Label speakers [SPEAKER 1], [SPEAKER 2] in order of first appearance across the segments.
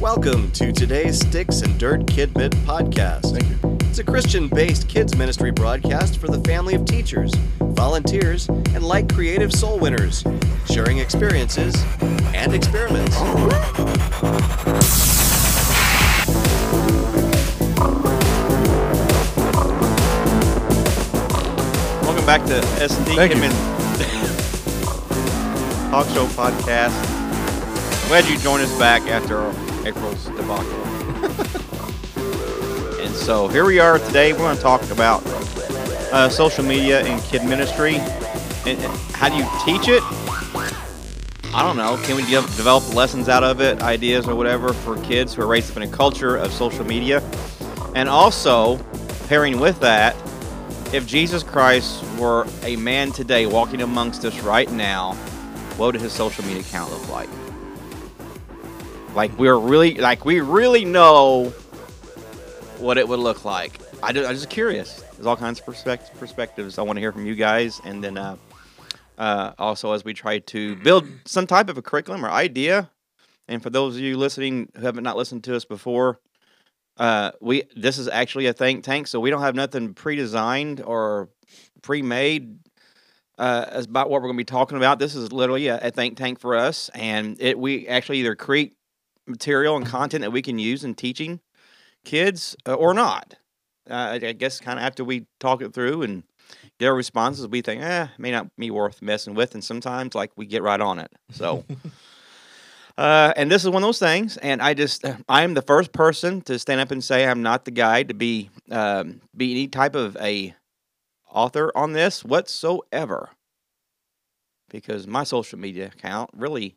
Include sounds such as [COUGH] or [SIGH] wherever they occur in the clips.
[SPEAKER 1] Welcome to today's Sticks and Dirt Kid Bit podcast.
[SPEAKER 2] Thank you.
[SPEAKER 1] It's a Christian based kids ministry broadcast for the family of teachers, volunteers, and like creative soul winners, sharing experiences and experiments.
[SPEAKER 3] Welcome back to S&D
[SPEAKER 2] Thank you.
[SPEAKER 3] Kidman [LAUGHS] Talk Show Podcast. Glad you joined us back after April's
[SPEAKER 2] [LAUGHS]
[SPEAKER 3] debacle. and so here we are today. We're going to talk about uh, social media and kid ministry. And and how do you teach it? I don't know. Can we de- develop lessons out of it, ideas or whatever for kids who are raised up in a culture of social media? And also, pairing with that, if Jesus Christ were a man today walking amongst us right now, what would his social media account look like? Like we're really like we really know what it would look like. I am just curious. There's all kinds of perspect- perspectives I want to hear from you guys, and then uh, uh, also as we try to build some type of a curriculum or idea. And for those of you listening who haven't not listened to us before, uh, we this is actually a think tank, so we don't have nothing pre-designed or pre-made uh, as about what we're going to be talking about. This is literally a, a think tank for us, and it we actually either create material and content that we can use in teaching kids uh, or not. Uh, I I guess kind of after we talk it through and their responses, we think, eh, may not be worth messing with, and sometimes like we get right on it. So. Uh, and this is one of those things. And I just, I am the first person to stand up and say I'm not the guy to be um, be any type of a author on this whatsoever, because my social media account really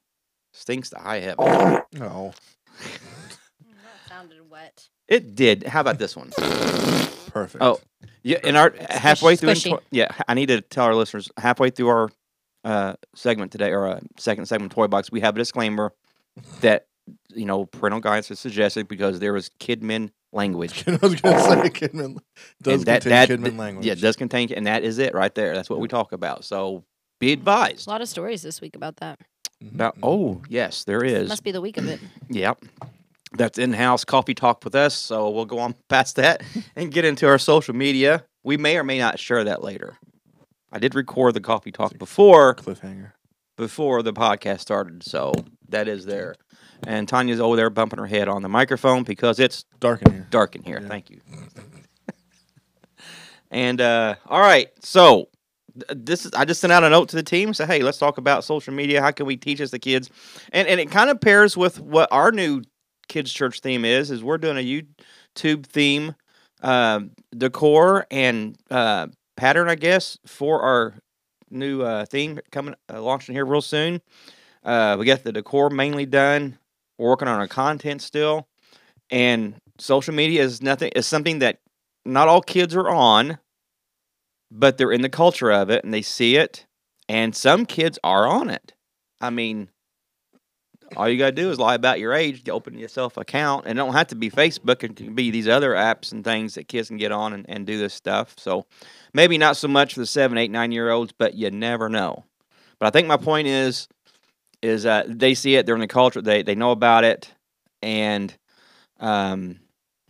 [SPEAKER 3] stinks to high heaven.
[SPEAKER 2] No,
[SPEAKER 4] Mm, That sounded wet.
[SPEAKER 3] It did. How about this one?
[SPEAKER 2] perfect. [LAUGHS]
[SPEAKER 3] Oh, yeah. In our halfway through, in
[SPEAKER 4] squishy.
[SPEAKER 3] tw- yeah, I need to tell our listeners halfway through our uh, segment today or uh, second segment toy box, we have a disclaimer that you know parental guidance is suggested because there is kidmin language.
[SPEAKER 2] I was gonna
[SPEAKER 3] [LAUGHS]
[SPEAKER 2] say Kidman does
[SPEAKER 3] And that-
[SPEAKER 2] contain
[SPEAKER 3] that-
[SPEAKER 2] Kidman language.
[SPEAKER 3] Yeah, it does contain, and that is it right there. That's what we talk about. So be advised.
[SPEAKER 4] A lot of stories this week about that.
[SPEAKER 2] Mm-hmm.
[SPEAKER 3] About, oh yes, there is.
[SPEAKER 4] Must be the week
[SPEAKER 3] [CLEARS THROAT]
[SPEAKER 4] of it.
[SPEAKER 3] Yep. That's in house coffee talk with us. So we'll go on [LAUGHS] past that and get into our social media. We may or may not share that later. I did record the coffee talk before
[SPEAKER 2] Mm-hmm. cliffhanger.
[SPEAKER 3] before the podcast started, so that is there. And Tanya's over there bumping her head on the microphone because it's
[SPEAKER 2] Dark in here.
[SPEAKER 3] dark in here.
[SPEAKER 2] Yeah.
[SPEAKER 3] Thank you. [LAUGHS] and uh, all right, so th- this is I just sent out a note to the team. Say, hey, let's talk about social media. How can we teach us the kids? And and it kind of pairs with what our new kids church theme is. Is we're doing a YouTube theme uh, decor and uh, pattern, I guess, for our new uh, theme coming uh, launching here real soon. Uh, we got the decor mainly done. We're working on our content still, and social media is nothing is something that not all kids are on, but they're in the culture of it and they see it, and some kids are on it. I mean, all you gotta do is lie about your age, to open yourself an account, and it don't have to be Facebook. It can be these other apps and things that kids can get on and, and do this stuff. So maybe not so much for the seven, eight, nine year olds, but you never know. But I think my point is, is uh, they see it, they're in the culture, they they know about it, and um,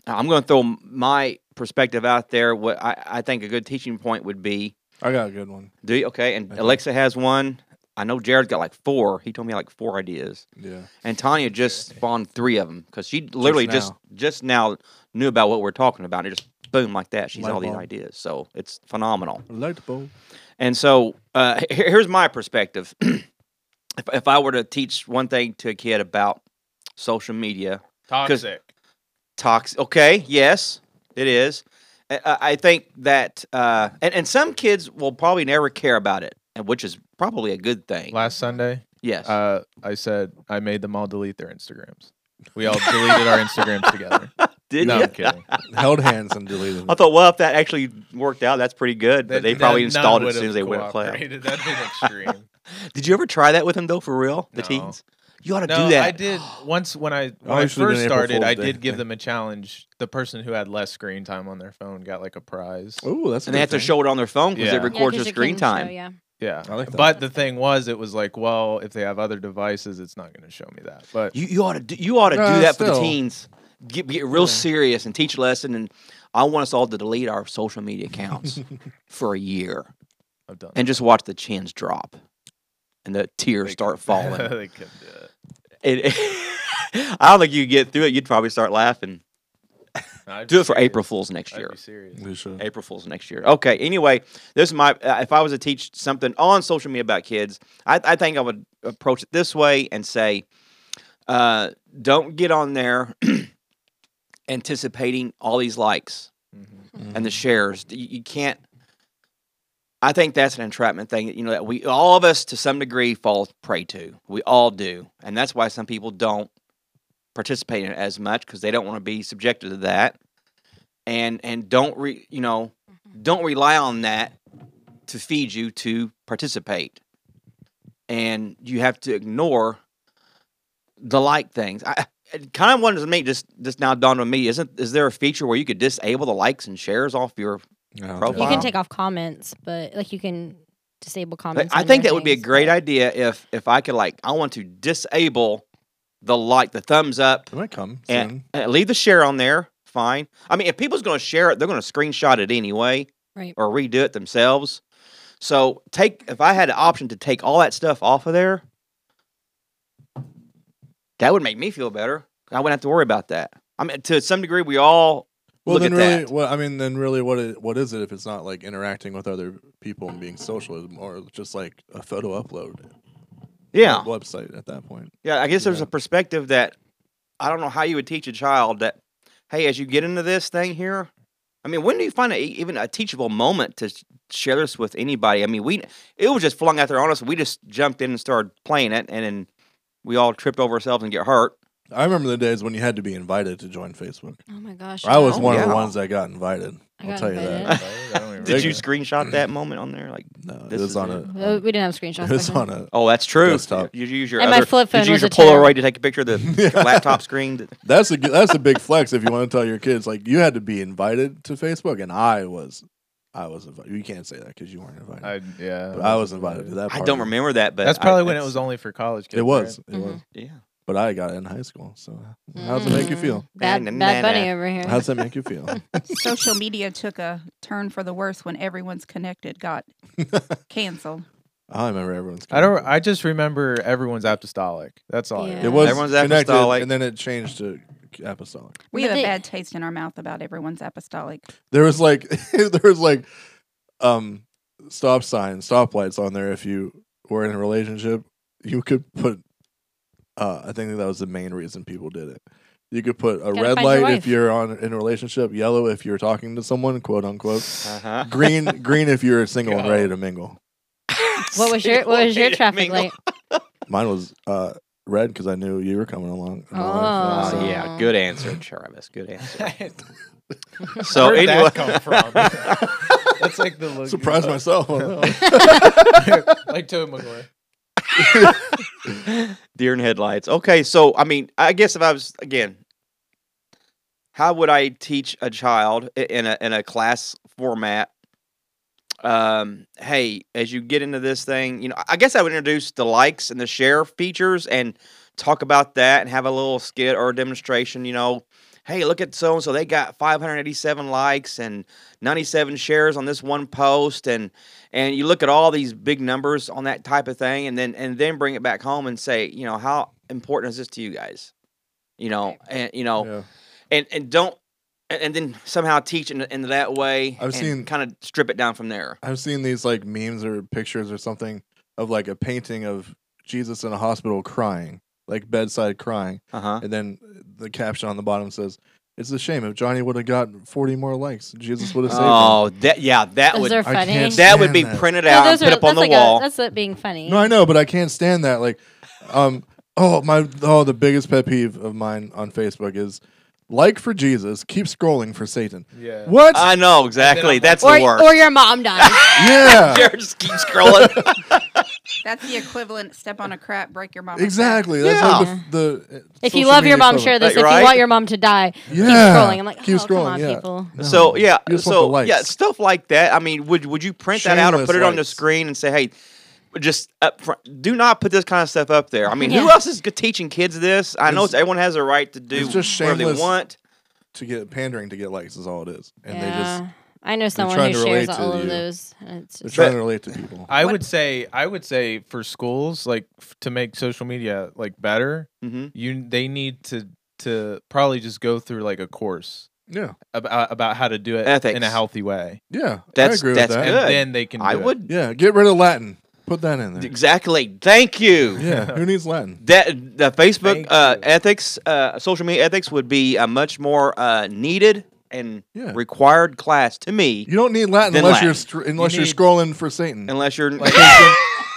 [SPEAKER 3] I'm going to throw m- my perspective out there. What I, I think a good teaching point would be.
[SPEAKER 2] I got a good one.
[SPEAKER 3] Do you, okay, and
[SPEAKER 2] Okay.
[SPEAKER 3] Alexa has one. I know Jared's got like four. He told me like four ideas,
[SPEAKER 2] Yeah.
[SPEAKER 3] and Tanya just spawned three of them because she literally just
[SPEAKER 2] now.
[SPEAKER 3] just now knew about what we're talking about. It just boom like that. She's
[SPEAKER 2] Light
[SPEAKER 3] all these
[SPEAKER 2] bulb.
[SPEAKER 3] ideas, so it's phenomenal.
[SPEAKER 2] Light bulb.
[SPEAKER 3] And so uh, he- here's my perspective. [CLEARS THROAT] if, if I were to teach one thing to a kid about social media,
[SPEAKER 5] Toxic.
[SPEAKER 3] toxic. Okay, yes, it is. I- I, I think that, uh, and and some kids will probably never care about it, and which is probably a good thing.
[SPEAKER 5] Last Sunday,
[SPEAKER 3] yes.
[SPEAKER 5] uh, I said I made them all delete their Instagrams. We all deleted our
[SPEAKER 3] [LAUGHS]
[SPEAKER 5] Instagrams together.
[SPEAKER 3] Did
[SPEAKER 5] No,
[SPEAKER 3] you?
[SPEAKER 5] I'm kidding.
[SPEAKER 2] Held hands and deleted.
[SPEAKER 3] I thought, well, if that actually worked out, that's pretty good. But they, probably
[SPEAKER 5] none
[SPEAKER 3] installed it as
[SPEAKER 5] would've
[SPEAKER 3] soon as they went to play.
[SPEAKER 5] cooperated. That'd
[SPEAKER 3] [LAUGHS]
[SPEAKER 5] been extreme. [LAUGHS]
[SPEAKER 3] Did you ever try that with them though, for real? The
[SPEAKER 5] No.
[SPEAKER 3] teens, you ought to
[SPEAKER 5] no,
[SPEAKER 3] do that.
[SPEAKER 5] I did once when I when I,
[SPEAKER 2] usually do an
[SPEAKER 5] first
[SPEAKER 2] April
[SPEAKER 5] started. I
[SPEAKER 2] Fool's Day
[SPEAKER 5] did give
[SPEAKER 2] thing.
[SPEAKER 5] them a challenge. The person who had less screen time on their phone got like a prize.
[SPEAKER 2] Oh, that's. a
[SPEAKER 3] And they
[SPEAKER 2] good
[SPEAKER 3] have to
[SPEAKER 2] thing.
[SPEAKER 3] show it on their phone because
[SPEAKER 5] Yeah.
[SPEAKER 3] it
[SPEAKER 5] Yeah,
[SPEAKER 3] records
[SPEAKER 4] 'cause
[SPEAKER 3] your screen
[SPEAKER 4] kids show,
[SPEAKER 3] time.
[SPEAKER 4] yeah.
[SPEAKER 5] Yeah.
[SPEAKER 2] I like that.
[SPEAKER 5] But the thing was, it was like, well, if they have other devices, it's not going to show me that. But
[SPEAKER 3] You, you ought to do, you ought to
[SPEAKER 2] Uh,
[SPEAKER 3] do that for the
[SPEAKER 2] still.
[SPEAKER 3] teens. Get, get real serious and teach a lesson. And I want us all to delete our social media
[SPEAKER 5] [LAUGHS]
[SPEAKER 3] accounts for a year
[SPEAKER 5] I've done.
[SPEAKER 3] and just watch the chins drop and the tears
[SPEAKER 5] They-
[SPEAKER 3] start
[SPEAKER 5] that.
[SPEAKER 3] falling.
[SPEAKER 5] [LAUGHS] They couldn't do it.
[SPEAKER 3] It- [LAUGHS] I don't think you get through it. You'd probably start laughing.
[SPEAKER 5] I'd
[SPEAKER 3] Do
[SPEAKER 5] be
[SPEAKER 3] it for
[SPEAKER 5] serious.
[SPEAKER 3] April Fools next
[SPEAKER 5] I'd
[SPEAKER 3] year.
[SPEAKER 5] be serious.
[SPEAKER 2] We should.
[SPEAKER 3] April Fools next year. Okay. Anyway, this is my. Uh, if I was to teach something on social media about kids, I, I think I would approach it this way and say, uh, don't get on there [CLEARS THROAT] anticipating all these likes
[SPEAKER 5] Mhm.
[SPEAKER 3] and the shares. You, you can't. I think that's an entrapment thing. You know that we all of us to some degree fall prey to. We all do, and that's why some people don't participate in it as much because they don't want to be subjected to that. And and don't re you know
[SPEAKER 4] Mm-hmm.
[SPEAKER 3] don't rely on that to feed you to participate. And you have to ignore the like things. I it kind of wonders to me just just now dawned on me. Isn't is there a feature where you could disable the likes and shares off your?
[SPEAKER 2] Yeah,
[SPEAKER 3] Profile.
[SPEAKER 4] You
[SPEAKER 3] Wow.
[SPEAKER 4] can take off comments, but like you can disable comments.
[SPEAKER 3] I
[SPEAKER 4] on
[SPEAKER 3] think
[SPEAKER 4] their
[SPEAKER 3] that would be a
[SPEAKER 4] things,
[SPEAKER 3] great
[SPEAKER 4] but-
[SPEAKER 3] idea if if I could like I want to disable the like the thumbs up
[SPEAKER 2] It might come soon.
[SPEAKER 3] and, and leave the share on there. Fine. I mean, if people's going to share it, they're going to screenshot it anyway,
[SPEAKER 4] Right.
[SPEAKER 3] Or redo it themselves. So take if I had an option to take all that stuff off of there, that would make me feel better. I wouldn't have to worry about that. I mean, to some degree, we all
[SPEAKER 2] Well,
[SPEAKER 3] Look
[SPEAKER 2] then
[SPEAKER 3] at
[SPEAKER 2] really,
[SPEAKER 3] that.
[SPEAKER 2] well, I mean, then really, what it, what is it if it's not like interacting with other people and being social, or just like a photo upload? on
[SPEAKER 3] yeah
[SPEAKER 2] the website at that point.
[SPEAKER 3] Yeah, I guess there's
[SPEAKER 2] Yeah.
[SPEAKER 3] a perspective that I don't know how you would teach a child that, hey, as you get into this thing here, I mean, when do you find a, even a teachable moment to sh- share this with anybody? I mean, we it was just flung out there on us. We just jumped in and started playing it, and then we all tripped over ourselves and get hurt.
[SPEAKER 2] I remember the days when you had to be invited to join Facebook.
[SPEAKER 4] Oh my gosh.
[SPEAKER 2] I was
[SPEAKER 4] no.
[SPEAKER 2] one of
[SPEAKER 3] yeah.
[SPEAKER 2] the ones that got invited.
[SPEAKER 4] I
[SPEAKER 2] I'll
[SPEAKER 4] got
[SPEAKER 2] tell you
[SPEAKER 4] invited.
[SPEAKER 2] that.
[SPEAKER 5] Right? I don't even
[SPEAKER 3] Did
[SPEAKER 2] They-
[SPEAKER 3] you
[SPEAKER 5] remember.
[SPEAKER 3] screenshot
[SPEAKER 5] [CLEARS THROAT]
[SPEAKER 3] that moment on there? Like,
[SPEAKER 2] No,
[SPEAKER 3] This
[SPEAKER 2] it was
[SPEAKER 3] is
[SPEAKER 2] on
[SPEAKER 3] it.
[SPEAKER 2] a
[SPEAKER 4] Well, Oh, we didn't have
[SPEAKER 2] it [LAUGHS]
[SPEAKER 4] screenshots.
[SPEAKER 2] was
[SPEAKER 4] back then.
[SPEAKER 2] on a
[SPEAKER 3] oh, that's true.
[SPEAKER 2] Desktop.
[SPEAKER 3] You, you use your
[SPEAKER 4] And my
[SPEAKER 3] other-
[SPEAKER 4] flip phone
[SPEAKER 3] Did you use
[SPEAKER 4] was
[SPEAKER 3] your
[SPEAKER 4] a terrible-
[SPEAKER 3] Polaroid to take a picture of the [LAUGHS]
[SPEAKER 5] [LAUGHS]
[SPEAKER 2] [LAUGHS]
[SPEAKER 3] laptop screen? that-
[SPEAKER 2] That's a g- that's a big flex if you want to tell your kids like you had to be invited to Facebook, and I was, I was invited. You can't say that because you weren't invited.
[SPEAKER 5] I, yeah.
[SPEAKER 2] but I was invited to that.
[SPEAKER 3] uh, I
[SPEAKER 2] Party.
[SPEAKER 3] don't remember that, but
[SPEAKER 5] That's
[SPEAKER 3] I-
[SPEAKER 5] probably when it
[SPEAKER 3] that's-
[SPEAKER 5] was only for college kids.
[SPEAKER 2] It was.
[SPEAKER 5] right?
[SPEAKER 2] It was.
[SPEAKER 4] Mhm.
[SPEAKER 3] Yeah.
[SPEAKER 2] But I got it in high school. So how does it make you feel?
[SPEAKER 4] Mm. Bad,
[SPEAKER 3] Na- na-
[SPEAKER 4] bad
[SPEAKER 3] na-
[SPEAKER 4] bunny
[SPEAKER 3] na.
[SPEAKER 4] over here.
[SPEAKER 2] How does that make you feel?
[SPEAKER 6] Social media took a turn for the worse when everyone's connected got canceled.
[SPEAKER 2] I remember everyone's.
[SPEAKER 5] I don't. I just remember everyone's apostolic. That's all.
[SPEAKER 4] Yeah.
[SPEAKER 5] I remember.
[SPEAKER 2] It was
[SPEAKER 3] Everyone's
[SPEAKER 2] connected,
[SPEAKER 3] apostolic.
[SPEAKER 2] and then it changed to apostolic.
[SPEAKER 6] We
[SPEAKER 4] But
[SPEAKER 6] have
[SPEAKER 4] they-
[SPEAKER 6] a bad taste in our mouth about everyone's apostolic.
[SPEAKER 2] There was like [LAUGHS] there was like um stop signs, stoplights on there. If you were in a relationship, you could put. Uh, I think that was the main reason people did it. You could put a
[SPEAKER 4] Gotta
[SPEAKER 2] red
[SPEAKER 4] find your
[SPEAKER 2] light
[SPEAKER 4] wife.
[SPEAKER 2] if you're on in a relationship, yellow if you're talking to someone, quote unquote,
[SPEAKER 3] Uh-huh.
[SPEAKER 4] [LAUGHS]
[SPEAKER 2] green green if you're single and
[SPEAKER 5] God.
[SPEAKER 2] ready to mingle.
[SPEAKER 4] [LAUGHS]
[SPEAKER 3] [LAUGHS]
[SPEAKER 4] What was your What was your traffic
[SPEAKER 3] light?
[SPEAKER 4] light?
[SPEAKER 2] Mine was uh, red because I knew you were coming along. in my life,
[SPEAKER 4] Oh,
[SPEAKER 3] Oh,
[SPEAKER 2] so-
[SPEAKER 3] yeah,
[SPEAKER 4] So-
[SPEAKER 3] good answer, Travis. Good answer. So
[SPEAKER 5] Where did
[SPEAKER 3] anyway,
[SPEAKER 5] that come from?
[SPEAKER 3] [LAUGHS]
[SPEAKER 5] That's like the look.
[SPEAKER 2] Surprised myself. on that one.
[SPEAKER 5] [LAUGHS] like Toad McGuire.
[SPEAKER 3] [LAUGHS] deer in headlights. Okay, so I mean, I guess if I was again, how would I teach a child i- in a in a class format? Um, hey, as you get into this thing, you know, I guess I would introduce the likes and the share features and talk about that and have a little skit or a demonstration. You know, hey, look at so and so they got 587 likes and 97 shares on this one post and and you look at all these big numbers on that type of thing and then and then bring it back home and say you know how important is this to you guys you know and you know
[SPEAKER 2] [LAUGHS] Yeah.
[SPEAKER 3] and and don't and, and then somehow teach in, in that way
[SPEAKER 2] I've seen-
[SPEAKER 3] kind of strip it down from there
[SPEAKER 2] I've seen these like memes or pictures or something of like a painting of Jesus in a hospital crying, like bedside crying,
[SPEAKER 3] uh-huh
[SPEAKER 2] and then the caption on the bottom says, "It's a shame if Johnny would have got 40 more likes, Jesus would have saved him."
[SPEAKER 3] oh that yeah that
[SPEAKER 4] Those
[SPEAKER 3] would
[SPEAKER 4] are
[SPEAKER 2] I can't
[SPEAKER 4] funny.
[SPEAKER 2] stand
[SPEAKER 3] that would be printed out
[SPEAKER 4] No,
[SPEAKER 3] and
[SPEAKER 4] those
[SPEAKER 3] put
[SPEAKER 4] are,
[SPEAKER 3] up on
[SPEAKER 4] that's
[SPEAKER 3] the
[SPEAKER 4] like
[SPEAKER 3] wall
[SPEAKER 4] A, that's it being funny.
[SPEAKER 2] No, I know, but I can't stand that. Like, um, oh my, oh the biggest pet peeve of mine on Facebook is like for Jesus, keep scrolling for Satan.
[SPEAKER 5] Yeah.
[SPEAKER 2] What?
[SPEAKER 3] [LAUGHS] i know exactly
[SPEAKER 5] I'm
[SPEAKER 3] that's
[SPEAKER 4] or,
[SPEAKER 3] the worst
[SPEAKER 4] or
[SPEAKER 3] [LAUGHS]
[SPEAKER 4] your mom dies.
[SPEAKER 2] yeah.
[SPEAKER 3] Jared just keeps
[SPEAKER 2] [LAUGHS]
[SPEAKER 3] scrolling
[SPEAKER 6] That's the equivalent step on a crap, break your mom.
[SPEAKER 2] Exactly. That's what
[SPEAKER 4] Yeah.
[SPEAKER 2] the, the
[SPEAKER 4] if you
[SPEAKER 2] social
[SPEAKER 4] love
[SPEAKER 2] media
[SPEAKER 4] your mom,
[SPEAKER 2] equivalent-
[SPEAKER 4] share this.
[SPEAKER 3] Like,
[SPEAKER 4] if
[SPEAKER 3] right?
[SPEAKER 4] you want your mom to die,
[SPEAKER 2] Yeah.
[SPEAKER 4] keep scrolling. I'm like,
[SPEAKER 2] Keep
[SPEAKER 4] oh, come
[SPEAKER 2] scrolling,
[SPEAKER 4] on,
[SPEAKER 2] yeah.
[SPEAKER 4] people.
[SPEAKER 3] so yeah
[SPEAKER 2] You just want the
[SPEAKER 3] so
[SPEAKER 2] likes.
[SPEAKER 3] yeah stuff like that i mean would would you print that out or
[SPEAKER 2] Shameless
[SPEAKER 3] put it on the
[SPEAKER 2] likes.
[SPEAKER 3] screen and say hey just up front, do not put this kind of stuff up there. I mean, who
[SPEAKER 4] Yeah.
[SPEAKER 3] else is g- teaching kids this? I know
[SPEAKER 2] It's-
[SPEAKER 3] it's, everyone has a right to do
[SPEAKER 2] it's just
[SPEAKER 3] whatever they
[SPEAKER 2] shameless.
[SPEAKER 3] want.
[SPEAKER 2] to get pandering to get likes is all it is, and
[SPEAKER 4] yeah.
[SPEAKER 2] they just
[SPEAKER 4] I know someone
[SPEAKER 2] trying
[SPEAKER 4] who
[SPEAKER 2] to relate
[SPEAKER 4] shares
[SPEAKER 2] to
[SPEAKER 4] all of
[SPEAKER 2] you.
[SPEAKER 4] those. and It's
[SPEAKER 2] they're
[SPEAKER 4] just,
[SPEAKER 2] trying to relate to people.
[SPEAKER 5] I would say I would say for schools like f- to make social media like better,
[SPEAKER 3] hmm
[SPEAKER 5] you they need to to probably just go through like a course
[SPEAKER 2] yeah,
[SPEAKER 5] about about how to do it in
[SPEAKER 3] Ethics.
[SPEAKER 5] a healthy way.
[SPEAKER 2] yeah, I
[SPEAKER 3] That's-
[SPEAKER 2] agree
[SPEAKER 3] that's
[SPEAKER 2] with that.
[SPEAKER 5] And
[SPEAKER 3] Good.
[SPEAKER 5] then they can do
[SPEAKER 3] I
[SPEAKER 5] it.
[SPEAKER 3] would
[SPEAKER 2] Yeah, get rid of Latin. Put that in there.
[SPEAKER 3] exactly. Thank you.
[SPEAKER 2] Yeah, who needs Latin?
[SPEAKER 3] That the Facebook
[SPEAKER 5] Thank
[SPEAKER 3] uh,
[SPEAKER 5] you.
[SPEAKER 3] ethics, uh, social media ethics would be a much more uh, needed and
[SPEAKER 2] Yeah.
[SPEAKER 3] required class to me,
[SPEAKER 2] You don't need Latin
[SPEAKER 3] Then
[SPEAKER 2] unless
[SPEAKER 3] Latin.
[SPEAKER 2] you're str- unless you are
[SPEAKER 5] need-
[SPEAKER 2] scrolling for Satan.
[SPEAKER 3] unless you're [LAUGHS]
[SPEAKER 5] like,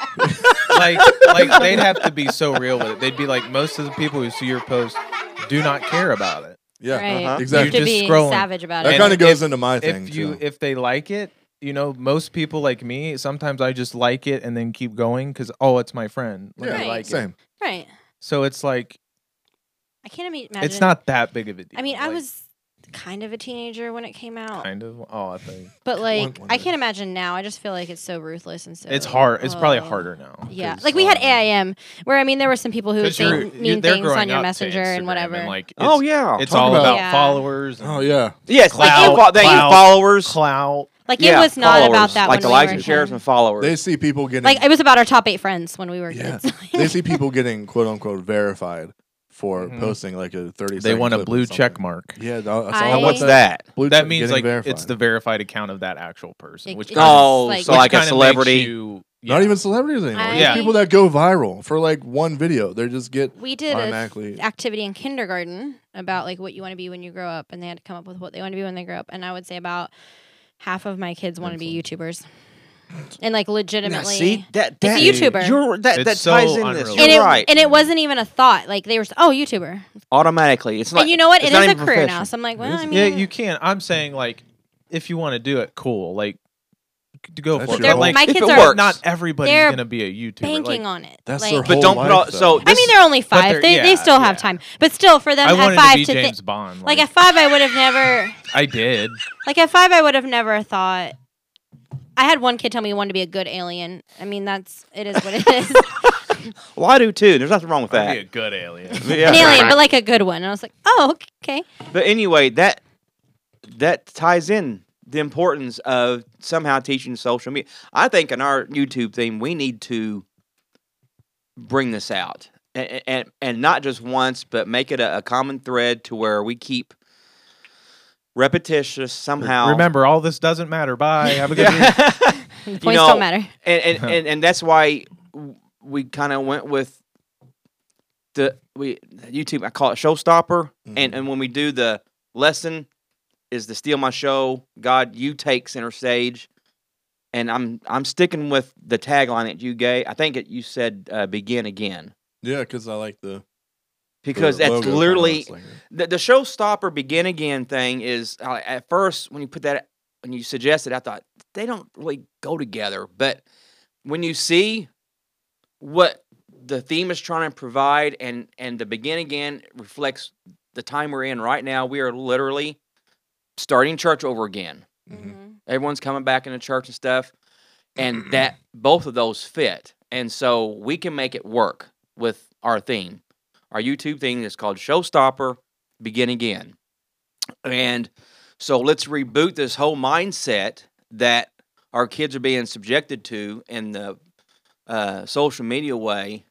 [SPEAKER 5] [LAUGHS] like like they'd have to be so real with it. They'd be like most of the people who see your post do not care about it.
[SPEAKER 2] yeah,
[SPEAKER 4] right.
[SPEAKER 3] uh-huh.
[SPEAKER 4] You have
[SPEAKER 2] exactly.
[SPEAKER 4] to
[SPEAKER 5] You're just
[SPEAKER 4] be
[SPEAKER 5] scrolling.
[SPEAKER 4] savage about
[SPEAKER 2] that
[SPEAKER 5] And
[SPEAKER 4] it.
[SPEAKER 2] kind of goes
[SPEAKER 5] if-
[SPEAKER 2] into my thing
[SPEAKER 5] If you
[SPEAKER 2] too.
[SPEAKER 5] if they like it, you know, most people like me, sometimes I just like it and then keep going cuz oh, it's my friend. Let
[SPEAKER 2] yeah,
[SPEAKER 5] me
[SPEAKER 4] Right.
[SPEAKER 5] like it.
[SPEAKER 2] same.
[SPEAKER 4] Right.
[SPEAKER 5] So it's like
[SPEAKER 4] I can't ima- imagine.
[SPEAKER 5] it's not that big of a deal.
[SPEAKER 4] I mean, I
[SPEAKER 5] like,
[SPEAKER 4] was kind of a teenager when it came out,
[SPEAKER 5] kind of oh, I think
[SPEAKER 4] but like
[SPEAKER 2] one
[SPEAKER 4] I
[SPEAKER 2] is-
[SPEAKER 4] can't imagine now. I just feel like it's so ruthless and so.
[SPEAKER 5] it's hard. It's probably
[SPEAKER 4] uh,
[SPEAKER 5] harder now.
[SPEAKER 4] Yeah,
[SPEAKER 5] 'cause,
[SPEAKER 4] like we had
[SPEAKER 5] um,
[SPEAKER 4] AIM, where I mean there were some people who would
[SPEAKER 5] 'cause
[SPEAKER 4] say
[SPEAKER 5] you're-
[SPEAKER 4] mean
[SPEAKER 5] you- they're
[SPEAKER 4] things
[SPEAKER 5] growing
[SPEAKER 4] on your
[SPEAKER 5] up to
[SPEAKER 4] messenger
[SPEAKER 5] Instagram
[SPEAKER 4] and whatever.
[SPEAKER 5] like it's,
[SPEAKER 3] oh yeah,
[SPEAKER 5] it's
[SPEAKER 2] Talk
[SPEAKER 5] all
[SPEAKER 2] about-
[SPEAKER 5] about
[SPEAKER 4] Yeah.
[SPEAKER 5] followers. and
[SPEAKER 2] Oh yeah,
[SPEAKER 3] yes, thank you,
[SPEAKER 5] Clout,
[SPEAKER 3] fo- thank you,
[SPEAKER 5] clout,
[SPEAKER 3] followers,
[SPEAKER 5] clout.
[SPEAKER 4] like
[SPEAKER 3] yeah,
[SPEAKER 4] it was not
[SPEAKER 3] followers,
[SPEAKER 4] about that.
[SPEAKER 3] like
[SPEAKER 4] when
[SPEAKER 3] the
[SPEAKER 4] we
[SPEAKER 3] likes
[SPEAKER 4] were
[SPEAKER 3] and shares
[SPEAKER 4] kids.
[SPEAKER 3] and followers.
[SPEAKER 2] they see people getting
[SPEAKER 4] [LAUGHS] Like it was about our top eight friends when we were
[SPEAKER 2] Yeah.
[SPEAKER 4] kids. [LAUGHS]
[SPEAKER 2] they see people getting quote unquote verified for
[SPEAKER 5] Mhm.
[SPEAKER 2] posting like a thirty.
[SPEAKER 5] They
[SPEAKER 2] second
[SPEAKER 5] want a
[SPEAKER 2] clip of
[SPEAKER 5] blue
[SPEAKER 2] something.
[SPEAKER 5] check mark.
[SPEAKER 2] Yeah, tha- that's
[SPEAKER 4] I-
[SPEAKER 2] all.
[SPEAKER 4] Now, what's
[SPEAKER 2] about
[SPEAKER 3] that?
[SPEAKER 2] Blue
[SPEAKER 5] that
[SPEAKER 2] check-
[SPEAKER 5] means
[SPEAKER 2] getting
[SPEAKER 5] like
[SPEAKER 2] verified.
[SPEAKER 5] it's the verified account of that actual person,
[SPEAKER 4] It-
[SPEAKER 5] which
[SPEAKER 4] it
[SPEAKER 5] kinda-
[SPEAKER 3] Oh,
[SPEAKER 4] like-
[SPEAKER 3] so
[SPEAKER 5] which
[SPEAKER 3] like a
[SPEAKER 5] kinda makes
[SPEAKER 3] celebrity.
[SPEAKER 5] you-
[SPEAKER 2] not
[SPEAKER 5] yeah.
[SPEAKER 2] even celebrities anymore. It's
[SPEAKER 5] I-
[SPEAKER 2] people that go viral for like one video. They just get
[SPEAKER 4] we did an
[SPEAKER 2] Automatically.
[SPEAKER 4] activity in kindergarten about like what you want to be when you grow up, and they had to come up with what they want to be when they grow up. And I would say about half of my kids want to be YouTubers, and like
[SPEAKER 3] Now,
[SPEAKER 4] legitimately.
[SPEAKER 3] see that
[SPEAKER 4] It's a
[SPEAKER 3] that
[SPEAKER 4] YouTuber.
[SPEAKER 3] You're, that that
[SPEAKER 5] It's so
[SPEAKER 3] ties in this.
[SPEAKER 5] unrealistic.
[SPEAKER 3] You're
[SPEAKER 4] and it,
[SPEAKER 3] right.
[SPEAKER 4] and it wasn't even a thought. Like they were, s- oh, YouTuber.
[SPEAKER 3] automatically. It's not.
[SPEAKER 4] and you know what?
[SPEAKER 3] it's
[SPEAKER 4] It
[SPEAKER 3] not
[SPEAKER 4] is a
[SPEAKER 3] even
[SPEAKER 4] career now.
[SPEAKER 3] profession.
[SPEAKER 4] So I'm like,
[SPEAKER 2] It
[SPEAKER 4] well,
[SPEAKER 2] is
[SPEAKER 4] I
[SPEAKER 2] a
[SPEAKER 4] mean,
[SPEAKER 5] yeah, you can. I'm saying like, if you want to do it, cool. Like, c- go
[SPEAKER 2] That's your
[SPEAKER 5] for it.
[SPEAKER 4] they're-
[SPEAKER 5] But, Like,
[SPEAKER 4] my
[SPEAKER 3] if
[SPEAKER 4] kids
[SPEAKER 3] it
[SPEAKER 4] are
[SPEAKER 3] works,
[SPEAKER 5] not everybody's
[SPEAKER 4] they're
[SPEAKER 5] gonna be a YouTuber.
[SPEAKER 4] banking
[SPEAKER 5] like,
[SPEAKER 4] on it.
[SPEAKER 2] that's
[SPEAKER 4] like,
[SPEAKER 2] their
[SPEAKER 3] But
[SPEAKER 2] whole
[SPEAKER 3] don't
[SPEAKER 2] life,
[SPEAKER 3] put all-
[SPEAKER 2] though.
[SPEAKER 3] so
[SPEAKER 4] I mean, they're only
[SPEAKER 5] but
[SPEAKER 4] five.
[SPEAKER 5] they're-
[SPEAKER 4] they, they
[SPEAKER 5] yeah,
[SPEAKER 4] still have
[SPEAKER 5] yeah.
[SPEAKER 4] time, but still, for them
[SPEAKER 5] I
[SPEAKER 4] at
[SPEAKER 5] wanted
[SPEAKER 4] five
[SPEAKER 5] to be
[SPEAKER 4] think-
[SPEAKER 5] James Bond.
[SPEAKER 4] like at five, I would have never.
[SPEAKER 5] I did.
[SPEAKER 4] [LAUGHS] Like at five, I would have never thought. I had one kid tell me he wanted to be a good alien. I mean, that's it is what it
[SPEAKER 3] [LAUGHS]
[SPEAKER 4] is.
[SPEAKER 3] Well, I do too. There's nothing wrong with
[SPEAKER 5] I'd be
[SPEAKER 3] that.
[SPEAKER 5] a good alien.
[SPEAKER 4] An
[SPEAKER 3] [LAUGHS] Yeah.
[SPEAKER 4] alien, but like a good one. And I was like, oh, okay.
[SPEAKER 3] But anyway, that that ties in the importance of somehow teaching social media. I think in our YouTube thing, we need to bring this out and and, and not just once, but make it a, a common thread to where we keep repetitious somehow. [LAUGHS]
[SPEAKER 5] Remember, all this doesn't matter. Bye. Have a good week.
[SPEAKER 3] Yeah.
[SPEAKER 4] The points
[SPEAKER 3] know,
[SPEAKER 4] don't matter.
[SPEAKER 3] and
[SPEAKER 2] Uh-huh.
[SPEAKER 3] and, and, and that's why w- we kind of went with the we YouTube. I call it Showstopper, and
[SPEAKER 2] Mhm.
[SPEAKER 3] and when we do the lesson is the steal my show. God, you take center stage, and I'm I'm sticking with the tagline that you gave. I think it, you said uh, begin again
[SPEAKER 2] yeah, because I like the
[SPEAKER 3] because
[SPEAKER 2] the
[SPEAKER 3] that's
[SPEAKER 2] logo kinda
[SPEAKER 3] literally
[SPEAKER 2] looks like it.
[SPEAKER 3] the, the showstopper begin again thing is uh, at first when you put that when you suggested i thought they don't really go together but when you see what the theme is trying to provide and and the begin again reflects the time we're in right now we are literally starting church over again
[SPEAKER 2] Mhm.
[SPEAKER 3] everyone's coming back into church and stuff and that both of those fit and so we can make it work with our theme our youtube thing is called showstopper begin again and so let's reboot this whole mindset that our kids are being subjected to in the uh, social media way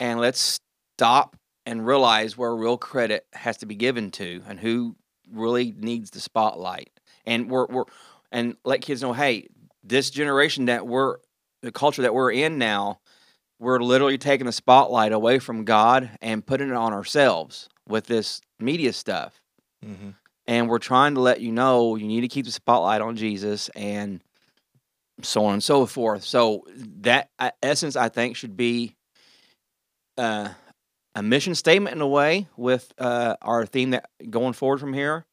[SPEAKER 3] and let's stop and realize where real credit has to be given to and who really needs the spotlight and we're, we're and let kids know, hey, this generation that we're the culture that we're in now, we're literally taking the spotlight away from God and putting it on ourselves with this media stuff.
[SPEAKER 2] Mhm.
[SPEAKER 3] And we're trying to let you know you need to keep the spotlight on Jesus and so on and so forth. So that uh, essence, I think, should be uh, a mission statement in a way with uh, our theme that going forward from here.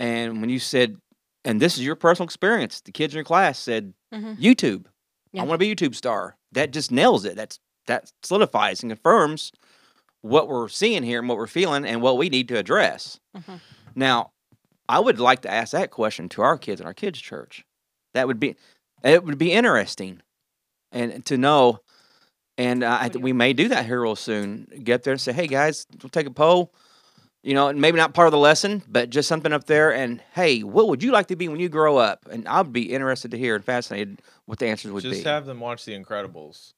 [SPEAKER 3] And when you said, and this is your personal experience, the kids in your class said
[SPEAKER 4] Mhm.
[SPEAKER 3] YouTube.
[SPEAKER 4] Yeah.
[SPEAKER 3] I want to be a YouTube star. That just nails it. That's that solidifies and confirms what we're seeing here and what we're feeling and what we need to address.
[SPEAKER 2] Mm-hmm.
[SPEAKER 4] Mhm.
[SPEAKER 3] Now, I would like to ask that question to our kids in our kids' church. That would be it would be interesting and to know. And uh, I,
[SPEAKER 4] What do you-
[SPEAKER 3] we may do that here real soon. Get up there and say, "Hey guys, we'll take a poll." You know, and maybe not part of the lesson, but just something up there. And hey, what would you like to be when you grow up? And I'd be interested to hear and fascinated what the answers would
[SPEAKER 5] just
[SPEAKER 3] be.
[SPEAKER 5] have them watch The
[SPEAKER 3] [LAUGHS]
[SPEAKER 5] Incredibles.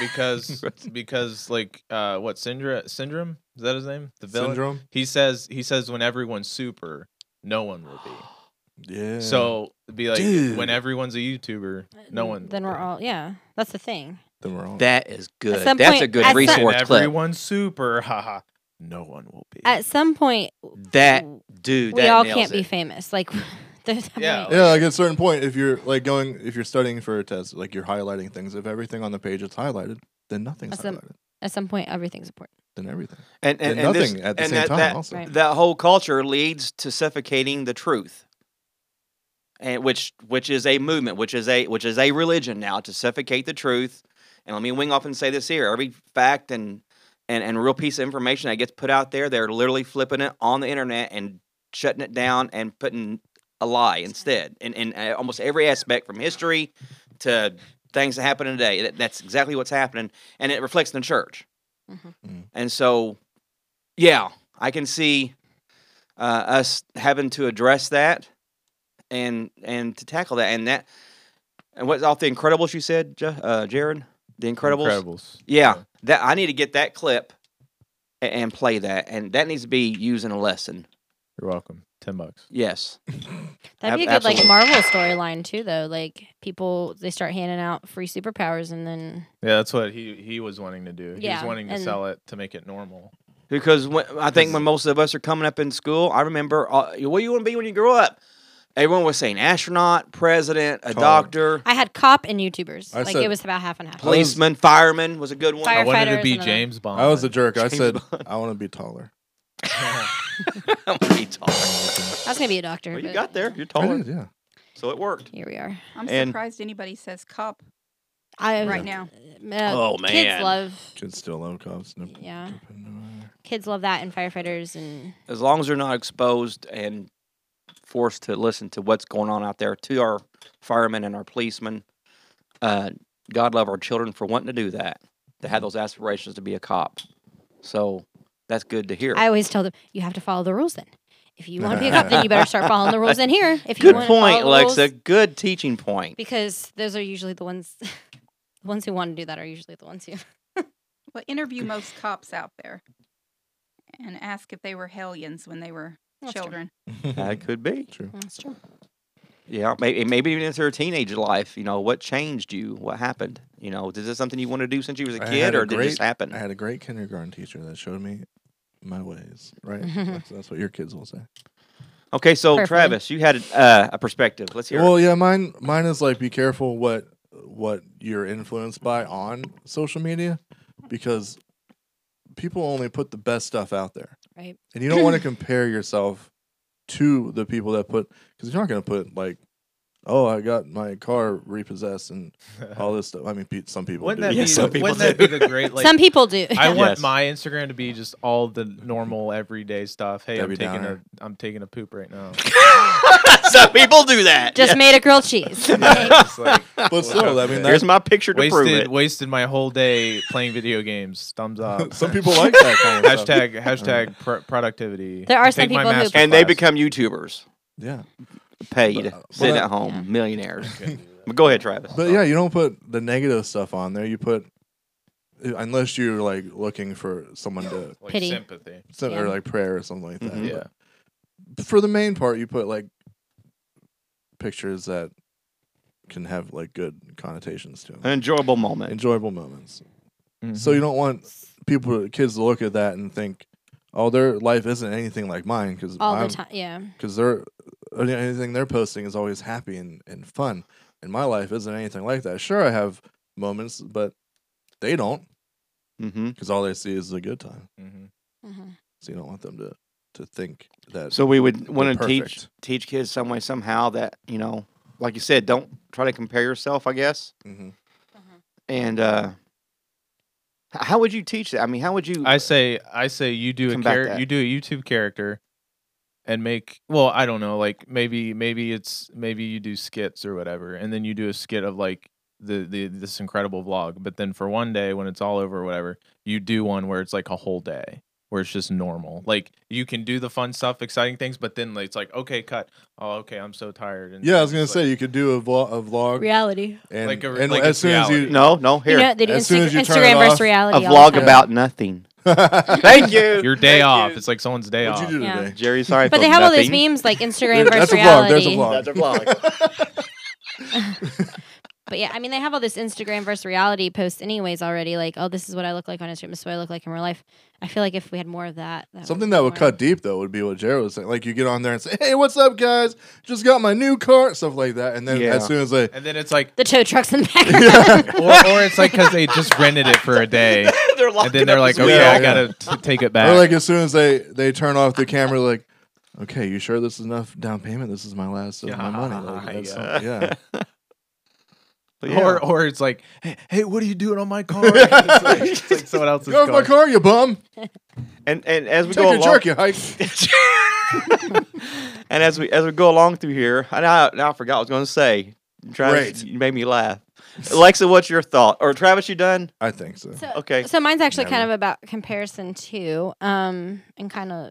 [SPEAKER 5] because because like uh what Syndra syndrome is that his name the villain
[SPEAKER 2] Syndrome.
[SPEAKER 5] he says he says when everyone's super no one will be
[SPEAKER 2] Yeah.
[SPEAKER 5] so it'd be like
[SPEAKER 2] Dude.
[SPEAKER 5] when everyone's a YouTuber no one
[SPEAKER 4] Then
[SPEAKER 5] will
[SPEAKER 4] we're
[SPEAKER 5] be.
[SPEAKER 4] all yeah. That's the thing.
[SPEAKER 2] then we're on.
[SPEAKER 3] that is good.
[SPEAKER 4] some
[SPEAKER 3] That's
[SPEAKER 4] point-
[SPEAKER 3] a good
[SPEAKER 4] at some-
[SPEAKER 5] when
[SPEAKER 3] resource clip.
[SPEAKER 5] everyone's super [LAUGHS] haha no one will be
[SPEAKER 4] At some point,
[SPEAKER 3] That dude.
[SPEAKER 4] we
[SPEAKER 3] that
[SPEAKER 4] all
[SPEAKER 3] nails
[SPEAKER 4] can't be
[SPEAKER 3] it.
[SPEAKER 4] famous. Like, [LAUGHS] there's that
[SPEAKER 5] Yeah,
[SPEAKER 4] point.
[SPEAKER 2] yeah, like at a certain point, if you're like going, if you're studying for a test, like you're highlighting things. If everything on the page is highlighted, then nothing's
[SPEAKER 4] That's a-
[SPEAKER 2] highlighted.
[SPEAKER 4] At some point, everything's important.
[SPEAKER 2] Then everything.
[SPEAKER 3] and, and,
[SPEAKER 2] then
[SPEAKER 3] and this-
[SPEAKER 2] nothing at the
[SPEAKER 3] and
[SPEAKER 2] same
[SPEAKER 3] that-
[SPEAKER 2] time.
[SPEAKER 3] that-
[SPEAKER 2] also,
[SPEAKER 4] Right.
[SPEAKER 3] that whole culture leads to suffocating the truth and which which is a movement which is a which is a religion now to suffocate the truth and let me wing off and say this here every fact and and, and real piece of information that gets put out there they're literally flipping it on the internet and shutting it down and putting a lie instead in, in uh, almost every aspect from history to things that happen today That- that's exactly what's happening and it reflects in the church
[SPEAKER 4] Mhm.
[SPEAKER 2] Mhm.
[SPEAKER 3] and so yeah i can see uh, us having to address that and and to tackle that and that and what's off the incredibles you said J- uh, jared the incredibles,
[SPEAKER 5] Incredibles
[SPEAKER 3] yeah that i need to get that clip a- and, play that and that needs to be used in a lesson
[SPEAKER 5] you're welcome ten bucks
[SPEAKER 3] [LAUGHS] yes
[SPEAKER 4] That'd be a
[SPEAKER 3] Ab-
[SPEAKER 4] good like
[SPEAKER 3] absolutely.
[SPEAKER 4] Marvel storyline too, though. Like people, they start handing out free superpowers, and then
[SPEAKER 5] yeah that's what he he was wanting to do he
[SPEAKER 4] Yeah,
[SPEAKER 5] was wanting to
[SPEAKER 4] and-
[SPEAKER 5] sell it to make it normal
[SPEAKER 3] because when, i think when most of us are coming up in school i remember uh, what do you want to be when you grow up everyone was saying astronaut president a
[SPEAKER 2] Cop.
[SPEAKER 3] doctor
[SPEAKER 4] I had cop and YouTubers.
[SPEAKER 2] I
[SPEAKER 4] like
[SPEAKER 2] said-
[SPEAKER 4] it was about half and half.
[SPEAKER 2] Poli-
[SPEAKER 3] policeman fireman was a good one [LAUGHS]
[SPEAKER 5] I wanted
[SPEAKER 4] Firefighter
[SPEAKER 5] to
[SPEAKER 4] is
[SPEAKER 5] be
[SPEAKER 4] another-
[SPEAKER 5] James Bond [LAUGHS]
[SPEAKER 2] I was a jerk. I
[SPEAKER 3] James
[SPEAKER 2] said
[SPEAKER 3] Bond.
[SPEAKER 2] I want to be taller.
[SPEAKER 3] I'm pretty tall.
[SPEAKER 4] I was gonna be a doctor.
[SPEAKER 3] Well, you
[SPEAKER 4] but
[SPEAKER 3] got there. You're
[SPEAKER 2] I
[SPEAKER 3] taller,
[SPEAKER 2] did, yeah.
[SPEAKER 3] so it worked.
[SPEAKER 4] Here we are.
[SPEAKER 6] I'm
[SPEAKER 3] And-
[SPEAKER 6] surprised anybody says cop
[SPEAKER 4] I
[SPEAKER 6] right now.
[SPEAKER 4] Uh,
[SPEAKER 3] oh
[SPEAKER 4] kids love
[SPEAKER 2] Kids still love cops. No-
[SPEAKER 4] Yeah. kids love that and firefighters and
[SPEAKER 3] As long as they're not exposed and forced to listen to what's going on out there to our firemen and our policemen, uh, God love our children for wanting to do that, to have those aspirations to be a cop. So that's good to hear.
[SPEAKER 4] I always tell them you have to follow the rules. Then, if you want to be a cop, then you better start following the rules in
[SPEAKER 3] [LAUGHS]
[SPEAKER 4] here. If you
[SPEAKER 3] good
[SPEAKER 4] wanna follow
[SPEAKER 3] point,
[SPEAKER 4] the rules,
[SPEAKER 3] Lexa. Good teaching point.
[SPEAKER 4] Because those are usually the ones, [LAUGHS] the ones who want to do that are usually the ones who. [LAUGHS]
[SPEAKER 6] Well, interview most cops out there and ask if they were hellions when they were
[SPEAKER 4] That's true.
[SPEAKER 6] children.
[SPEAKER 3] That could be.
[SPEAKER 2] True.
[SPEAKER 4] That's true.
[SPEAKER 3] Yeah, maybe, maybe even into your teenage life, you know, what changed you? What happened? You know, is this something you want to do since you was a
[SPEAKER 2] I
[SPEAKER 3] kid,
[SPEAKER 2] had a
[SPEAKER 3] or did it just
[SPEAKER 2] great-
[SPEAKER 3] happen?
[SPEAKER 2] I had a great kindergarten teacher that showed me my ways. Right. that's, that's what your kids will say.
[SPEAKER 3] Okay, so
[SPEAKER 4] Perfectly.
[SPEAKER 3] Travis, you had uh, a perspective. Let's hear.
[SPEAKER 2] Well, yeah, mine mine is like be careful what what you're influenced by on social media because people only put the best stuff out there.
[SPEAKER 4] Right.
[SPEAKER 2] And you don't want to compare yourself to the people that put cuz you're not going to put like oh, I got my car repossessed and all this stuff. I mean, pe- some people
[SPEAKER 5] wouldn't
[SPEAKER 2] do.
[SPEAKER 5] that,
[SPEAKER 3] Yeah,
[SPEAKER 5] be,
[SPEAKER 3] some
[SPEAKER 5] the,
[SPEAKER 3] people
[SPEAKER 5] wouldn't that be the great like
[SPEAKER 4] Some people do.
[SPEAKER 5] I want
[SPEAKER 3] Yes.
[SPEAKER 5] my Instagram to be just all the normal everyday stuff. Hey,
[SPEAKER 2] Debbie
[SPEAKER 5] I'm taking
[SPEAKER 2] Downer.
[SPEAKER 5] a I'm taking a poop
[SPEAKER 2] [LAUGHS]
[SPEAKER 5] right now.
[SPEAKER 3] it. [LAUGHS] Some people do that.
[SPEAKER 4] [LAUGHS] Just made a
[SPEAKER 3] [LAUGHS]
[SPEAKER 4] grilled cheese. Like,
[SPEAKER 5] It's like,
[SPEAKER 2] But still, I mean,
[SPEAKER 3] Here's
[SPEAKER 2] that,
[SPEAKER 3] my picture to prove
[SPEAKER 5] wasted
[SPEAKER 3] it.
[SPEAKER 5] wasted my whole day playing video games.
[SPEAKER 2] [LAUGHS]
[SPEAKER 5] Thumbs up.
[SPEAKER 2] some people
[SPEAKER 5] [LAUGHS]
[SPEAKER 2] like that kind of stuff.
[SPEAKER 5] hashtag hashtag pro- productivity.
[SPEAKER 4] There are some
[SPEAKER 5] Take my
[SPEAKER 4] people who-
[SPEAKER 5] master
[SPEAKER 3] And they
[SPEAKER 5] class.
[SPEAKER 3] become YouTubers,
[SPEAKER 2] Yeah.
[SPEAKER 3] paid,
[SPEAKER 2] But, uh,
[SPEAKER 3] sitting
[SPEAKER 2] but-
[SPEAKER 3] at home,
[SPEAKER 4] Yeah.
[SPEAKER 3] millionaires. [LAUGHS] But go ahead, Travis.
[SPEAKER 2] But yeah, you don't put the negative stuff on there. You put unless you're like looking for someone to
[SPEAKER 5] like
[SPEAKER 4] Pity.
[SPEAKER 5] sympathy.
[SPEAKER 2] some, or
[SPEAKER 4] Yeah.
[SPEAKER 2] like prayer or something like that.
[SPEAKER 3] Mhm.
[SPEAKER 5] Yeah.
[SPEAKER 2] But for the main part, you put like pictures that can have like good connotations to them,
[SPEAKER 3] an enjoyable moment.
[SPEAKER 2] enjoyable moments.
[SPEAKER 4] Mm-hmm.
[SPEAKER 5] Mm-hmm.
[SPEAKER 2] So you don't want people, kids, to look at that and think, "Oh, their life isn't anything like mine," because
[SPEAKER 4] all the time. Yeah.
[SPEAKER 2] because they're any- anything they're posting is always happy and, and fun. And my life isn't anything like that. Sure, I have moments, but they don't
[SPEAKER 3] hmm
[SPEAKER 2] because all they see is the good time.
[SPEAKER 5] Mhm.
[SPEAKER 4] Mhm.
[SPEAKER 2] So you don't want them to to think that.
[SPEAKER 3] So we would
[SPEAKER 2] They're
[SPEAKER 3] want to teach
[SPEAKER 2] perfect.
[SPEAKER 3] teach kids some way somehow that you know, like you said, don't try to compare yourself. I guess.
[SPEAKER 2] Mhm.
[SPEAKER 3] And uh, h- how would you teach that? I mean, how would you?
[SPEAKER 5] I say I say you do a
[SPEAKER 3] Combat
[SPEAKER 5] char-
[SPEAKER 3] that.
[SPEAKER 5] you do a YouTube character and make well, I don't know, like maybe maybe it's maybe you do skits or whatever and then you do a skit of like the, the this incredible vlog, but then for one day when it's all over or whatever, you do one where it's like a whole day where it's just normal. Like you can do the fun stuff, exciting things, but then it's like okay, cut. Oh, okay, I'm so tired. And
[SPEAKER 2] Yeah, I was
[SPEAKER 5] it's
[SPEAKER 2] gonna
[SPEAKER 5] like-
[SPEAKER 2] say you could do a, vlog, a vlog,
[SPEAKER 4] Reality.
[SPEAKER 2] and,
[SPEAKER 5] Like a-
[SPEAKER 2] and
[SPEAKER 5] like
[SPEAKER 2] as
[SPEAKER 5] it's
[SPEAKER 2] soon as you,
[SPEAKER 3] No, no, here.
[SPEAKER 4] You know, they do
[SPEAKER 2] As soon
[SPEAKER 4] Insta-
[SPEAKER 2] as you turn it
[SPEAKER 4] Instagram versus
[SPEAKER 2] off,
[SPEAKER 3] a
[SPEAKER 4] reality. all
[SPEAKER 3] vlog
[SPEAKER 4] the time.
[SPEAKER 3] about nothing.
[SPEAKER 2] [LAUGHS] what'd
[SPEAKER 3] Thank you.
[SPEAKER 5] your day
[SPEAKER 3] Thank
[SPEAKER 5] off.
[SPEAKER 3] you.
[SPEAKER 5] It's like someone's day
[SPEAKER 2] you
[SPEAKER 5] off.
[SPEAKER 2] do
[SPEAKER 4] Yeah.
[SPEAKER 2] today?
[SPEAKER 3] Jerry, sorry.
[SPEAKER 4] But
[SPEAKER 3] for
[SPEAKER 4] they have all
[SPEAKER 3] nothing.
[SPEAKER 4] these memes like Instagram versus
[SPEAKER 2] That's a vlog.
[SPEAKER 4] reality.
[SPEAKER 2] There's a vlog.
[SPEAKER 3] That's a [LAUGHS] vlog.
[SPEAKER 4] But yeah, I mean, they have all this Instagram versus reality posts, anyways, already. Like, oh, this is what I look like on Instagram. This is what I look like in real life. I feel like if we had more of that, that
[SPEAKER 2] Something
[SPEAKER 4] be
[SPEAKER 2] that would
[SPEAKER 4] more-
[SPEAKER 2] cut deep though would be what Jared was saying. Like you get on there and say, "Hey, what's up, guys? Just got my new car," stuff like that. And then
[SPEAKER 3] Yeah.
[SPEAKER 2] as soon
[SPEAKER 3] [LAUGHS]
[SPEAKER 2] as they, [LAUGHS]
[SPEAKER 5] And then it's like,
[SPEAKER 4] the tow trucks in the background.
[SPEAKER 5] or, or it's like because they just rented it for a day,
[SPEAKER 3] they're
[SPEAKER 5] and then they're like,
[SPEAKER 2] wheel.
[SPEAKER 5] okay,
[SPEAKER 2] Yeah, yeah.
[SPEAKER 5] I gotta t- take it
[SPEAKER 2] or
[SPEAKER 5] back.
[SPEAKER 2] like as soon as they they turn off the camera, like, "Okay, you sure this is enough down payment? This is my last of my money." Like,
[SPEAKER 5] Yeah.
[SPEAKER 2] that's
[SPEAKER 3] [LAUGHS]
[SPEAKER 2] something- yeah.
[SPEAKER 5] Or or it's like, hey, hey, what are you doing on
[SPEAKER 2] [LAUGHS]
[SPEAKER 5] my car? it's, like, it's like someone else's
[SPEAKER 2] Get off my
[SPEAKER 5] car.
[SPEAKER 2] car, you bum!
[SPEAKER 3] and and as we
[SPEAKER 2] Take
[SPEAKER 3] go
[SPEAKER 2] your
[SPEAKER 3] along,
[SPEAKER 2] jerk, you hike.
[SPEAKER 3] [LAUGHS] and as we as we go along through here, and I now I forgot what I was going to say. Travis,
[SPEAKER 2] Great.
[SPEAKER 3] you made me laugh. Alexa, what's your thought? Or Travis, you done?
[SPEAKER 2] I think so.
[SPEAKER 4] [LAUGHS] so,
[SPEAKER 3] Okay.
[SPEAKER 4] So mine's actually kind
[SPEAKER 2] Never.
[SPEAKER 4] of about comparison too, um, and kind of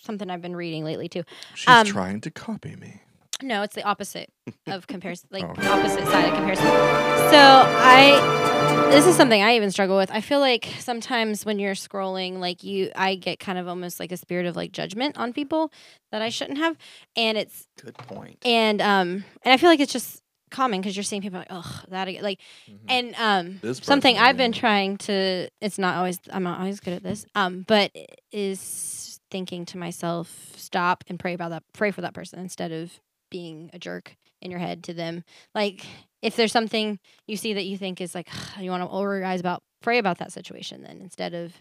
[SPEAKER 4] something I've been reading lately too.
[SPEAKER 2] She's
[SPEAKER 4] um,
[SPEAKER 2] trying to copy me.
[SPEAKER 4] No, it's the opposite of comparison, like
[SPEAKER 2] Oh.
[SPEAKER 4] the opposite side of comparison. So I, this is something I even struggle with. I feel like sometimes when you're scrolling, like you, I get kind of almost like a spirit of like judgment on people that I shouldn't have, and it's
[SPEAKER 3] Good point.
[SPEAKER 4] and um and I feel like it's just common because you're seeing people like oh that ag-" like and um
[SPEAKER 2] Mm-hmm. This
[SPEAKER 4] something
[SPEAKER 2] person,
[SPEAKER 4] I've been
[SPEAKER 2] yeah.
[SPEAKER 4] trying to it's not always I'm not always good at this um but i- is thinking to myself stop and pray about that pray for that person instead of being a jerk in your head to them like if there's something you see that you think is like you want to over your eyes about pray about that situation then instead of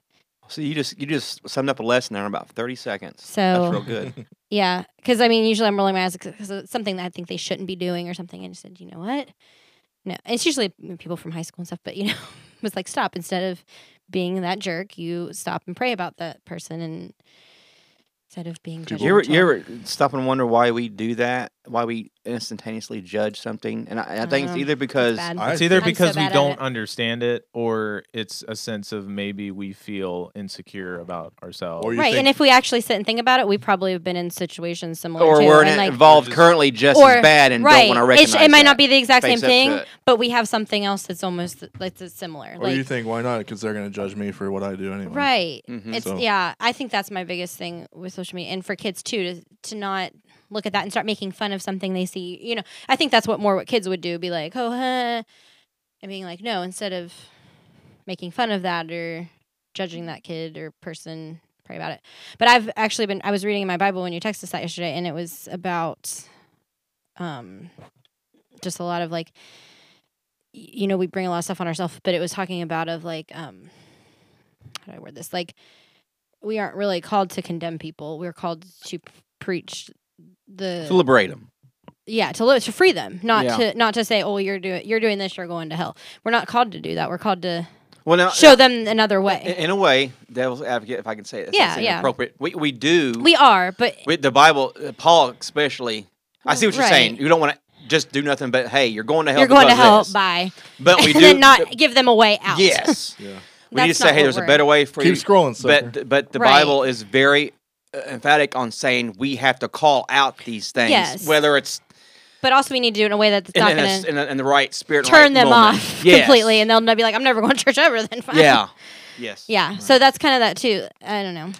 [SPEAKER 3] So you just you just summed up a lesson there in about thirty seconds.
[SPEAKER 4] So-
[SPEAKER 3] that's real good.
[SPEAKER 4] Yeah, because I mean, usually I'm rolling my eyes because it's something that I think they shouldn't be doing or something. And I said, you know what? No, it's usually you know, people from high school and stuff, but you [LAUGHS] know, it was like stop instead of being that jerk. You stop and pray about that person, and instead of being
[SPEAKER 2] People-
[SPEAKER 4] judgmental.
[SPEAKER 3] You ever, you ever stop and wonder why we do that? Why we instantaneously judge something? And I, I think it's
[SPEAKER 4] Uh, it's
[SPEAKER 3] either because
[SPEAKER 4] bad.
[SPEAKER 2] I
[SPEAKER 5] It's either
[SPEAKER 4] so
[SPEAKER 5] because
[SPEAKER 4] bad
[SPEAKER 5] we
[SPEAKER 4] at
[SPEAKER 5] don't
[SPEAKER 4] it.
[SPEAKER 5] understand it, or it's a sense of maybe we feel insecure about ourselves.
[SPEAKER 2] Or you
[SPEAKER 4] right,
[SPEAKER 2] think-
[SPEAKER 4] and if we actually sit and think about it, we probably have been in situations similar.
[SPEAKER 3] or
[SPEAKER 4] too,
[SPEAKER 3] we're
[SPEAKER 4] and,
[SPEAKER 3] in-
[SPEAKER 4] like,
[SPEAKER 3] involved
[SPEAKER 5] Or just-
[SPEAKER 3] currently just
[SPEAKER 4] or-
[SPEAKER 3] as bad and
[SPEAKER 4] right.
[SPEAKER 3] don't want to
[SPEAKER 4] It's-
[SPEAKER 3] recognize.
[SPEAKER 4] it might
[SPEAKER 3] that.
[SPEAKER 4] not be the exact
[SPEAKER 3] Face
[SPEAKER 4] same
[SPEAKER 3] up to
[SPEAKER 4] thing,
[SPEAKER 3] it.
[SPEAKER 4] but we have something else that's almost like that's similar.
[SPEAKER 2] Or
[SPEAKER 4] like,
[SPEAKER 2] you think, why not? Because they're gonna judge me for what I do anyway.
[SPEAKER 4] Right.
[SPEAKER 3] Mhm.
[SPEAKER 4] It's
[SPEAKER 2] So-
[SPEAKER 4] yeah. I think that's my biggest thing with social media, and for kids too, to to not look at that and start making fun of something they see. You know, I think that's what more what kids would do, be like, oh, huh, and being like, no, instead of making fun of that or judging that kid or person, pray about it. But I've actually been. I was reading in my Bible when you texted us that yesterday, and it was about, um, just a lot of like. y- You know, we bring a lot of stuff on ourselves, but it was talking about of like, um, how do I word this? Like, we aren't really called to condemn people. We're called to p- preach the
[SPEAKER 3] to liberate them.
[SPEAKER 4] yeah to live to free them, not
[SPEAKER 3] Yeah.
[SPEAKER 4] to not to say, oh, you're doing you're doing this, you're going to hell. We're not called to do that. We're called to
[SPEAKER 3] Well, now,
[SPEAKER 4] show them another
[SPEAKER 3] i-
[SPEAKER 4] way.
[SPEAKER 3] in a way, devil's advocate, if I can say it, that's not
[SPEAKER 4] Yeah,
[SPEAKER 3] saying
[SPEAKER 4] yeah.
[SPEAKER 3] appropriate. We we do.
[SPEAKER 4] We are, but
[SPEAKER 3] with the Bible, uh, Paul especially. I see what you're saying.
[SPEAKER 4] Right.
[SPEAKER 3] You don't want to just do nothing, but hey, you're going to hell.
[SPEAKER 4] you're going to
[SPEAKER 3] because of
[SPEAKER 4] hell.
[SPEAKER 3] this.
[SPEAKER 4] Bye.
[SPEAKER 3] But we
[SPEAKER 4] [LAUGHS] and
[SPEAKER 3] do
[SPEAKER 4] then not give them a way out. [LAUGHS]
[SPEAKER 3] Yes,
[SPEAKER 2] Yeah.
[SPEAKER 3] we need to
[SPEAKER 4] That's
[SPEAKER 3] say,
[SPEAKER 4] not
[SPEAKER 3] hey,
[SPEAKER 4] what
[SPEAKER 3] there's a
[SPEAKER 4] we're-
[SPEAKER 3] better way for
[SPEAKER 2] Keep
[SPEAKER 3] you.
[SPEAKER 2] scrolling, sucker.
[SPEAKER 3] But but the
[SPEAKER 4] Right.
[SPEAKER 3] Bible is very uh, emphatic on saying we have to call out these things,
[SPEAKER 4] Yes.
[SPEAKER 3] whether it's
[SPEAKER 4] But also, we need to do it in a way that's
[SPEAKER 3] in,
[SPEAKER 4] not
[SPEAKER 3] in a s-
[SPEAKER 4] going to
[SPEAKER 3] in a- in the right spirit, and
[SPEAKER 4] turn
[SPEAKER 3] right
[SPEAKER 4] them
[SPEAKER 3] moment.
[SPEAKER 4] off [LAUGHS]
[SPEAKER 3] Yes.
[SPEAKER 4] completely, and they'll be like, I'm never [LAUGHS] going to church ever. Then fine.
[SPEAKER 3] yeah, yes,
[SPEAKER 4] [LAUGHS] yeah. So that's kind of that too. I don't know,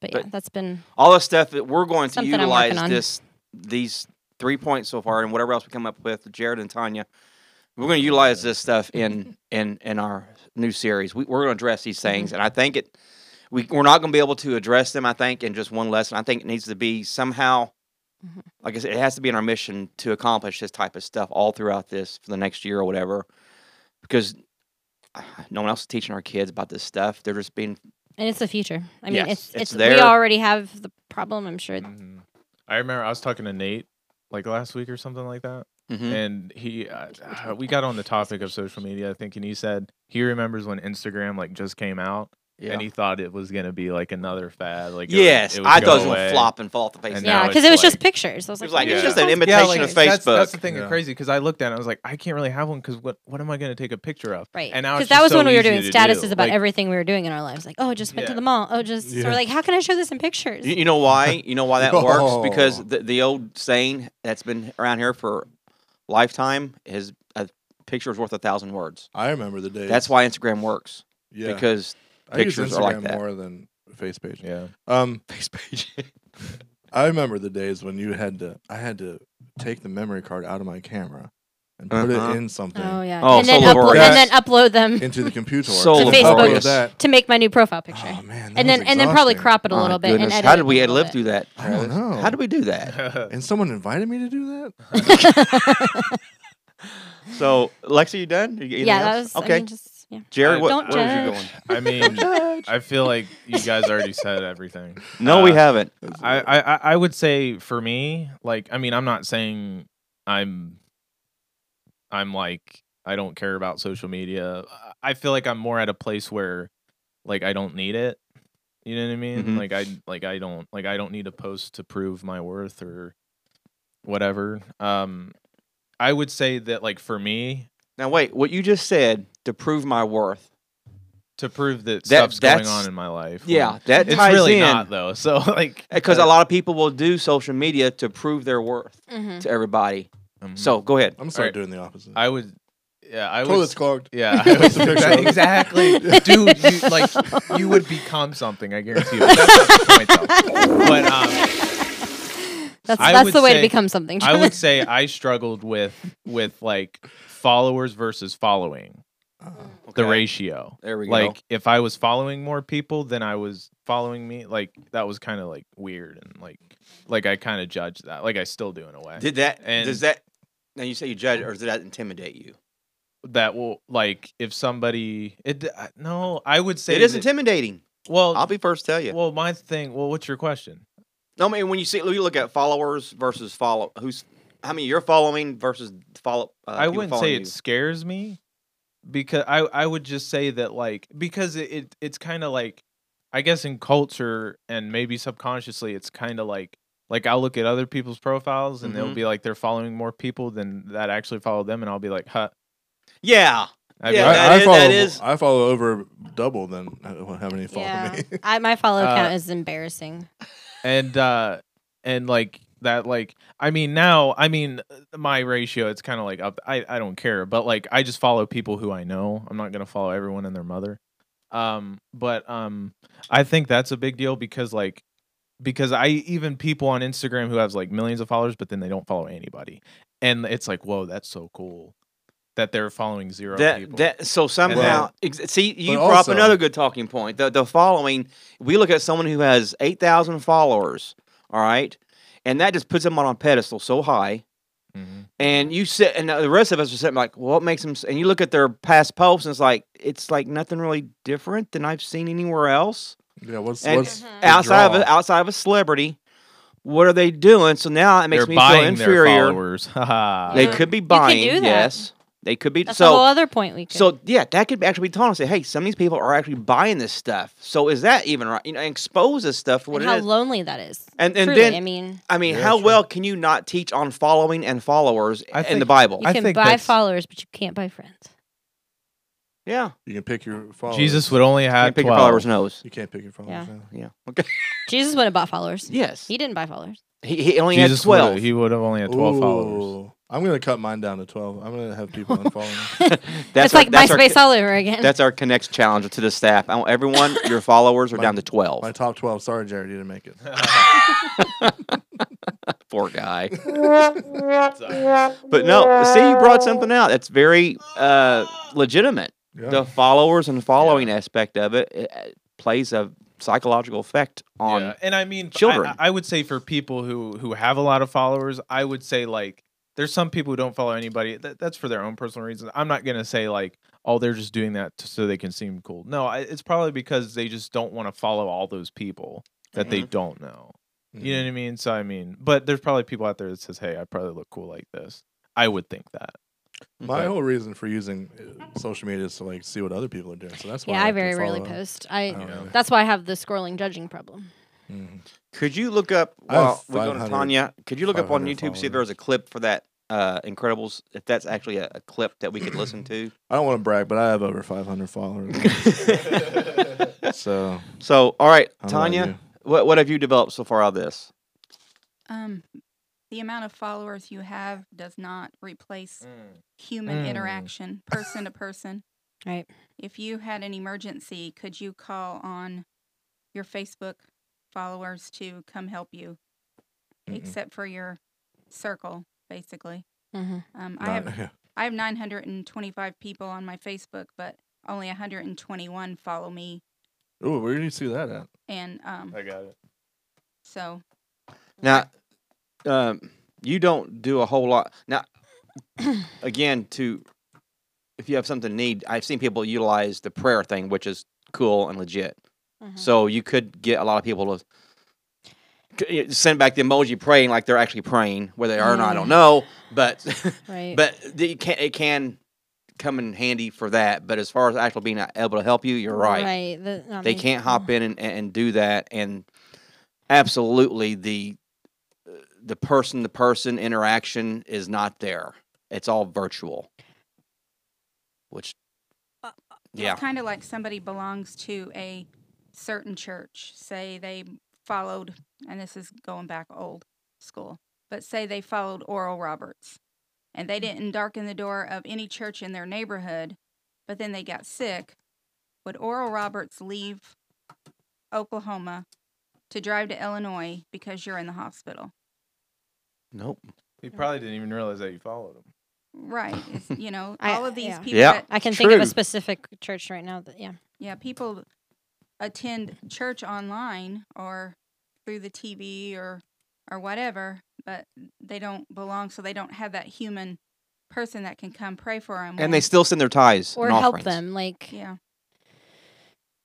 [SPEAKER 4] but yeah,
[SPEAKER 3] But-
[SPEAKER 4] that's been
[SPEAKER 3] all the stuff that we're going to
[SPEAKER 4] Something I'm
[SPEAKER 3] utilize
[SPEAKER 4] working on.
[SPEAKER 3] this these three points so far and whatever else we come up with jared and tanya we're going to utilize this stuff
[SPEAKER 4] [LAUGHS]
[SPEAKER 3] in in in our new series we, we're going to address these
[SPEAKER 4] Mm-hmm.
[SPEAKER 3] things and i think it we, we're not going to be able to address them i think in just one lesson i think it needs to be somehow
[SPEAKER 4] Mhm.
[SPEAKER 3] like i said it has to be in our mission to accomplish this type of stuff all throughout this for the next year or whatever because uh, no one else is teaching our kids about this stuff they're just being
[SPEAKER 4] And it's the future. I mean,
[SPEAKER 3] Yes,
[SPEAKER 4] it's,
[SPEAKER 3] it's
[SPEAKER 4] it's,
[SPEAKER 3] there.
[SPEAKER 4] we already have the problem. I'm sure.
[SPEAKER 5] Mhm. I remember I was talking to Nate like last week or something like that.
[SPEAKER 2] Mm.
[SPEAKER 3] Mhm.
[SPEAKER 5] and he uh, uh, we got on the topic of social media i think and he said he remembers when instagram like just came out
[SPEAKER 2] Yeah.
[SPEAKER 5] and he thought it was gonna be like another fad. Like it would-
[SPEAKER 3] yes,
[SPEAKER 5] it would
[SPEAKER 3] I
[SPEAKER 5] go
[SPEAKER 3] thought it was
[SPEAKER 5] away.
[SPEAKER 3] gonna flop and fall off the face.
[SPEAKER 5] And
[SPEAKER 3] down.
[SPEAKER 4] Yeah,
[SPEAKER 5] now
[SPEAKER 4] because
[SPEAKER 5] it's
[SPEAKER 4] it was
[SPEAKER 5] like-
[SPEAKER 4] just pictures. I was
[SPEAKER 3] It
[SPEAKER 4] like,
[SPEAKER 3] was like,
[SPEAKER 4] "Oh,
[SPEAKER 3] it's
[SPEAKER 4] that
[SPEAKER 3] just an
[SPEAKER 4] sounds
[SPEAKER 5] Yeah,
[SPEAKER 3] imitation
[SPEAKER 5] like,
[SPEAKER 4] good."
[SPEAKER 3] of
[SPEAKER 5] that's, that's the
[SPEAKER 3] Facebook.
[SPEAKER 5] thing
[SPEAKER 2] Yeah.
[SPEAKER 5] that's crazy because I looked at it. I was like, I can't really have one because what what am I gonna take a picture of?
[SPEAKER 4] Right.
[SPEAKER 5] And now
[SPEAKER 4] Because
[SPEAKER 5] it's
[SPEAKER 4] that
[SPEAKER 5] just
[SPEAKER 4] was
[SPEAKER 5] so
[SPEAKER 4] when we were
[SPEAKER 5] easy
[SPEAKER 4] doing
[SPEAKER 5] to do.
[SPEAKER 4] statuses about
[SPEAKER 5] Like,
[SPEAKER 4] everything we were doing in our lives. Like, oh, just went to
[SPEAKER 5] Yeah.
[SPEAKER 4] the mall. Oh, just. So
[SPEAKER 2] Yeah.
[SPEAKER 4] we're like, how can I show this in pictures?
[SPEAKER 3] You, you know why? You know why
[SPEAKER 4] [LAUGHS]
[SPEAKER 3] that works? Because
[SPEAKER 2] Oh.
[SPEAKER 3] the, the old saying that's been around here for a lifetime is a picture is worth a thousand words.
[SPEAKER 2] I remember the day.
[SPEAKER 3] That's why Instagram works
[SPEAKER 2] yeah.
[SPEAKER 3] because pictures
[SPEAKER 2] I use
[SPEAKER 3] are like
[SPEAKER 2] Instagram
[SPEAKER 3] that.
[SPEAKER 2] more than face page.
[SPEAKER 5] Yeah.
[SPEAKER 2] Um, [LAUGHS]
[SPEAKER 3] face page.
[SPEAKER 2] I remember the days when you had to. I had to take the memory card out of my camera and put
[SPEAKER 3] Uh-huh.
[SPEAKER 2] it in something
[SPEAKER 4] Oh yeah.
[SPEAKER 3] Oh,
[SPEAKER 4] and, then
[SPEAKER 3] so
[SPEAKER 4] upload,
[SPEAKER 2] laborious.
[SPEAKER 4] and then upload them
[SPEAKER 2] into
[SPEAKER 3] [LAUGHS]
[SPEAKER 2] the computer
[SPEAKER 3] So
[SPEAKER 2] upload
[SPEAKER 4] laborious.
[SPEAKER 2] that.
[SPEAKER 4] to make my new profile picture.
[SPEAKER 2] Oh man, that
[SPEAKER 4] and
[SPEAKER 2] was
[SPEAKER 4] then and then probably
[SPEAKER 2] exhausting.
[SPEAKER 4] crop it a little bit and edit
[SPEAKER 3] Oh, How
[SPEAKER 4] it
[SPEAKER 3] did
[SPEAKER 4] a
[SPEAKER 3] we
[SPEAKER 4] little
[SPEAKER 3] live
[SPEAKER 4] bit.
[SPEAKER 3] through that?
[SPEAKER 2] I don't
[SPEAKER 3] Travis?
[SPEAKER 2] know.
[SPEAKER 3] How did we do that?
[SPEAKER 2] And someone invited me to do that.
[SPEAKER 3] [LAUGHS]
[SPEAKER 4] [LAUGHS]
[SPEAKER 3] So, Lexi, you done? You- anything
[SPEAKER 4] Yeah, that
[SPEAKER 3] else?
[SPEAKER 4] was I
[SPEAKER 3] okay.
[SPEAKER 4] mean, just yeah.
[SPEAKER 3] Jerry, what,
[SPEAKER 4] Don't
[SPEAKER 3] where was you
[SPEAKER 4] judge.
[SPEAKER 3] going?
[SPEAKER 5] [LAUGHS] I
[SPEAKER 2] [LAUGHS]
[SPEAKER 5] [LAUGHS] mean, I feel like you guys already said everything.
[SPEAKER 3] No, we
[SPEAKER 5] Uh,
[SPEAKER 3] haven't.
[SPEAKER 5] I, I I- I would say for me, like I mean, I'm not saying I'm I'm like I don't care about social media. I- I feel like I'm more at a place where like I don't need it. You know what I mean?
[SPEAKER 3] Mhm.
[SPEAKER 5] Like I like I don't like I don't need a post to prove my worth or whatever. Um I would say that like for me
[SPEAKER 3] Now, wait. What you just said to prove my worth?
[SPEAKER 5] to prove that,
[SPEAKER 3] That-
[SPEAKER 5] stuff's going
[SPEAKER 3] that's-
[SPEAKER 5] on in my life.
[SPEAKER 3] Yeah,
[SPEAKER 5] like,
[SPEAKER 3] that
[SPEAKER 5] it's
[SPEAKER 3] ties
[SPEAKER 5] really
[SPEAKER 3] in.
[SPEAKER 5] not though. [LAUGHS] So like
[SPEAKER 3] because a lot of people will do social media to prove their worth
[SPEAKER 4] Mhm.
[SPEAKER 2] Mm-hmm.
[SPEAKER 3] to everybody.
[SPEAKER 5] um,
[SPEAKER 3] So go ahead.
[SPEAKER 2] I'm gonna start
[SPEAKER 5] Alright.
[SPEAKER 2] doing the opposite.
[SPEAKER 5] I would yeah, I would
[SPEAKER 2] Toilet's clogged.
[SPEAKER 3] [LAUGHS]
[SPEAKER 5] Yeah, [LAUGHS] I
[SPEAKER 2] That's
[SPEAKER 5] was
[SPEAKER 2] the picture.
[SPEAKER 5] exactly, dude. You, like you would become something. I guarantee you.
[SPEAKER 3] [LAUGHS]
[SPEAKER 5] That's not the point, though. But um,
[SPEAKER 4] That's
[SPEAKER 5] I
[SPEAKER 4] that's
[SPEAKER 5] would
[SPEAKER 4] the way to
[SPEAKER 5] say-
[SPEAKER 4] become something.
[SPEAKER 5] I
[SPEAKER 2] [LAUGHS]
[SPEAKER 5] would say I struggled with with like followers versus following the
[SPEAKER 3] Okay.
[SPEAKER 5] ratio.
[SPEAKER 3] There we go.
[SPEAKER 5] Like if I was following more people than I was following me, like that was kind of like weird and like like I kind of judged that. Like I still do in a way.
[SPEAKER 3] Did that?
[SPEAKER 5] And-
[SPEAKER 3] does that? Now you say you judge, or does that intimidate you?
[SPEAKER 5] that will like if somebody it I- no, I would say
[SPEAKER 3] It is
[SPEAKER 5] that-
[SPEAKER 3] intimidating.
[SPEAKER 5] Well,
[SPEAKER 3] I'll be first to tell you.
[SPEAKER 5] well, my thing. Well, what's your question?
[SPEAKER 3] No, I mean when you see, you look at followers versus follow. Who's how many you're following versus follow? Uh,
[SPEAKER 5] I
[SPEAKER 3] people
[SPEAKER 5] wouldn't
[SPEAKER 3] following
[SPEAKER 5] say
[SPEAKER 3] you.
[SPEAKER 5] it scares me because I, I would just say that like because it, it it's kind of like I guess in culture and maybe subconsciously it's kind of like like I'll look at other people's profiles and
[SPEAKER 3] Mhm.
[SPEAKER 5] they'll be like they're following more people than that actually follow them and I'll be like huh
[SPEAKER 3] Yeah,
[SPEAKER 5] I'd be
[SPEAKER 3] Yeah,
[SPEAKER 5] like,
[SPEAKER 3] that
[SPEAKER 2] Uh-huh. I, I
[SPEAKER 3] is-
[SPEAKER 2] follow,
[SPEAKER 3] that is-
[SPEAKER 2] I follow over double than uh, how many follow
[SPEAKER 4] yeah.
[SPEAKER 2] me. [LAUGHS]
[SPEAKER 4] I, my follow
[SPEAKER 5] Uh,
[SPEAKER 4] count is embarrassing.
[SPEAKER 5] and uh and like that like i mean now i mean uh, my ratio it's kind of like up I, I don't care but like i just follow people who i know i'm not gonna follow everyone and their mother um but um i think that's a big deal because like because i even people on instagram who have like millions of followers but then they don't follow anybody and it's like whoa that's so cool that they're following zero
[SPEAKER 3] that
[SPEAKER 5] people
[SPEAKER 3] that so somehow
[SPEAKER 2] Well-
[SPEAKER 3] ex- see you
[SPEAKER 2] but
[SPEAKER 3] brought
[SPEAKER 2] also-
[SPEAKER 3] up another good talking point. The the following we look at someone who has eight thousand followers, all right, and that just puts them on a pedestal so high.
[SPEAKER 5] Mhm.
[SPEAKER 3] And you sit, and the rest of us are sitting like, well, what makes them? s-" And you look at their past posts, and it's like it's like nothing really different than I've seen anywhere else
[SPEAKER 2] Yeah, what's
[SPEAKER 3] And-
[SPEAKER 2] what's
[SPEAKER 4] Mhm.
[SPEAKER 2] the
[SPEAKER 3] outside of
[SPEAKER 2] draw?
[SPEAKER 3] a, outside of a celebrity. What are they doing? So now it makes
[SPEAKER 5] they're
[SPEAKER 3] me feel
[SPEAKER 5] buying
[SPEAKER 3] inferior.
[SPEAKER 5] their followers [LAUGHS] haha
[SPEAKER 3] They
[SPEAKER 4] Yeah.
[SPEAKER 3] could be
[SPEAKER 4] can
[SPEAKER 3] buying.
[SPEAKER 4] Mm. do that.
[SPEAKER 3] Yes, they could be.
[SPEAKER 4] That's a
[SPEAKER 3] so
[SPEAKER 4] whole other point we could.
[SPEAKER 3] so yeah, that could actually be taught and say, hey, some of these people are actually buying this stuff. So is that even right? You know, and expose this stuff for what
[SPEAKER 4] and how
[SPEAKER 3] it is.
[SPEAKER 4] lonely that is.
[SPEAKER 3] And- and
[SPEAKER 4] Truly,
[SPEAKER 3] then-
[SPEAKER 4] I mean,
[SPEAKER 3] I mean,
[SPEAKER 2] Yeah,
[SPEAKER 3] how
[SPEAKER 2] true.
[SPEAKER 3] well can you not teach on following and followers
[SPEAKER 5] I
[SPEAKER 3] in the
[SPEAKER 5] think-
[SPEAKER 3] Bible?
[SPEAKER 4] you
[SPEAKER 5] I
[SPEAKER 4] can
[SPEAKER 5] think
[SPEAKER 4] buy
[SPEAKER 5] that's-
[SPEAKER 4] followers, but you can't buy friends.
[SPEAKER 3] yeah,
[SPEAKER 2] You can pick your followers.
[SPEAKER 5] jesus would only have
[SPEAKER 3] can't pick
[SPEAKER 5] 12.
[SPEAKER 3] your followers' nose.
[SPEAKER 2] You can't pick your followers.
[SPEAKER 4] Yeah.
[SPEAKER 2] now.
[SPEAKER 3] Yeah, okay.
[SPEAKER 4] Jesus wouldn't have bought followers.
[SPEAKER 3] Yes,
[SPEAKER 4] He didn't buy followers.
[SPEAKER 3] he, he only
[SPEAKER 5] Jesus
[SPEAKER 3] had
[SPEAKER 5] would've-
[SPEAKER 3] twelve. [LAUGHS]
[SPEAKER 5] he would have only had 12 followers.
[SPEAKER 2] Ooh. I'm gonna cut mine down to twelve. I'm gonna have people unfollow
[SPEAKER 3] [LAUGHS]
[SPEAKER 2] me.
[SPEAKER 4] That's,
[SPEAKER 3] our-
[SPEAKER 4] like
[SPEAKER 3] that's our
[SPEAKER 4] MySpace
[SPEAKER 3] co-
[SPEAKER 4] all over again.
[SPEAKER 3] That's our connects challenge to the staff. I want [LAUGHS] everyone, your followers are
[SPEAKER 2] My-
[SPEAKER 3] down to twelve.
[SPEAKER 2] My top twelve. Sorry, Jared, you didn't
[SPEAKER 3] [LAUGHS]
[SPEAKER 2] make it.
[SPEAKER 3] Poor guy. but no, see, you brought something out that's very uh, legitimate.
[SPEAKER 2] Yeah.
[SPEAKER 3] the followers and following aspect of it, it, uh, plays a psychological effect on.
[SPEAKER 5] Yeah, and I mean, I-
[SPEAKER 3] children.
[SPEAKER 5] I, I would say for people who who have a lot of followers, I would say like there's some people who don't follow anybody. That, that's for their own personal reasons. I'm not gonna say like oh they're just doing that t- so they can seem cool. No, I, it's probably because they just don't want to follow all those people that they don't know.
[SPEAKER 2] Mm.
[SPEAKER 5] You know what I mean? So I mean, but there's probably people out there that says, hey, I probably look cool like this. I would think that.
[SPEAKER 2] My
[SPEAKER 5] Okay.
[SPEAKER 2] whole reason for using uh, social media is to like see what other people are doing. So that's why I,
[SPEAKER 4] yeah, I
[SPEAKER 2] like to
[SPEAKER 4] very rarely
[SPEAKER 2] follow-
[SPEAKER 4] post. I
[SPEAKER 2] I don't really-
[SPEAKER 4] that's why I have the scrolling judging problem.
[SPEAKER 2] Mhm.
[SPEAKER 3] Could you look up
[SPEAKER 2] I have
[SPEAKER 3] while we're going to
[SPEAKER 2] 500
[SPEAKER 3] Tanya? Could you look up on
[SPEAKER 2] 500
[SPEAKER 3] YouTube see if there was a clip for that uh, Incredibles? If that's actually a, a clip that we could listen
[SPEAKER 2] [LAUGHS]
[SPEAKER 3] to.
[SPEAKER 2] I don't want to brag, but I have over
[SPEAKER 3] [LAUGHS]
[SPEAKER 2] 500 followers. so
[SPEAKER 3] so, all right,
[SPEAKER 2] I'm like
[SPEAKER 3] Tanya,
[SPEAKER 2] you.
[SPEAKER 3] what what have you developed so far out of this?
[SPEAKER 6] Um, the amount of followers you have does not replace human
[SPEAKER 5] Mm.
[SPEAKER 6] interaction, person to person.
[SPEAKER 4] Right.
[SPEAKER 6] If you had an emergency, could you call on your Facebook followers to come help you,
[SPEAKER 2] Mm-mm.
[SPEAKER 6] except for your circle, basically?
[SPEAKER 4] Mm-hmm.
[SPEAKER 6] Um, I
[SPEAKER 2] Not-
[SPEAKER 6] have
[SPEAKER 2] yeah.
[SPEAKER 6] I have 925 people on my Facebook, but only 121 follow me,
[SPEAKER 2] Ooh, where do you see that at?
[SPEAKER 6] and um,
[SPEAKER 5] I got it.
[SPEAKER 6] so
[SPEAKER 3] Now, um, you don't do a whole lot. Now, again, to if you have something to need, I've seen people utilize the prayer thing, which is cool and legit.
[SPEAKER 4] mm-hmm.
[SPEAKER 3] So you could get a lot of people to c- eh, send back the emoji praying like they're actually praying, where they are or not, I don't
[SPEAKER 4] Yeah.
[SPEAKER 3] know. But
[SPEAKER 4] Right.
[SPEAKER 3] [LAUGHS] but the- it can it can come in handy for that. But as far as actually being able to help you, you're right.
[SPEAKER 4] Right. the- I
[SPEAKER 3] They
[SPEAKER 4] mean,
[SPEAKER 3] can't hop in and, and and do that. And absolutely, the uh, the person to person interaction is not there. It's all virtual. Which,
[SPEAKER 6] Uh,
[SPEAKER 3] yeah,
[SPEAKER 6] It's kind of like somebody belongs to a certain church. Say they followed, and this is going back old school, but say they followed Oral Roberts and they didn't darken the door of any church in their neighborhood, but then they got sick. Would Oral Roberts leave Oklahoma to drive to Illinois because you're in the hospital?
[SPEAKER 3] nope.
[SPEAKER 5] He probably didn't even realize that you followed him.
[SPEAKER 6] Right. It's, you know,
[SPEAKER 4] I-
[SPEAKER 6] all of these
[SPEAKER 4] yeah.
[SPEAKER 6] people
[SPEAKER 3] Yeah.
[SPEAKER 6] that
[SPEAKER 4] I can think of
[SPEAKER 3] True.
[SPEAKER 4] a specific church right now that yeah.
[SPEAKER 6] Yeah, people attend church online or through the TV or or whatever, but they don't belong, so they don't have that human person that can come pray for them.
[SPEAKER 3] And they still send their ties
[SPEAKER 4] Or
[SPEAKER 3] and
[SPEAKER 4] help
[SPEAKER 3] offerings.
[SPEAKER 4] them like
[SPEAKER 6] yeah.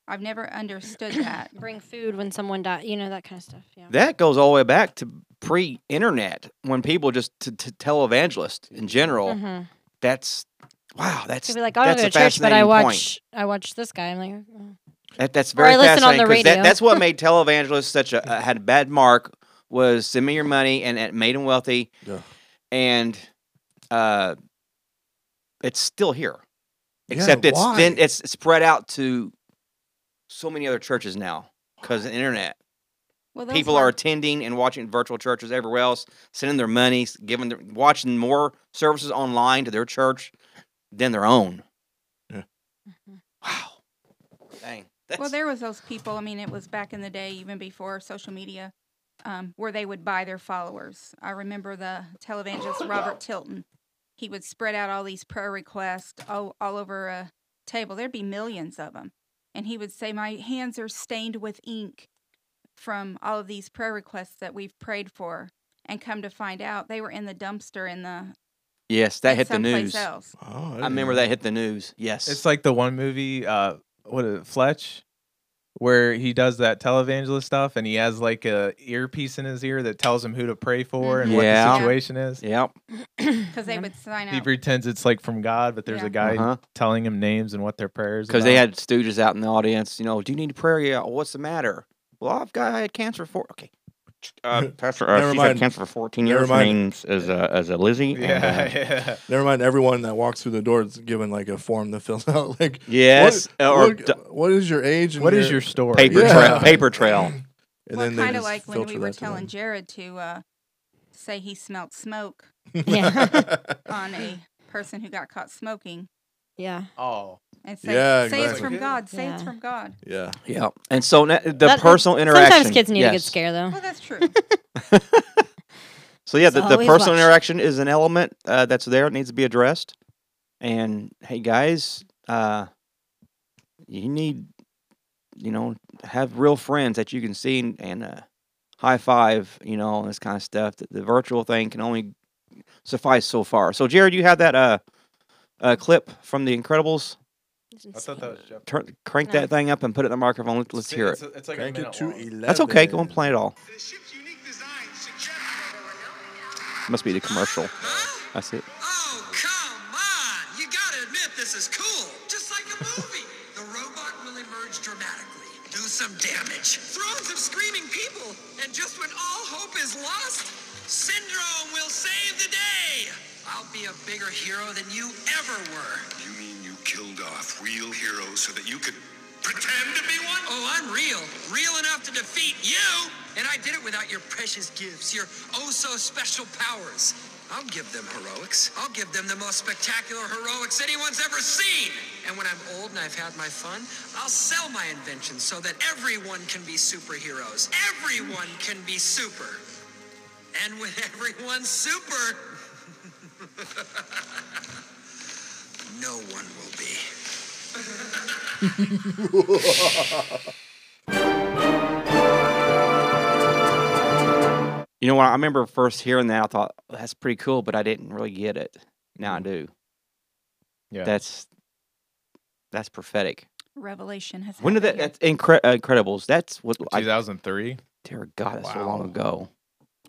[SPEAKER 6] I've never understood that.
[SPEAKER 4] [CLEARS THROAT] bring food when someone dies, you know that kind of stuff. Yeah.
[SPEAKER 3] That goes all the way back to pre-internet when people just to t- televangelist in general.
[SPEAKER 4] hmm
[SPEAKER 3] That's wow. That's
[SPEAKER 4] Could be like I don't
[SPEAKER 3] that's
[SPEAKER 4] go
[SPEAKER 3] a
[SPEAKER 4] to church, but I
[SPEAKER 3] fascinating
[SPEAKER 4] watch
[SPEAKER 3] point.
[SPEAKER 4] I watch this guy. I'm [CLEARS THROAT] like, oh.
[SPEAKER 3] That, that's
[SPEAKER 4] Or I
[SPEAKER 3] very
[SPEAKER 4] listen on
[SPEAKER 3] fascinating.
[SPEAKER 4] the
[SPEAKER 3] 'cause That,
[SPEAKER 4] radio.
[SPEAKER 3] that's what
[SPEAKER 4] [LAUGHS]
[SPEAKER 3] made televangelists such a uh, had a bad mark was send me your money and it made them wealthy.
[SPEAKER 2] Yeah.
[SPEAKER 3] And uh, it's still here,
[SPEAKER 2] Yeah,
[SPEAKER 3] except it's then
[SPEAKER 2] why?
[SPEAKER 3] it's spread out to so many other churches now because the internet.
[SPEAKER 6] Well, those
[SPEAKER 3] people are
[SPEAKER 6] were-
[SPEAKER 3] attending and watching virtual churches everywhere else, sending their money, s- giving their, watching more services online to their church than their own.
[SPEAKER 2] Yeah.
[SPEAKER 4] Mm-hmm.
[SPEAKER 3] Wow. Dang. That's,
[SPEAKER 6] Well, there was those people. I mean, it was back in the day, even before social media, um, where they would buy their followers. I remember the televangelist Robert Tilton. He would spread out all these prayer requests all, all over a table. There'd be millions of them, and he would say, "My hands are stained with ink from all of these prayer requests that we've prayed for." And come to find out, they were in the dumpster in the
[SPEAKER 3] yes, that hit the
[SPEAKER 6] someplace
[SPEAKER 3] news.
[SPEAKER 6] Else.
[SPEAKER 2] Oh,
[SPEAKER 3] I remember that hit the news. Yes.
[SPEAKER 5] It's like the one movie, uh, what is it, Fletch, where he does that televangelist stuff and he has like a earpiece in his ear that tells him who to pray for and what
[SPEAKER 3] Mm-hmm. Yeah.
[SPEAKER 5] the situation is.
[SPEAKER 3] yep.
[SPEAKER 6] Because they would sign
[SPEAKER 5] He
[SPEAKER 6] out.
[SPEAKER 5] pretends it's like from God, but there's
[SPEAKER 6] Yeah.
[SPEAKER 5] a guy
[SPEAKER 3] Uh-huh.
[SPEAKER 5] telling him names and what their prayers.
[SPEAKER 3] Because they had
[SPEAKER 5] about.
[SPEAKER 3] stooges out in the audience. You know, do you need prayer? Yeah. What's the matter? Well, I've got I had cancer for. Okay. [LAUGHS] Uh, Pastor, uh,
[SPEAKER 2] Never
[SPEAKER 3] she's
[SPEAKER 2] mind.
[SPEAKER 3] had cancer for 14
[SPEAKER 2] Never
[SPEAKER 3] years. Her
[SPEAKER 2] mind.
[SPEAKER 3] name's as a, as a Lizzie. and, uh,
[SPEAKER 5] [LAUGHS] Yeah,
[SPEAKER 2] Never mind. Everyone that walks through the door is given like a form to fill [LAUGHS] out. Like,
[SPEAKER 3] yes.
[SPEAKER 2] what,
[SPEAKER 3] or
[SPEAKER 2] what-
[SPEAKER 3] d-
[SPEAKER 2] what is your age?
[SPEAKER 5] yeah.
[SPEAKER 2] and
[SPEAKER 5] What is your story?
[SPEAKER 3] paper
[SPEAKER 2] Yeah.
[SPEAKER 3] trail. Paper [CLEARS THROAT]
[SPEAKER 2] [LAUGHS]
[SPEAKER 3] trail.
[SPEAKER 2] And
[SPEAKER 6] well,
[SPEAKER 2] then they
[SPEAKER 6] kind of
[SPEAKER 2] just
[SPEAKER 6] like when we
[SPEAKER 2] filter
[SPEAKER 6] were
[SPEAKER 2] that to them.
[SPEAKER 6] [LAUGHS] telling Jared to uh, say he smelled smoke
[SPEAKER 4] Yeah.
[SPEAKER 6] [LAUGHS] on a
[SPEAKER 2] [LAUGHS]
[SPEAKER 6] person who got caught smoking
[SPEAKER 4] yeah.
[SPEAKER 5] [LAUGHS] Oh,
[SPEAKER 6] and say,
[SPEAKER 2] Yeah,
[SPEAKER 6] say it's
[SPEAKER 2] exactly.
[SPEAKER 6] from God, say it's
[SPEAKER 4] Yeah.
[SPEAKER 6] from God.
[SPEAKER 2] yeah.
[SPEAKER 3] Yeah, and so na- the
[SPEAKER 4] That-
[SPEAKER 3] personal interaction.
[SPEAKER 4] Sometimes kids need to get
[SPEAKER 3] yes.
[SPEAKER 4] scared though.
[SPEAKER 6] Well, that's true.
[SPEAKER 3] So yeah, the,
[SPEAKER 4] So
[SPEAKER 3] the
[SPEAKER 4] always
[SPEAKER 3] personal
[SPEAKER 4] watch.
[SPEAKER 3] interaction is an element uh, that's there. It needs to be addressed. And hey, guys, uh, you need, you know, have real friends that you can see and, and uh, high five, you know, and this kind of stuff. The, the virtual thing can only suffice so far. So Jared, you had that uh, uh, clip from The Incredibles.
[SPEAKER 5] I thought that was Jeff.
[SPEAKER 3] Turn, crank
[SPEAKER 4] No.
[SPEAKER 3] that thing up and put it in the microphone. Let, let's hear it.
[SPEAKER 5] It's, it's like
[SPEAKER 2] Crank
[SPEAKER 5] a
[SPEAKER 2] it
[SPEAKER 5] minute
[SPEAKER 2] to
[SPEAKER 5] long.
[SPEAKER 2] 11.
[SPEAKER 3] That's okay.
[SPEAKER 5] [LAUGHS]
[SPEAKER 3] Go and play it all.
[SPEAKER 7] The ship's unique design suggests.
[SPEAKER 3] Must be the commercial.
[SPEAKER 7] Huh?
[SPEAKER 3] That's it.
[SPEAKER 7] Oh, come the movie. The robot will emerge dramatically, do some damage. Thrones of screaming people, and just when all hope is lost, Syndrome will save the day. I'll be a bigger hero than you ever were.
[SPEAKER 8] You mean you killed off real heroes so that you could
[SPEAKER 7] Pretend to be one? Oh, I'm real. Real enough to defeat you. And I did it without your precious gifts, your oh so special powers. I'll give them heroics. I'll give them the most spectacular heroics anyone's ever seen. And when I'm old and I've had my fun, I'll sell my inventions so that everyone can be superheroes. Everyone can be super. And [LAUGHS] with everyone super, [LAUGHS] no one will be.
[SPEAKER 3] You know what? I remember first hearing that. I thought "Oh, that's pretty cool, but I didn't really get it. Now I do.
[SPEAKER 5] Mm-hmm. Yeah.
[SPEAKER 3] That's that's prophetic.
[SPEAKER 6] [LAUGHS] Revelation has.
[SPEAKER 3] When did that?
[SPEAKER 6] happened
[SPEAKER 3] That's incre- uh, Incredibles. That's what. I,
[SPEAKER 5] 2003. I
[SPEAKER 3] dear God, that's so
[SPEAKER 5] Wow.
[SPEAKER 3] long ago.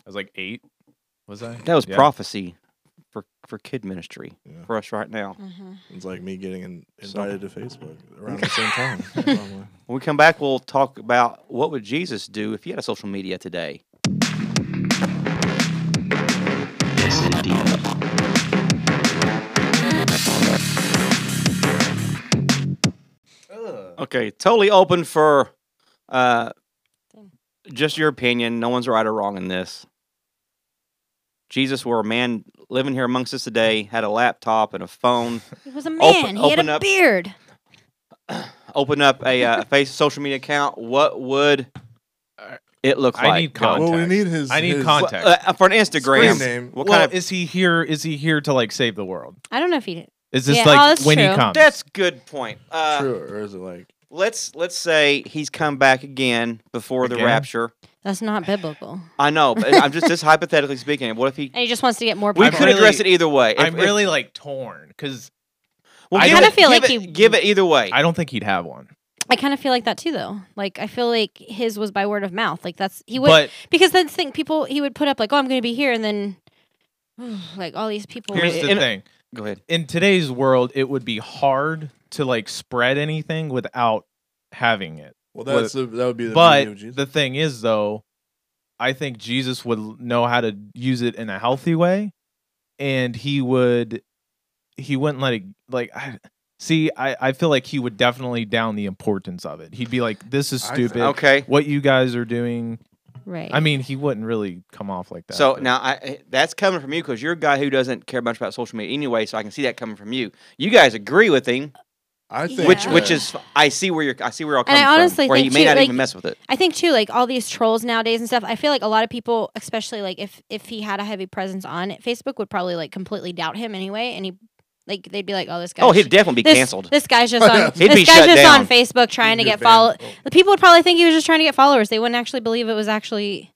[SPEAKER 5] was like eight. Was I?
[SPEAKER 3] That was
[SPEAKER 5] Yeah.
[SPEAKER 3] prophecy for for kid ministry
[SPEAKER 2] Yeah.
[SPEAKER 3] for us right now.
[SPEAKER 2] It's like me getting in,
[SPEAKER 3] So-
[SPEAKER 2] invited to Facebook around the same time. probably.
[SPEAKER 3] When we come back, we'll talk about what would Jesus do if he had a social media today. Okay, totally open for uh,
[SPEAKER 4] Thing.
[SPEAKER 3] just your opinion. No one's right or wrong in this. Jesus were a man living here amongst us today, had a laptop and a phone.
[SPEAKER 4] It was a man.
[SPEAKER 3] Open-
[SPEAKER 4] he had
[SPEAKER 3] open
[SPEAKER 4] a
[SPEAKER 3] up-
[SPEAKER 4] beard.
[SPEAKER 3] Open up a uh, face social media account. What would
[SPEAKER 5] Uh,
[SPEAKER 3] it look like?
[SPEAKER 5] I need
[SPEAKER 3] Go.
[SPEAKER 5] context.
[SPEAKER 2] Well, we need his.
[SPEAKER 5] I need
[SPEAKER 2] his,
[SPEAKER 5] context.
[SPEAKER 3] Uh, for an Instagram.
[SPEAKER 2] Screen name.
[SPEAKER 3] What
[SPEAKER 5] well,
[SPEAKER 3] kind of?
[SPEAKER 5] is he here? Is he here to like save the world?
[SPEAKER 4] I don't know if he did.
[SPEAKER 5] Is this
[SPEAKER 4] Yeah, oh,
[SPEAKER 5] like
[SPEAKER 4] that's
[SPEAKER 5] when he
[SPEAKER 4] true.
[SPEAKER 5] comes?
[SPEAKER 3] That's good point. Uh,
[SPEAKER 2] True, or is it like
[SPEAKER 3] Let's let's say he's come back again before the
[SPEAKER 5] Again?
[SPEAKER 3] rapture.
[SPEAKER 4] That's not biblical.
[SPEAKER 3] I know, but I'm just just hypothetically speaking. What if
[SPEAKER 4] [LAUGHS]
[SPEAKER 3] he?
[SPEAKER 4] And he just wants to get more
[SPEAKER 3] We
[SPEAKER 5] I'm
[SPEAKER 4] people.
[SPEAKER 3] could address it
[SPEAKER 5] really-
[SPEAKER 3] either way. If-
[SPEAKER 5] I'm
[SPEAKER 3] if-
[SPEAKER 5] really like torn because
[SPEAKER 3] Well,
[SPEAKER 5] I
[SPEAKER 3] give
[SPEAKER 5] kinda
[SPEAKER 3] it-
[SPEAKER 4] feel
[SPEAKER 3] give
[SPEAKER 4] like
[SPEAKER 3] it-
[SPEAKER 4] he-
[SPEAKER 3] give it either way.
[SPEAKER 5] I don't think he'd have one.
[SPEAKER 4] I kind of feel like that too, though. Like I feel like his was by word of mouth. Like that's he would
[SPEAKER 5] but
[SPEAKER 4] because then think people he would put up like, oh, I'm going to be here, and then [SIGHS] like all these people.
[SPEAKER 5] here's
[SPEAKER 3] in-
[SPEAKER 5] the
[SPEAKER 3] in-
[SPEAKER 5] thing:
[SPEAKER 3] Go ahead.
[SPEAKER 5] in today's world, it would be hard to like spread anything without having it.
[SPEAKER 2] well, that's the, that would be the beauty of
[SPEAKER 5] but
[SPEAKER 2] Jesus.
[SPEAKER 5] the thing is, though, I think Jesus would l- know how to use it in a healthy way, and he would, he wouldn't let it like. I, see, I I feel like he would definitely down the importance of it. He'd be like, "This is
[SPEAKER 2] I think-
[SPEAKER 5] stupid.
[SPEAKER 3] Okay.
[SPEAKER 5] What you guys are doing."
[SPEAKER 4] Right.
[SPEAKER 5] I mean, he wouldn't really come off like that.
[SPEAKER 3] So
[SPEAKER 5] but-
[SPEAKER 3] now I- I, that's coming from you because you're a guy who doesn't care much about social media anyway. So I can see that coming from you. You guys agree with him,
[SPEAKER 2] I think
[SPEAKER 3] which
[SPEAKER 4] Yeah.
[SPEAKER 3] which is I see where you're I see where all
[SPEAKER 4] And
[SPEAKER 3] coming
[SPEAKER 4] I honestly
[SPEAKER 3] from. Where he
[SPEAKER 4] think
[SPEAKER 3] may
[SPEAKER 4] too,
[SPEAKER 3] not
[SPEAKER 4] like-
[SPEAKER 3] even mess with it.
[SPEAKER 4] I think too, like all these trolls nowadays and stuff. I feel like a lot of people, especially like if if he had a heavy presence on Facebook, would probably like completely doubt him anyway, and he like they'd be like, oh, this guy.
[SPEAKER 3] Oh, he'd definitely be
[SPEAKER 4] this,
[SPEAKER 3] canceled.
[SPEAKER 4] This
[SPEAKER 3] [LAUGHS]
[SPEAKER 4] guy's just on.
[SPEAKER 3] He'd
[SPEAKER 4] this
[SPEAKER 3] be shut
[SPEAKER 4] guy's just
[SPEAKER 3] down.
[SPEAKER 4] on Facebook trying to
[SPEAKER 2] You're
[SPEAKER 4] get follow.
[SPEAKER 2] banned.
[SPEAKER 4] The people would probably think he was just trying to get followers. They wouldn't actually believe it was actually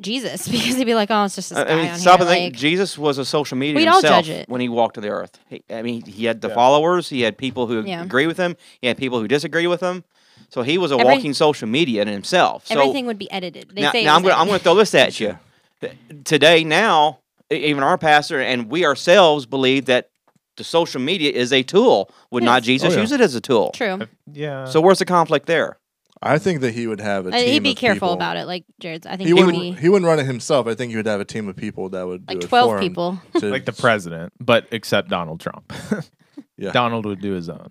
[SPEAKER 4] Jesus [LAUGHS] because he'd be like, oh, it's just this
[SPEAKER 3] I
[SPEAKER 4] guy
[SPEAKER 3] mean,
[SPEAKER 4] on
[SPEAKER 3] stop
[SPEAKER 4] here.
[SPEAKER 3] and think.
[SPEAKER 4] like-
[SPEAKER 3] Jesus was a social media
[SPEAKER 4] We'd all
[SPEAKER 3] himself
[SPEAKER 4] judge it.
[SPEAKER 3] when he walked to the earth. He, I mean, he had the
[SPEAKER 2] Yeah.
[SPEAKER 3] followers. He had people who
[SPEAKER 4] Yeah.
[SPEAKER 3] agree with him. He had people who disagree with him. So he was a
[SPEAKER 4] Every-
[SPEAKER 3] walking social media in himself. So
[SPEAKER 4] everything would be edited. They
[SPEAKER 3] now,
[SPEAKER 4] say
[SPEAKER 3] now
[SPEAKER 4] it
[SPEAKER 3] I'm
[SPEAKER 4] was
[SPEAKER 3] going I'm going to throw this at you. Th- Today, now, e- even our pastor and we ourselves believe that the social media is a tool. Would not
[SPEAKER 4] Yes.
[SPEAKER 3] Jesus
[SPEAKER 2] Oh, yeah.
[SPEAKER 3] use it as a tool?
[SPEAKER 4] edited. [LAUGHS] true.
[SPEAKER 5] yeah.
[SPEAKER 3] So where's the conflict there?
[SPEAKER 2] I think that he would have a.
[SPEAKER 4] And
[SPEAKER 2] team
[SPEAKER 4] Uh, he'd be
[SPEAKER 2] of
[SPEAKER 4] careful
[SPEAKER 2] people.
[SPEAKER 4] about it, like Jared's. I think
[SPEAKER 2] He
[SPEAKER 4] would
[SPEAKER 2] wouldn't.
[SPEAKER 4] be
[SPEAKER 2] He wouldn't run it himself. I think he would have a team of people that would
[SPEAKER 4] like
[SPEAKER 2] do it for
[SPEAKER 4] twelve
[SPEAKER 2] him
[SPEAKER 4] people.
[SPEAKER 2] to-
[SPEAKER 5] like the president, but except Donald Trump. [LAUGHS]
[SPEAKER 2] Yeah.
[SPEAKER 5] Donald would do his own.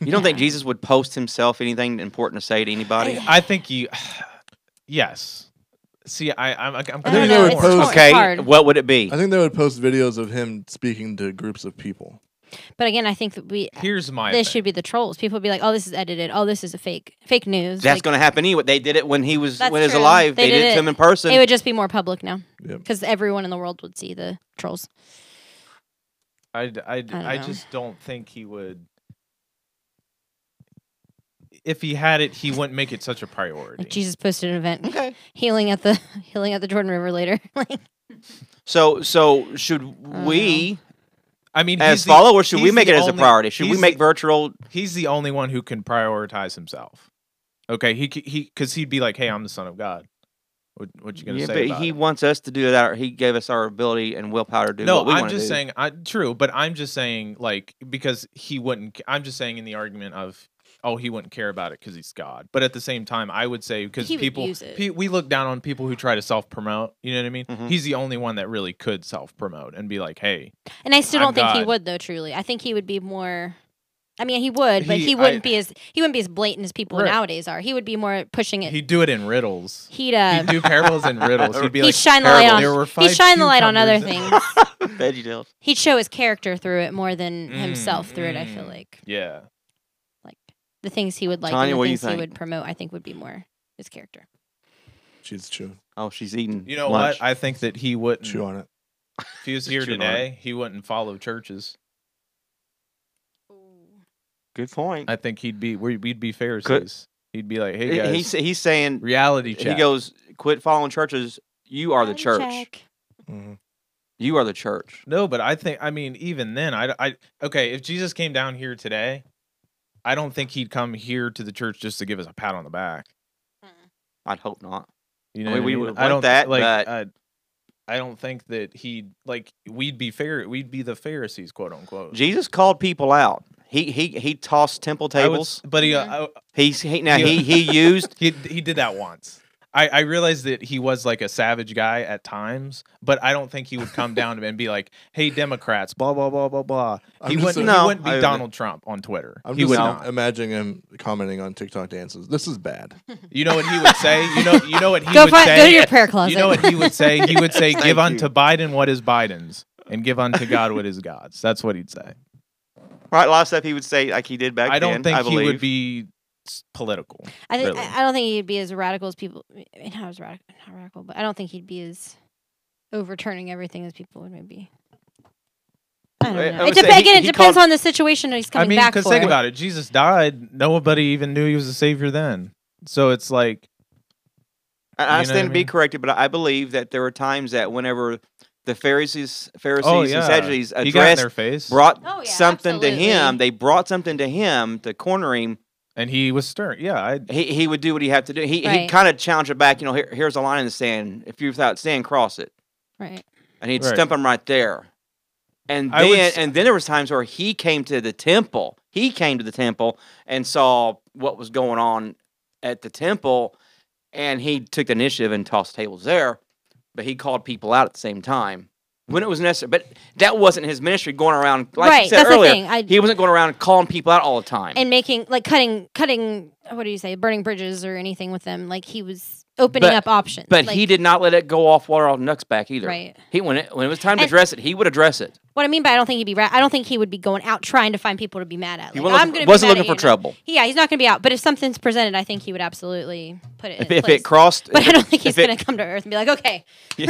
[SPEAKER 3] You don't think Jesus would post himself anything important to say to anybody?
[SPEAKER 5] I think you. [SIGHS] Yes. See, I, I'm. I'm
[SPEAKER 4] I
[SPEAKER 5] kinda
[SPEAKER 4] don't know.
[SPEAKER 2] would
[SPEAKER 4] It's,
[SPEAKER 5] torn.
[SPEAKER 2] post-
[SPEAKER 4] hard-
[SPEAKER 3] Okay,
[SPEAKER 4] hard.
[SPEAKER 3] what would it be?
[SPEAKER 2] I think they would post videos of him speaking to groups of people.
[SPEAKER 4] But again, I think that we
[SPEAKER 5] Here's my.
[SPEAKER 4] this
[SPEAKER 5] thing.
[SPEAKER 4] should be the trolls. People be like, "Oh, this is edited. Oh, this is a fake fake news."
[SPEAKER 3] That's
[SPEAKER 4] Like,
[SPEAKER 3] going to happen anyway. They did it when he was
[SPEAKER 4] That's
[SPEAKER 3] when he was
[SPEAKER 4] true.
[SPEAKER 3] alive. They,
[SPEAKER 4] They
[SPEAKER 3] did,
[SPEAKER 4] did
[SPEAKER 3] it to
[SPEAKER 4] it.
[SPEAKER 3] him in person.
[SPEAKER 4] It would just be more public now
[SPEAKER 2] Yep.
[SPEAKER 4] because everyone in the world would see the trolls.
[SPEAKER 5] I, d- I d-
[SPEAKER 4] don't
[SPEAKER 5] I
[SPEAKER 4] know.
[SPEAKER 5] just don't think he would. If he had it, he wouldn't make it such a priority.
[SPEAKER 4] Like Jesus posted an event
[SPEAKER 3] okay.
[SPEAKER 4] [LAUGHS] healing at the healing at the Jordan River later. [LAUGHS] like,
[SPEAKER 3] So so should we
[SPEAKER 5] I mean,
[SPEAKER 3] as
[SPEAKER 5] he's the-
[SPEAKER 3] followers should we
[SPEAKER 5] he's
[SPEAKER 3] make
[SPEAKER 5] the
[SPEAKER 3] it as a
[SPEAKER 5] only-
[SPEAKER 3] priority? Should we
[SPEAKER 5] he's
[SPEAKER 3] make
[SPEAKER 5] the-
[SPEAKER 3] virtual?
[SPEAKER 5] he's the only one who can prioritize himself. Okay, he c- he because he'd be like, "Hey, I'm the son of God," What, what you gonna
[SPEAKER 3] yeah,
[SPEAKER 5] say?
[SPEAKER 3] but
[SPEAKER 5] about
[SPEAKER 3] he
[SPEAKER 5] it?
[SPEAKER 3] wants us to do that. He gave us our ability and willpower to do.
[SPEAKER 5] No,
[SPEAKER 3] what we
[SPEAKER 5] I'm
[SPEAKER 3] wanna
[SPEAKER 5] just
[SPEAKER 3] do.
[SPEAKER 5] saying. I true, but I'm just saying like because he wouldn't. I'm just saying in the argument of oh he wouldn't care about it because he's God. But at the same time, I would say because
[SPEAKER 4] He would
[SPEAKER 5] people
[SPEAKER 4] use it.
[SPEAKER 5] pe- we look down on people who try to self promote. You know what I mean?
[SPEAKER 3] Mhm.
[SPEAKER 5] He's the only one that really could self promote and be like, hey,
[SPEAKER 4] And I still
[SPEAKER 5] I'm
[SPEAKER 4] don't think he
[SPEAKER 5] God.
[SPEAKER 4] would though. Truly, I think he would be more. I mean, he would, but
[SPEAKER 5] He-
[SPEAKER 4] he, wouldn't
[SPEAKER 5] I-
[SPEAKER 4] be as he wouldn't be as blatant as people
[SPEAKER 5] Right.
[SPEAKER 4] nowadays are. He would be more pushing it.
[SPEAKER 5] he'd do it in ridibles.
[SPEAKER 4] He'd uh,
[SPEAKER 5] he'd do parables and riddles.
[SPEAKER 3] [LAUGHS]
[SPEAKER 5] He'd be
[SPEAKER 4] he'd
[SPEAKER 5] like,
[SPEAKER 4] shine the light
[SPEAKER 5] "Parable,
[SPEAKER 4] on.
[SPEAKER 5] there were
[SPEAKER 4] He'd
[SPEAKER 5] five
[SPEAKER 4] shine the light on other
[SPEAKER 5] cucumbers in-"
[SPEAKER 4] things.
[SPEAKER 3] [LAUGHS]
[SPEAKER 5] [LAUGHS]
[SPEAKER 3] Veggie Tales.
[SPEAKER 4] he'd show his character through it more than
[SPEAKER 5] Mm,
[SPEAKER 4] himself through it. I feel
[SPEAKER 5] mm.
[SPEAKER 4] like
[SPEAKER 5] Yeah.
[SPEAKER 4] like the things he would like
[SPEAKER 3] Tanya,
[SPEAKER 4] and the
[SPEAKER 3] what do you
[SPEAKER 4] things he
[SPEAKER 3] think?
[SPEAKER 4] would promote. I think would be more his character.
[SPEAKER 2] She's chewing.
[SPEAKER 3] Oh, she's eating.
[SPEAKER 5] You know
[SPEAKER 3] lunch.
[SPEAKER 5] what? I think that he wouldn't.
[SPEAKER 2] Chew on it.
[SPEAKER 5] If he was
[SPEAKER 3] Just
[SPEAKER 5] here
[SPEAKER 3] chewing on it.
[SPEAKER 5] today, he wouldn't follow churches.
[SPEAKER 3] Good point.
[SPEAKER 5] I think he'd be we- we'd be Pharisees. He'd be like, hey
[SPEAKER 3] He-
[SPEAKER 5] guys,
[SPEAKER 3] he's he's saying
[SPEAKER 5] reality
[SPEAKER 3] he
[SPEAKER 5] check.
[SPEAKER 3] goes, quit following churches. You are the
[SPEAKER 4] Body
[SPEAKER 3] church.
[SPEAKER 4] check.
[SPEAKER 2] Mhm.
[SPEAKER 3] You are the church.
[SPEAKER 5] no, but I think I mean even then I, I okay if Jesus came down here today, I don't think he'd come here to the church just to give us a pat on the back.
[SPEAKER 3] I'd hope not.
[SPEAKER 5] You know,
[SPEAKER 3] We-
[SPEAKER 5] what I
[SPEAKER 3] we
[SPEAKER 5] mean?
[SPEAKER 3] would
[SPEAKER 5] I
[SPEAKER 3] want
[SPEAKER 5] don't thi-
[SPEAKER 3] that,
[SPEAKER 5] like.
[SPEAKER 3] but-
[SPEAKER 5] I, I don't think that he'd like we'd be fair. We'd be the Pharisees, quote unquote.
[SPEAKER 3] Jesus called people out. He he he tossed temple
[SPEAKER 5] I would
[SPEAKER 3] tables.
[SPEAKER 5] s- but he uh, I-
[SPEAKER 3] He's he, now
[SPEAKER 5] Yeah.
[SPEAKER 3] he
[SPEAKER 5] [LAUGHS]
[SPEAKER 3] he used
[SPEAKER 5] he he did that once. I, I realized that he was like a savage guy at times, but I don't think he would come down and be like, "Hey, Democrats, blah blah blah blah blah."
[SPEAKER 2] I'm
[SPEAKER 5] He
[SPEAKER 2] just
[SPEAKER 5] wouldn't,
[SPEAKER 2] saying-
[SPEAKER 5] he
[SPEAKER 3] No,
[SPEAKER 5] wouldn't be
[SPEAKER 3] I-
[SPEAKER 5] Donald Trump on Twitter.
[SPEAKER 2] I'm
[SPEAKER 5] he
[SPEAKER 2] just
[SPEAKER 5] would
[SPEAKER 2] im-
[SPEAKER 5] not.
[SPEAKER 2] imagining him commenting on TikTok dances. This is bad.
[SPEAKER 5] You know what he would say? You know you know what he
[SPEAKER 4] Go
[SPEAKER 5] would
[SPEAKER 4] find,
[SPEAKER 5] say?
[SPEAKER 4] go to your prayer closet.
[SPEAKER 5] you know what he would say? He would say,
[SPEAKER 3] Thank
[SPEAKER 5] "Give
[SPEAKER 3] you.
[SPEAKER 5] unto Biden what is Biden's, and give unto God what is God's." That's what he'd say.
[SPEAKER 3] right a lot of stuff. He would say like he did back
[SPEAKER 5] I
[SPEAKER 3] then.
[SPEAKER 5] don't think
[SPEAKER 3] I
[SPEAKER 5] he
[SPEAKER 3] believe.
[SPEAKER 5] would be s- political.
[SPEAKER 4] [LAUGHS] I think
[SPEAKER 5] really.
[SPEAKER 4] I, I don't think he'd be as radical as people. I mean, not as radical, not radical, but I don't think he'd be as overturning everything as people would maybe. I
[SPEAKER 3] I- I
[SPEAKER 4] don't know.
[SPEAKER 3] would
[SPEAKER 4] It
[SPEAKER 3] say
[SPEAKER 4] dep-
[SPEAKER 3] he-
[SPEAKER 4] again, it
[SPEAKER 3] he
[SPEAKER 4] depends
[SPEAKER 3] called-
[SPEAKER 4] on the situation he's coming
[SPEAKER 5] I mean,
[SPEAKER 4] back for.
[SPEAKER 5] because think about it. Jesus died. Nobody even knew he was a savior then. So it's like,
[SPEAKER 3] I-
[SPEAKER 5] You know
[SPEAKER 3] I
[SPEAKER 5] what
[SPEAKER 3] stand
[SPEAKER 5] I
[SPEAKER 3] to be
[SPEAKER 5] mean?
[SPEAKER 3] corrected, but I believe that there were times that whenever the Pharisees, Pharisees
[SPEAKER 5] oh yeah,
[SPEAKER 3] and Sadducees
[SPEAKER 5] he got in
[SPEAKER 3] addressed,
[SPEAKER 5] their face,
[SPEAKER 3] brought
[SPEAKER 4] Oh, yeah,
[SPEAKER 3] something to him.
[SPEAKER 4] absolutely.
[SPEAKER 3] They brought something to him to corner him.
[SPEAKER 5] and he was stern. Yeah, I,
[SPEAKER 3] He, he would do what he had to do. He he
[SPEAKER 4] Right.
[SPEAKER 3] kind of challenged it back. You know, here, here's a line in the sand. If you're without sin, cross it.
[SPEAKER 4] right.
[SPEAKER 3] and he'd
[SPEAKER 5] Right.
[SPEAKER 3] stump him right there. And
[SPEAKER 5] I would
[SPEAKER 3] then,
[SPEAKER 5] s-
[SPEAKER 3] and then there was times where he came to the temple. He came to the temple and saw what was going on at the temple, and he took the initiative and tossed tables there. But he called people out at the same time when it was necessary. But that wasn't his ministry going around. Like
[SPEAKER 4] right.
[SPEAKER 3] you said
[SPEAKER 4] That's
[SPEAKER 3] earlier,
[SPEAKER 4] the thing. I,
[SPEAKER 3] he wasn't going around calling people out all the time.
[SPEAKER 4] and making like cutting cutting what do you say burning bridges or anything with them. Like he was opening
[SPEAKER 3] But-
[SPEAKER 4] up options.
[SPEAKER 3] but he
[SPEAKER 4] like-
[SPEAKER 3] did not let it go off water off Nuck's back either.
[SPEAKER 4] Right.
[SPEAKER 3] He when it, when it was time to
[SPEAKER 4] And-
[SPEAKER 3] address it, he would address it.
[SPEAKER 4] What I mean by I don't think he'd be. Ra- I don't think he would be going out trying to find people to be mad at. Like,
[SPEAKER 3] He wasn't
[SPEAKER 4] I'm
[SPEAKER 3] looking,
[SPEAKER 4] gonna
[SPEAKER 3] wasn't
[SPEAKER 4] be mad
[SPEAKER 3] looking for
[SPEAKER 4] at you.
[SPEAKER 3] trouble.
[SPEAKER 4] Yeah, he's not going to be out. But if something's presented, I think he would absolutely put it.
[SPEAKER 3] If,
[SPEAKER 4] in
[SPEAKER 3] if
[SPEAKER 4] place.
[SPEAKER 3] it crossed,
[SPEAKER 4] [LAUGHS] But
[SPEAKER 3] if
[SPEAKER 4] I
[SPEAKER 3] it-
[SPEAKER 4] don't think he's
[SPEAKER 3] if it-
[SPEAKER 4] going to come to Earth and be like, okay,
[SPEAKER 3] if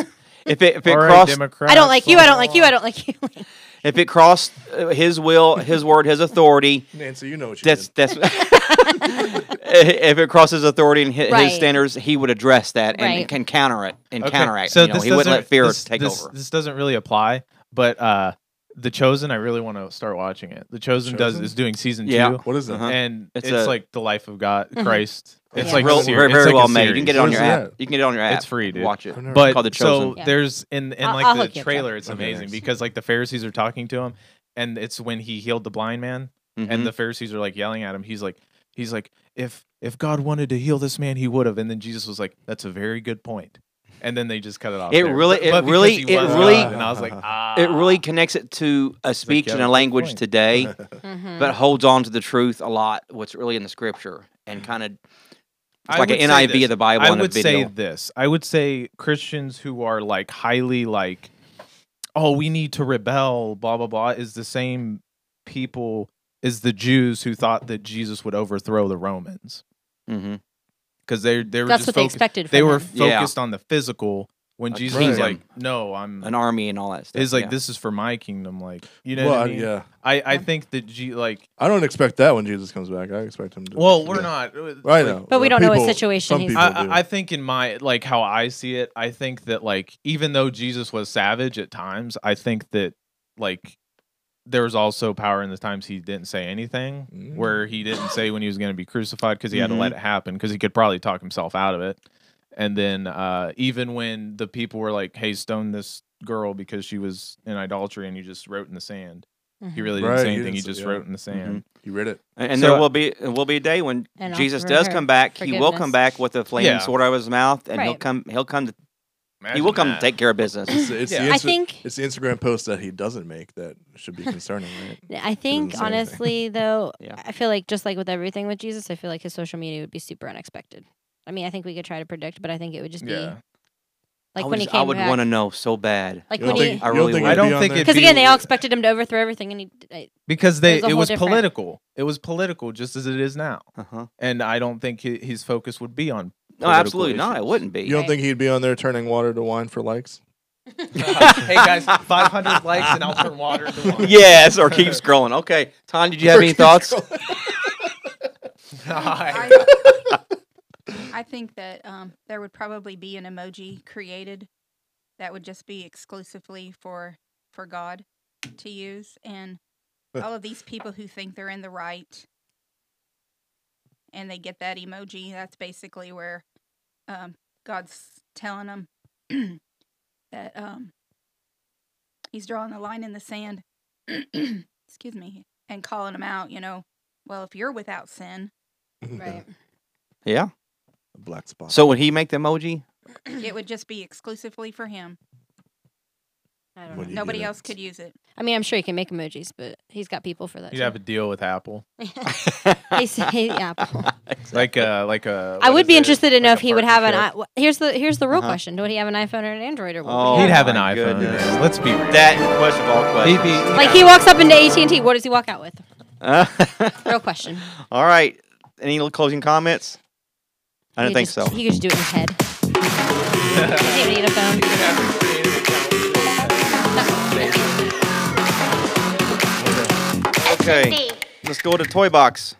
[SPEAKER 3] it if it
[SPEAKER 5] all right,
[SPEAKER 3] crossed
[SPEAKER 5] Democrats,
[SPEAKER 4] I don't like you, I don't like you, I don't like you. [LAUGHS]
[SPEAKER 3] if it crossed uh, his will, his word, his authority,
[SPEAKER 2] [LAUGHS] Nancy, you know what you
[SPEAKER 3] that's
[SPEAKER 2] did.
[SPEAKER 3] that's [LAUGHS] if it crosses authority and his,
[SPEAKER 4] Right.
[SPEAKER 3] his standards, he would address that and
[SPEAKER 4] Right.
[SPEAKER 3] can counter it and
[SPEAKER 5] Okay,
[SPEAKER 3] counteract. you know, he
[SPEAKER 5] doesn't-
[SPEAKER 3] wouldn't let fear
[SPEAKER 5] this-
[SPEAKER 3] take
[SPEAKER 5] this-
[SPEAKER 3] over.
[SPEAKER 5] This doesn't really apply, but uh, the Chosen. I really want to start watching it. The Chosen, does
[SPEAKER 2] Chosen?
[SPEAKER 5] is doing season
[SPEAKER 3] Yeah.
[SPEAKER 5] two,
[SPEAKER 2] What is that?
[SPEAKER 3] Uh-huh.
[SPEAKER 5] and
[SPEAKER 3] It's
[SPEAKER 5] it's,
[SPEAKER 3] a-
[SPEAKER 5] like the life of God, Christ.
[SPEAKER 4] Mm-hmm.
[SPEAKER 5] It's
[SPEAKER 4] Yeah.
[SPEAKER 5] like a
[SPEAKER 3] Real,
[SPEAKER 5] seri-
[SPEAKER 3] very,
[SPEAKER 5] it's
[SPEAKER 3] very
[SPEAKER 5] like a
[SPEAKER 3] well made. You can
[SPEAKER 5] series.
[SPEAKER 3] get it on
[SPEAKER 2] Where's
[SPEAKER 3] your
[SPEAKER 2] it
[SPEAKER 3] app.
[SPEAKER 2] at?
[SPEAKER 3] You can get it on your app.
[SPEAKER 5] It's free, dude.
[SPEAKER 3] Watch it.
[SPEAKER 2] I've never-
[SPEAKER 5] but
[SPEAKER 3] called The
[SPEAKER 5] so
[SPEAKER 3] Chosen.
[SPEAKER 4] Yeah.
[SPEAKER 5] there's in in
[SPEAKER 4] I'll-
[SPEAKER 5] like
[SPEAKER 4] I'll
[SPEAKER 5] the
[SPEAKER 4] hook you up,
[SPEAKER 5] trailer,
[SPEAKER 4] Jeff.
[SPEAKER 5] it's
[SPEAKER 2] Okay,
[SPEAKER 5] amazing
[SPEAKER 2] nice.
[SPEAKER 5] because like the Pharisees are talking to him, and it's when he healed the blind man,
[SPEAKER 3] Mhm.
[SPEAKER 5] and the Pharisees are like yelling at him. He's like, he's like, if if God wanted to heal this man, he would have. And then Jesus was like, that's a very good point. And then they just cut it off.
[SPEAKER 3] It
[SPEAKER 5] there.
[SPEAKER 3] really- it
[SPEAKER 5] But because
[SPEAKER 3] really-
[SPEAKER 5] he
[SPEAKER 3] it
[SPEAKER 5] was
[SPEAKER 2] really-
[SPEAKER 5] God, and I was like, ah,
[SPEAKER 3] [LAUGHS] it really connects it to a speech
[SPEAKER 5] yeah,
[SPEAKER 3] and
[SPEAKER 5] that's a
[SPEAKER 3] a
[SPEAKER 5] good
[SPEAKER 3] language
[SPEAKER 5] point.
[SPEAKER 3] today,
[SPEAKER 4] Mhm.
[SPEAKER 3] but holds on to the truth a lot. What's really in the scripture and kind of
[SPEAKER 5] "Ah." I
[SPEAKER 3] it's like
[SPEAKER 5] would say
[SPEAKER 3] an NIV
[SPEAKER 5] this.
[SPEAKER 3] of the Bible
[SPEAKER 5] I
[SPEAKER 3] and
[SPEAKER 5] would
[SPEAKER 3] a video.
[SPEAKER 5] say this. I would say Christians who are like highly like, oh, we need to rebel, blah blah blah, is the same people is the Jews who thought that Jesus would overthrow the Romans
[SPEAKER 3] hmm
[SPEAKER 5] because they they were
[SPEAKER 4] That's
[SPEAKER 5] just
[SPEAKER 4] what they
[SPEAKER 5] focused-
[SPEAKER 4] expected.
[SPEAKER 5] they
[SPEAKER 4] from
[SPEAKER 5] were
[SPEAKER 4] him.
[SPEAKER 3] Yeah.
[SPEAKER 5] focused on the physical when
[SPEAKER 3] A
[SPEAKER 5] Jesus was
[SPEAKER 2] kingdom.
[SPEAKER 5] like, no, I'm.
[SPEAKER 3] an army and all that stuff.
[SPEAKER 5] Is like
[SPEAKER 3] yeah.
[SPEAKER 5] this is for my kingdom, like you know.
[SPEAKER 2] Well,
[SPEAKER 5] what I
[SPEAKER 2] I-
[SPEAKER 5] mean?
[SPEAKER 2] yeah.
[SPEAKER 5] I, I
[SPEAKER 4] Yeah.
[SPEAKER 5] think that G like
[SPEAKER 2] I don't expect that when Jesus comes back. I expect him to.
[SPEAKER 5] well we're
[SPEAKER 2] yeah.
[SPEAKER 5] not. uh,
[SPEAKER 2] I
[SPEAKER 5] like,
[SPEAKER 2] know.
[SPEAKER 4] But
[SPEAKER 2] Well,
[SPEAKER 4] we don't know what
[SPEAKER 2] people-
[SPEAKER 4] situation
[SPEAKER 2] some
[SPEAKER 4] he's
[SPEAKER 2] people
[SPEAKER 5] I,
[SPEAKER 2] do.
[SPEAKER 5] I I think in my like how I see it, I think that like even though Jesus was savage at times, I think that like there was also power in the times he didn't say anything,
[SPEAKER 2] Mm. Mm-hmm.
[SPEAKER 5] where he didn't say when he was going to be crucified because he had
[SPEAKER 3] Mhm.
[SPEAKER 5] to let it happen because he could probably talk himself out of it. And then uh, even when the people were like, "Hey, stone this girl because she was in idolatry," and you just wrote in the sand.
[SPEAKER 3] Mm-hmm.
[SPEAKER 5] He really didn't
[SPEAKER 2] Right,
[SPEAKER 5] say
[SPEAKER 2] you
[SPEAKER 5] anything.
[SPEAKER 2] didn't
[SPEAKER 5] He
[SPEAKER 2] say-
[SPEAKER 5] just
[SPEAKER 2] yeah.
[SPEAKER 5] wrote in the sand.
[SPEAKER 2] You read it.
[SPEAKER 3] And, and
[SPEAKER 5] So-
[SPEAKER 3] there will be there will be a day when
[SPEAKER 4] And
[SPEAKER 3] Jesus
[SPEAKER 4] offer
[SPEAKER 3] does
[SPEAKER 4] her
[SPEAKER 3] come back. He will come
[SPEAKER 4] forgiveness.
[SPEAKER 3] back with a flaming
[SPEAKER 5] Yeah.
[SPEAKER 3] sword out of his mouth, and he'll
[SPEAKER 4] Right.
[SPEAKER 3] come. He'll come. To, he
[SPEAKER 5] Imagine
[SPEAKER 3] will come
[SPEAKER 5] that.
[SPEAKER 3] to take care of
[SPEAKER 4] [LAUGHS]
[SPEAKER 3] business.
[SPEAKER 2] It's, it's
[SPEAKER 5] Yeah.
[SPEAKER 2] the
[SPEAKER 4] I
[SPEAKER 2] Insta-
[SPEAKER 4] think
[SPEAKER 2] it's the Instagram post that he doesn't make that should be concerning, right?
[SPEAKER 4] I think
[SPEAKER 2] say anything.
[SPEAKER 4] honestly though,
[SPEAKER 3] Yeah.
[SPEAKER 4] I feel like just like with everything with Jesus, I feel like his social media would be super unexpected. I mean, I think we could try to predict, but I think it would just be
[SPEAKER 5] Yeah.
[SPEAKER 3] I
[SPEAKER 4] like
[SPEAKER 3] would,
[SPEAKER 4] when he
[SPEAKER 3] just-
[SPEAKER 4] came
[SPEAKER 3] I would
[SPEAKER 4] back. [LAUGHS]
[SPEAKER 3] want to know so bad.
[SPEAKER 4] like
[SPEAKER 2] You
[SPEAKER 4] when
[SPEAKER 2] don't
[SPEAKER 4] he,
[SPEAKER 2] think-
[SPEAKER 3] I
[SPEAKER 2] you
[SPEAKER 3] really
[SPEAKER 2] don't think
[SPEAKER 3] would.
[SPEAKER 2] it'd
[SPEAKER 5] I
[SPEAKER 2] be
[SPEAKER 5] don't
[SPEAKER 2] on
[SPEAKER 5] think
[SPEAKER 2] there?
[SPEAKER 5] it'd
[SPEAKER 4] because
[SPEAKER 5] be-
[SPEAKER 4] again, they all expected him to overthrow everything, and he. I,
[SPEAKER 5] because they
[SPEAKER 4] There's a
[SPEAKER 5] it
[SPEAKER 4] whole
[SPEAKER 5] was
[SPEAKER 4] different-
[SPEAKER 5] political. It was political, just as it is now.
[SPEAKER 3] Uh-huh.
[SPEAKER 5] And I don't think hi- his focus would be on.
[SPEAKER 3] No,
[SPEAKER 5] political
[SPEAKER 3] absolutely not. It
[SPEAKER 5] issues.
[SPEAKER 3] wouldn't be. [LAUGHS]
[SPEAKER 2] You don't think he'd be on there turning water to wine for likes?
[SPEAKER 5] [LAUGHS] hey guys, 500 likes and I'll turn water into [LAUGHS] wine.
[SPEAKER 3] yes, or keep scrolling. Okay, Ton, did you have any thoughts?
[SPEAKER 5] Hi.
[SPEAKER 6] I, I think that um, there would probably be an emoji created that would just be exclusively for for God to use, and all of these people who think they're in the right, and they get that emoji. That's basically where um, God's telling them [CLEARS THROAT] that um, He's drawing a line in the sand. [CLEARS THROAT] excuse me, and calling them out. You know, well, if you're without sin,
[SPEAKER 4] [LAUGHS] right.
[SPEAKER 3] [LAUGHS] Yeah.
[SPEAKER 2] Black spot.
[SPEAKER 3] So would he make the [LAUGHS] emoji? [CLEARS THROAT]
[SPEAKER 6] it would just be exclusively for him.
[SPEAKER 4] I
[SPEAKER 2] What
[SPEAKER 4] don't know.
[SPEAKER 2] do you
[SPEAKER 6] Nobody
[SPEAKER 2] get it.
[SPEAKER 6] else could use it.
[SPEAKER 4] I mean, I'm sure he can make emojis, but he's got people for that.
[SPEAKER 5] You'd have a deal with Apple,
[SPEAKER 4] [LAUGHS] They say Apple.
[SPEAKER 5] like a like a.
[SPEAKER 4] I
[SPEAKER 5] what
[SPEAKER 4] would
[SPEAKER 5] is
[SPEAKER 4] be
[SPEAKER 5] it?
[SPEAKER 4] interested to know
[SPEAKER 5] Like
[SPEAKER 4] if
[SPEAKER 5] a
[SPEAKER 4] he would have an. I,
[SPEAKER 5] partnership?
[SPEAKER 4] wh- here's the here's the real
[SPEAKER 3] Uh-huh.
[SPEAKER 4] question: Would he have an iPhone or an Android or what?
[SPEAKER 3] Oh.
[SPEAKER 5] He'd have an
[SPEAKER 3] my
[SPEAKER 5] iPhone.
[SPEAKER 3] goodness.
[SPEAKER 5] Let's be real.
[SPEAKER 3] that question of all
[SPEAKER 5] He'd
[SPEAKER 3] questions.
[SPEAKER 5] be-
[SPEAKER 4] Like he walks up into AT and T. What does he walk out with? Real question.
[SPEAKER 3] [LAUGHS] all right. Any little closing comments? I
[SPEAKER 4] He
[SPEAKER 3] don't
[SPEAKER 4] could
[SPEAKER 3] think
[SPEAKER 4] just-
[SPEAKER 3] so.
[SPEAKER 4] He could just do it in his head. Doesn't even need a phone. [LAUGHS]
[SPEAKER 3] Okay. Let's go to Toy Box.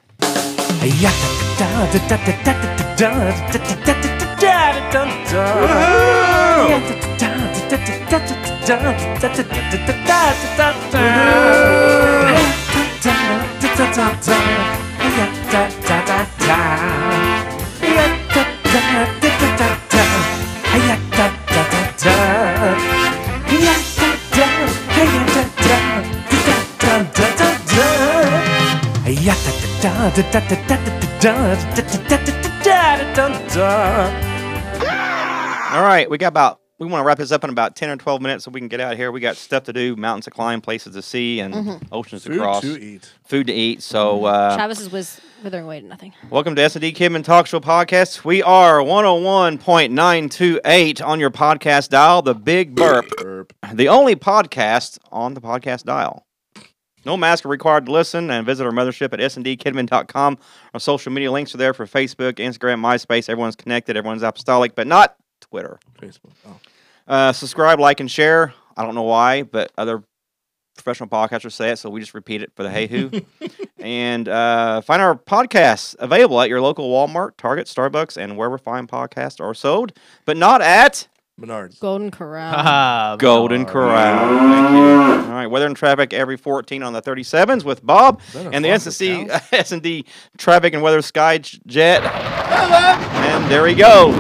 [SPEAKER 3] All right, we got about. We want to wrap this up in about ten or twelve minutes so we can get out of here. We got stuff to do, mountains to climb, places to see, and oceans to
[SPEAKER 2] Food
[SPEAKER 3] cross,
[SPEAKER 2] to eat. Mm-hmm.
[SPEAKER 3] food to eat. So, uh,
[SPEAKER 4] Travis's was withering away to nothing.
[SPEAKER 3] welcome to S and D Kidman Talk Show podcast. We are one hundred one point nine two eight on your podcast dial. The Big Burp,
[SPEAKER 2] Burp.
[SPEAKER 3] the only podcast on the podcast dial. No mask are required to listen and visit our mothership at sndkidman.com. Our social media links are there for Facebook, Instagram, MySpace. Everyone's connected. Everyone's apostolic, but not Twitter.
[SPEAKER 2] Facebook. Oh.
[SPEAKER 3] Uh, subscribe, like, and share. I don't know why, but other professional podcasters say it, so we just repeat it for the hey who. and uh, find our podcasts available at your local Walmart, Target, Starbucks, and wherever fine podcasts are sold, but not at
[SPEAKER 2] Menards.
[SPEAKER 3] [LAUGHS]
[SPEAKER 4] Golden Corral.
[SPEAKER 5] Ah,
[SPEAKER 3] Golden
[SPEAKER 5] Bernard.
[SPEAKER 3] Corral. Thank you. All right, weather and traffic every 14 on the 37s with Bob
[SPEAKER 2] that a
[SPEAKER 3] and the
[SPEAKER 2] Fox
[SPEAKER 3] S&D, [LAUGHS] S&D Traffic and Weather Sky J- Jet. And there he goes.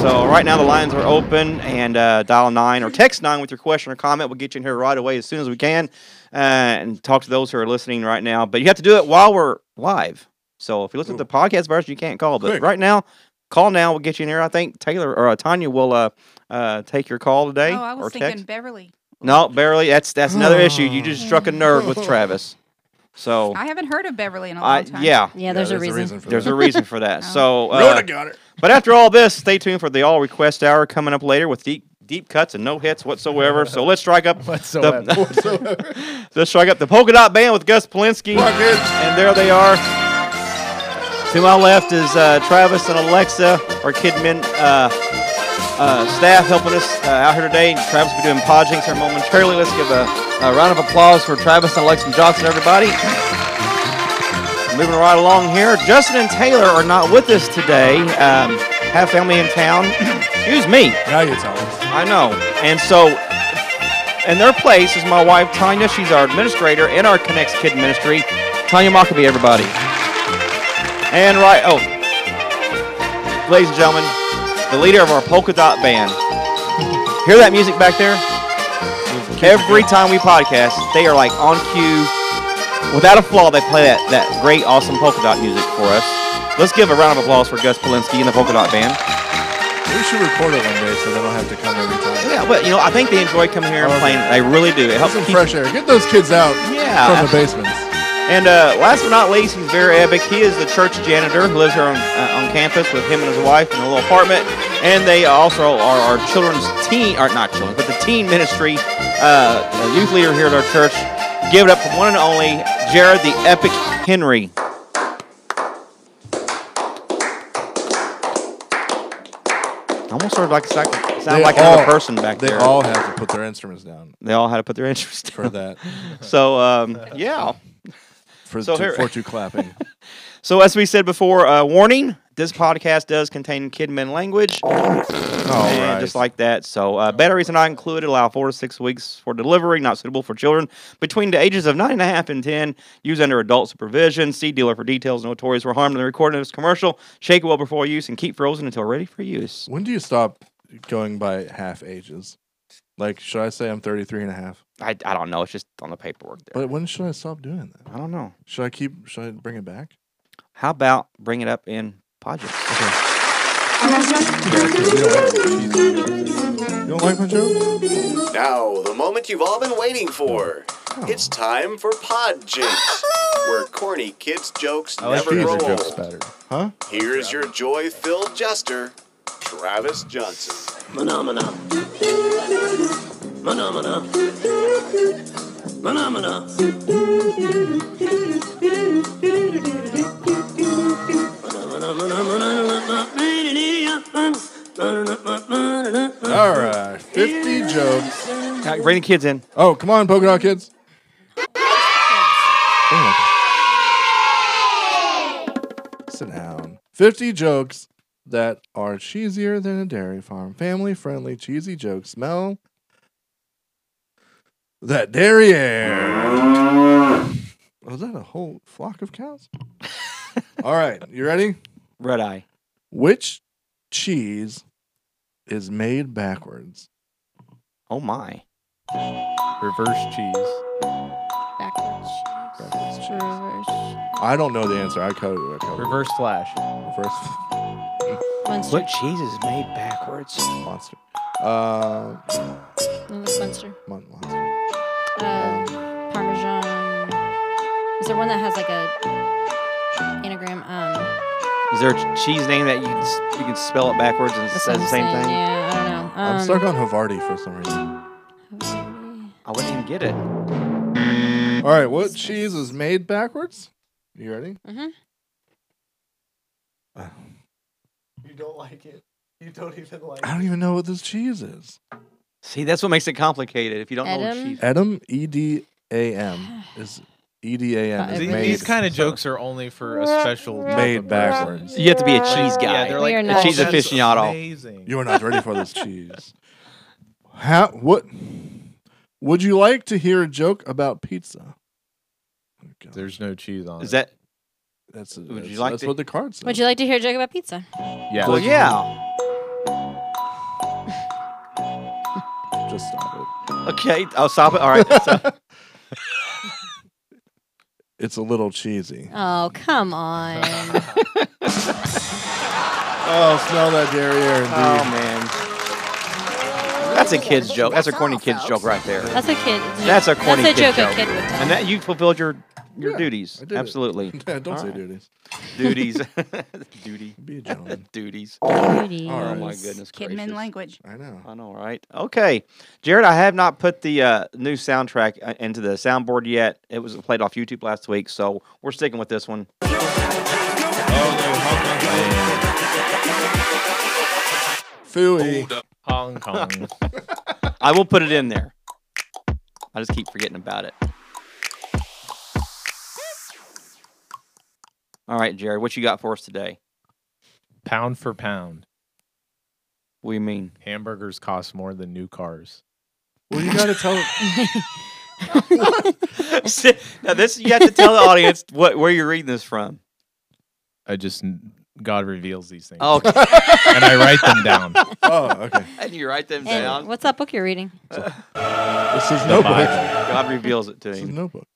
[SPEAKER 3] So right now the lines are open and uh, dial nine or text nine with your question or comment. We'll get you in here right away as soon as we can uh, and talk to those who are listening right now. But you have to do it while we're live. So if you listen to the podcast version, you can't call. But
[SPEAKER 2] Quick.
[SPEAKER 3] right now, call now. We'll get you in here. I think Taylor or uh, Tanya will uh, uh, take your call today
[SPEAKER 6] oh, I
[SPEAKER 3] or
[SPEAKER 6] was
[SPEAKER 3] text.
[SPEAKER 6] thinking Beverly.
[SPEAKER 3] No, barely. That's that's another issue. You just struck a nerve with Travis. So
[SPEAKER 6] I haven't heard of Beverly in a long
[SPEAKER 3] I
[SPEAKER 6] time. Oh.
[SPEAKER 3] yeah,
[SPEAKER 4] Yeah, there's, a, reason.
[SPEAKER 2] for
[SPEAKER 3] there's
[SPEAKER 2] that.
[SPEAKER 3] a reason for
[SPEAKER 6] [LAUGHS]
[SPEAKER 3] that. So
[SPEAKER 2] Rhoda
[SPEAKER 3] uh,
[SPEAKER 2] got it.
[SPEAKER 3] but after all this, stay tuned for the all request hour coming up later with deep deep cuts and no hits whatsoever. So let's strike up
[SPEAKER 5] Whatsoever.
[SPEAKER 3] the, let's strike up the polka dot band with Gus Polinski. And there they are. To my left is uh, Travis and Alexa, our Kidmin uh, uh, staff helping us uh, out here today. Travis will be doing podjinks here momentarily. Let's give a, a round of applause for Travis and Alexa Johnson, everybody. Moving right along here, Justin and Taylor are not with us today. Um, have family in town. [CLEARS THROAT] Excuse me.
[SPEAKER 2] Now you tell us.
[SPEAKER 3] I know. And so, in their place is my wife, Tanya. She's our administrator in our Connects Kid Ministry. Tanya Mockaby, everybody. And right, oh, ladies and gentlemen, the leader of our polka dot band. Hear that music back there? Every time we podcast, they are like on cue. Without a flaw, they play that, that great, awesome polka dot music for us. Let's give a round of applause for Gus Polinski and the polka dot band.
[SPEAKER 2] We should record it one day so they don't have to come every time.
[SPEAKER 3] Yeah, but you know, I think they enjoy coming here and
[SPEAKER 2] Okay.
[SPEAKER 3] playing. They really do. It
[SPEAKER 2] Get
[SPEAKER 3] helps
[SPEAKER 2] some
[SPEAKER 3] keep
[SPEAKER 2] fresh air. Get those kids out
[SPEAKER 3] Yeah.
[SPEAKER 2] from the basements.
[SPEAKER 3] And uh, last but not least, he's very epic. He is the church janitor who lives here on, uh, on campus with him and his wife in a little apartment. And they also are our children's teen, or not children, but the teen ministry uh, youth leader here at our church. Give it up for one and only Jared the Epic Henry. I Almost sort of like sound
[SPEAKER 2] They
[SPEAKER 3] like
[SPEAKER 2] all-
[SPEAKER 3] another person back
[SPEAKER 2] They
[SPEAKER 3] there.
[SPEAKER 2] all have to put their instruments down
[SPEAKER 3] they all had to put their [LAUGHS] interest
[SPEAKER 2] for
[SPEAKER 3] down.
[SPEAKER 2] that
[SPEAKER 3] So um, yeah.
[SPEAKER 2] for
[SPEAKER 3] So
[SPEAKER 2] two,
[SPEAKER 3] here-
[SPEAKER 2] for two clapping.
[SPEAKER 3] [LAUGHS] So, as we said before, uh, warning: this podcast does contain kidmin language,
[SPEAKER 2] All
[SPEAKER 3] and
[SPEAKER 2] right.
[SPEAKER 3] just like that. So, uh, batteries are not included. Allow four to six weeks for delivery. Not suitable for children between the ages of nine and a half and ten. Use under adult supervision. See dealer for details. No toys were harmed in the recording of this commercial. Shake well before use and keep frozen until ready for use.
[SPEAKER 2] when do you stop going by half ages? Like, should I say I'm 33 and a half?
[SPEAKER 3] I, I don't know. It's just on the paperwork there.
[SPEAKER 2] But when should I stop doing that?
[SPEAKER 3] I don't know.
[SPEAKER 2] Should I keep? Should I bring it back?
[SPEAKER 3] How about bring it up in podcasts?
[SPEAKER 2] You don't like my jokes?
[SPEAKER 1] Now, the moment you've all been waiting for. It's time for Pod Jinx, where corny kids' jokes
[SPEAKER 5] I like
[SPEAKER 1] never
[SPEAKER 5] these
[SPEAKER 1] grow
[SPEAKER 5] are
[SPEAKER 1] old.
[SPEAKER 5] jokes better.
[SPEAKER 2] Huh?
[SPEAKER 1] Here's your joy-filled jester, Travis Johnson.
[SPEAKER 9] Phenomena. Phenomena. Phenomena.
[SPEAKER 2] All right, 50 jokes.
[SPEAKER 3] Uh, Bring the kids in.
[SPEAKER 2] Oh, come on, polka dot kids. Sit down. 50 jokes that are cheesier than a dairy farm. Family friendly, cheesy jokes. Smell that dairy Was that a whole flock of
[SPEAKER 5] [LAUGHS]
[SPEAKER 2] cows? All right, you ready?
[SPEAKER 3] Red eye.
[SPEAKER 2] Which cheese is made backwards?
[SPEAKER 3] Oh my. [LAUGHS]
[SPEAKER 5] Reverse cheese.
[SPEAKER 4] Backwards.
[SPEAKER 2] Backwards cheese.
[SPEAKER 4] Reverse.
[SPEAKER 2] I don't know the answer. I covered it. I covered
[SPEAKER 5] Reverse flash.
[SPEAKER 2] it. Reverse.
[SPEAKER 4] Munster.
[SPEAKER 3] What cheese is made backwards?
[SPEAKER 2] Monster. Uh,
[SPEAKER 4] No, that's Munster.
[SPEAKER 2] mon- monster.
[SPEAKER 4] Uh, Parmesan. Is there one that has like a anagram? Um,
[SPEAKER 3] Is there a ch- cheese name that you can, s- you can spell it backwards and it
[SPEAKER 4] that's
[SPEAKER 3] says
[SPEAKER 4] what
[SPEAKER 3] the
[SPEAKER 4] I'm
[SPEAKER 3] same
[SPEAKER 4] saying.
[SPEAKER 3] thing?
[SPEAKER 4] Yeah, I don't know. Um,
[SPEAKER 2] I'm stuck on Havarti for some reason.
[SPEAKER 3] I wouldn't even get it.
[SPEAKER 2] All right, what cheese is made backwards? You ready? Uh.
[SPEAKER 4] Mhm.
[SPEAKER 5] You don't like it. You don't even like
[SPEAKER 2] I don't even know what this cheese is.
[SPEAKER 3] See, that's what makes it complicated. If you don't know
[SPEAKER 4] Adam?
[SPEAKER 3] cheese,
[SPEAKER 2] Edam, E D A M
[SPEAKER 4] [SIGHS]
[SPEAKER 2] is E D A M
[SPEAKER 4] Uh,
[SPEAKER 2] is
[SPEAKER 4] it
[SPEAKER 5] These,
[SPEAKER 4] made-
[SPEAKER 5] these
[SPEAKER 2] made
[SPEAKER 5] kind of jokes are only for a special type
[SPEAKER 2] made
[SPEAKER 5] of person.
[SPEAKER 2] backwards.
[SPEAKER 3] you have to be a cheese guy.
[SPEAKER 5] Yeah, they're
[SPEAKER 4] We are
[SPEAKER 5] like
[SPEAKER 4] not-
[SPEAKER 5] "Oh,
[SPEAKER 4] Cheese
[SPEAKER 5] that's
[SPEAKER 3] aficionado."
[SPEAKER 5] Amazing.
[SPEAKER 2] You are not ready for this cheese. How? What? Would you like to hear a joke about pizza? Oh, God.
[SPEAKER 5] There's no cheese on
[SPEAKER 3] is
[SPEAKER 5] it.
[SPEAKER 3] that
[SPEAKER 2] that's
[SPEAKER 3] would you
[SPEAKER 2] that's-
[SPEAKER 3] like
[SPEAKER 2] that's
[SPEAKER 3] to-
[SPEAKER 2] what the card says.
[SPEAKER 4] Would you like to hear a joke about pizza?
[SPEAKER 5] Yeah.
[SPEAKER 3] well? Yeah.
[SPEAKER 2] Just stop it.
[SPEAKER 3] Okay, I'll stop it. All right. So,
[SPEAKER 2] It's a little cheesy.
[SPEAKER 4] Oh,
[SPEAKER 3] [LAUGHS]
[SPEAKER 4] come on.
[SPEAKER 2] Oh, smell that dairy air indeed.
[SPEAKER 3] oh man, that's a kid's joke. That's a corny kid's joke right there.
[SPEAKER 4] That's a kid.
[SPEAKER 3] That's a corny
[SPEAKER 4] That's a
[SPEAKER 3] kid
[SPEAKER 4] joke,
[SPEAKER 3] joke.
[SPEAKER 4] a kid would tell.
[SPEAKER 3] And that you fulfilled your your
[SPEAKER 2] Yeah, I
[SPEAKER 3] duties.
[SPEAKER 2] did it.
[SPEAKER 3] Absolutely.
[SPEAKER 2] [LAUGHS] Yeah, don't
[SPEAKER 3] All
[SPEAKER 2] say
[SPEAKER 3] right.
[SPEAKER 2] duties.
[SPEAKER 3] Duties. [LAUGHS] Duty.
[SPEAKER 2] Be a gentleman.
[SPEAKER 3] Duties.
[SPEAKER 4] Beauties.
[SPEAKER 3] Oh my goodness
[SPEAKER 6] Kidman
[SPEAKER 3] gracious.
[SPEAKER 6] language.
[SPEAKER 2] I know.
[SPEAKER 3] I know, right? Okay, Jared, I have not put the uh, new soundtrack uh, into the soundboard yet. It was played off YouTube last week, so we're sticking with this one.
[SPEAKER 2] Phooey.
[SPEAKER 5] Hong Kong.
[SPEAKER 3] I will put it in there. I just keep forgetting about it. All right, Jared, what you got for us today?
[SPEAKER 5] pound for pound,
[SPEAKER 3] What do you [LAUGHS] mean?
[SPEAKER 5] hamburgers cost more than new cars.
[SPEAKER 2] Well, you gotta tell.
[SPEAKER 3] [LAUGHS] [LAUGHS] now this you have to tell the audience what where you're reading this from.
[SPEAKER 5] I just n- God reveals these things.
[SPEAKER 3] Okay.
[SPEAKER 5] and I write them down.
[SPEAKER 2] Oh, okay.
[SPEAKER 3] and [LAUGHS] you write them
[SPEAKER 4] And
[SPEAKER 3] down.
[SPEAKER 4] what's that book you're reading?
[SPEAKER 2] This is
[SPEAKER 5] The
[SPEAKER 2] notebook.
[SPEAKER 5] Bible.
[SPEAKER 3] God reveals it to
[SPEAKER 2] This is
[SPEAKER 3] him.
[SPEAKER 2] notebook.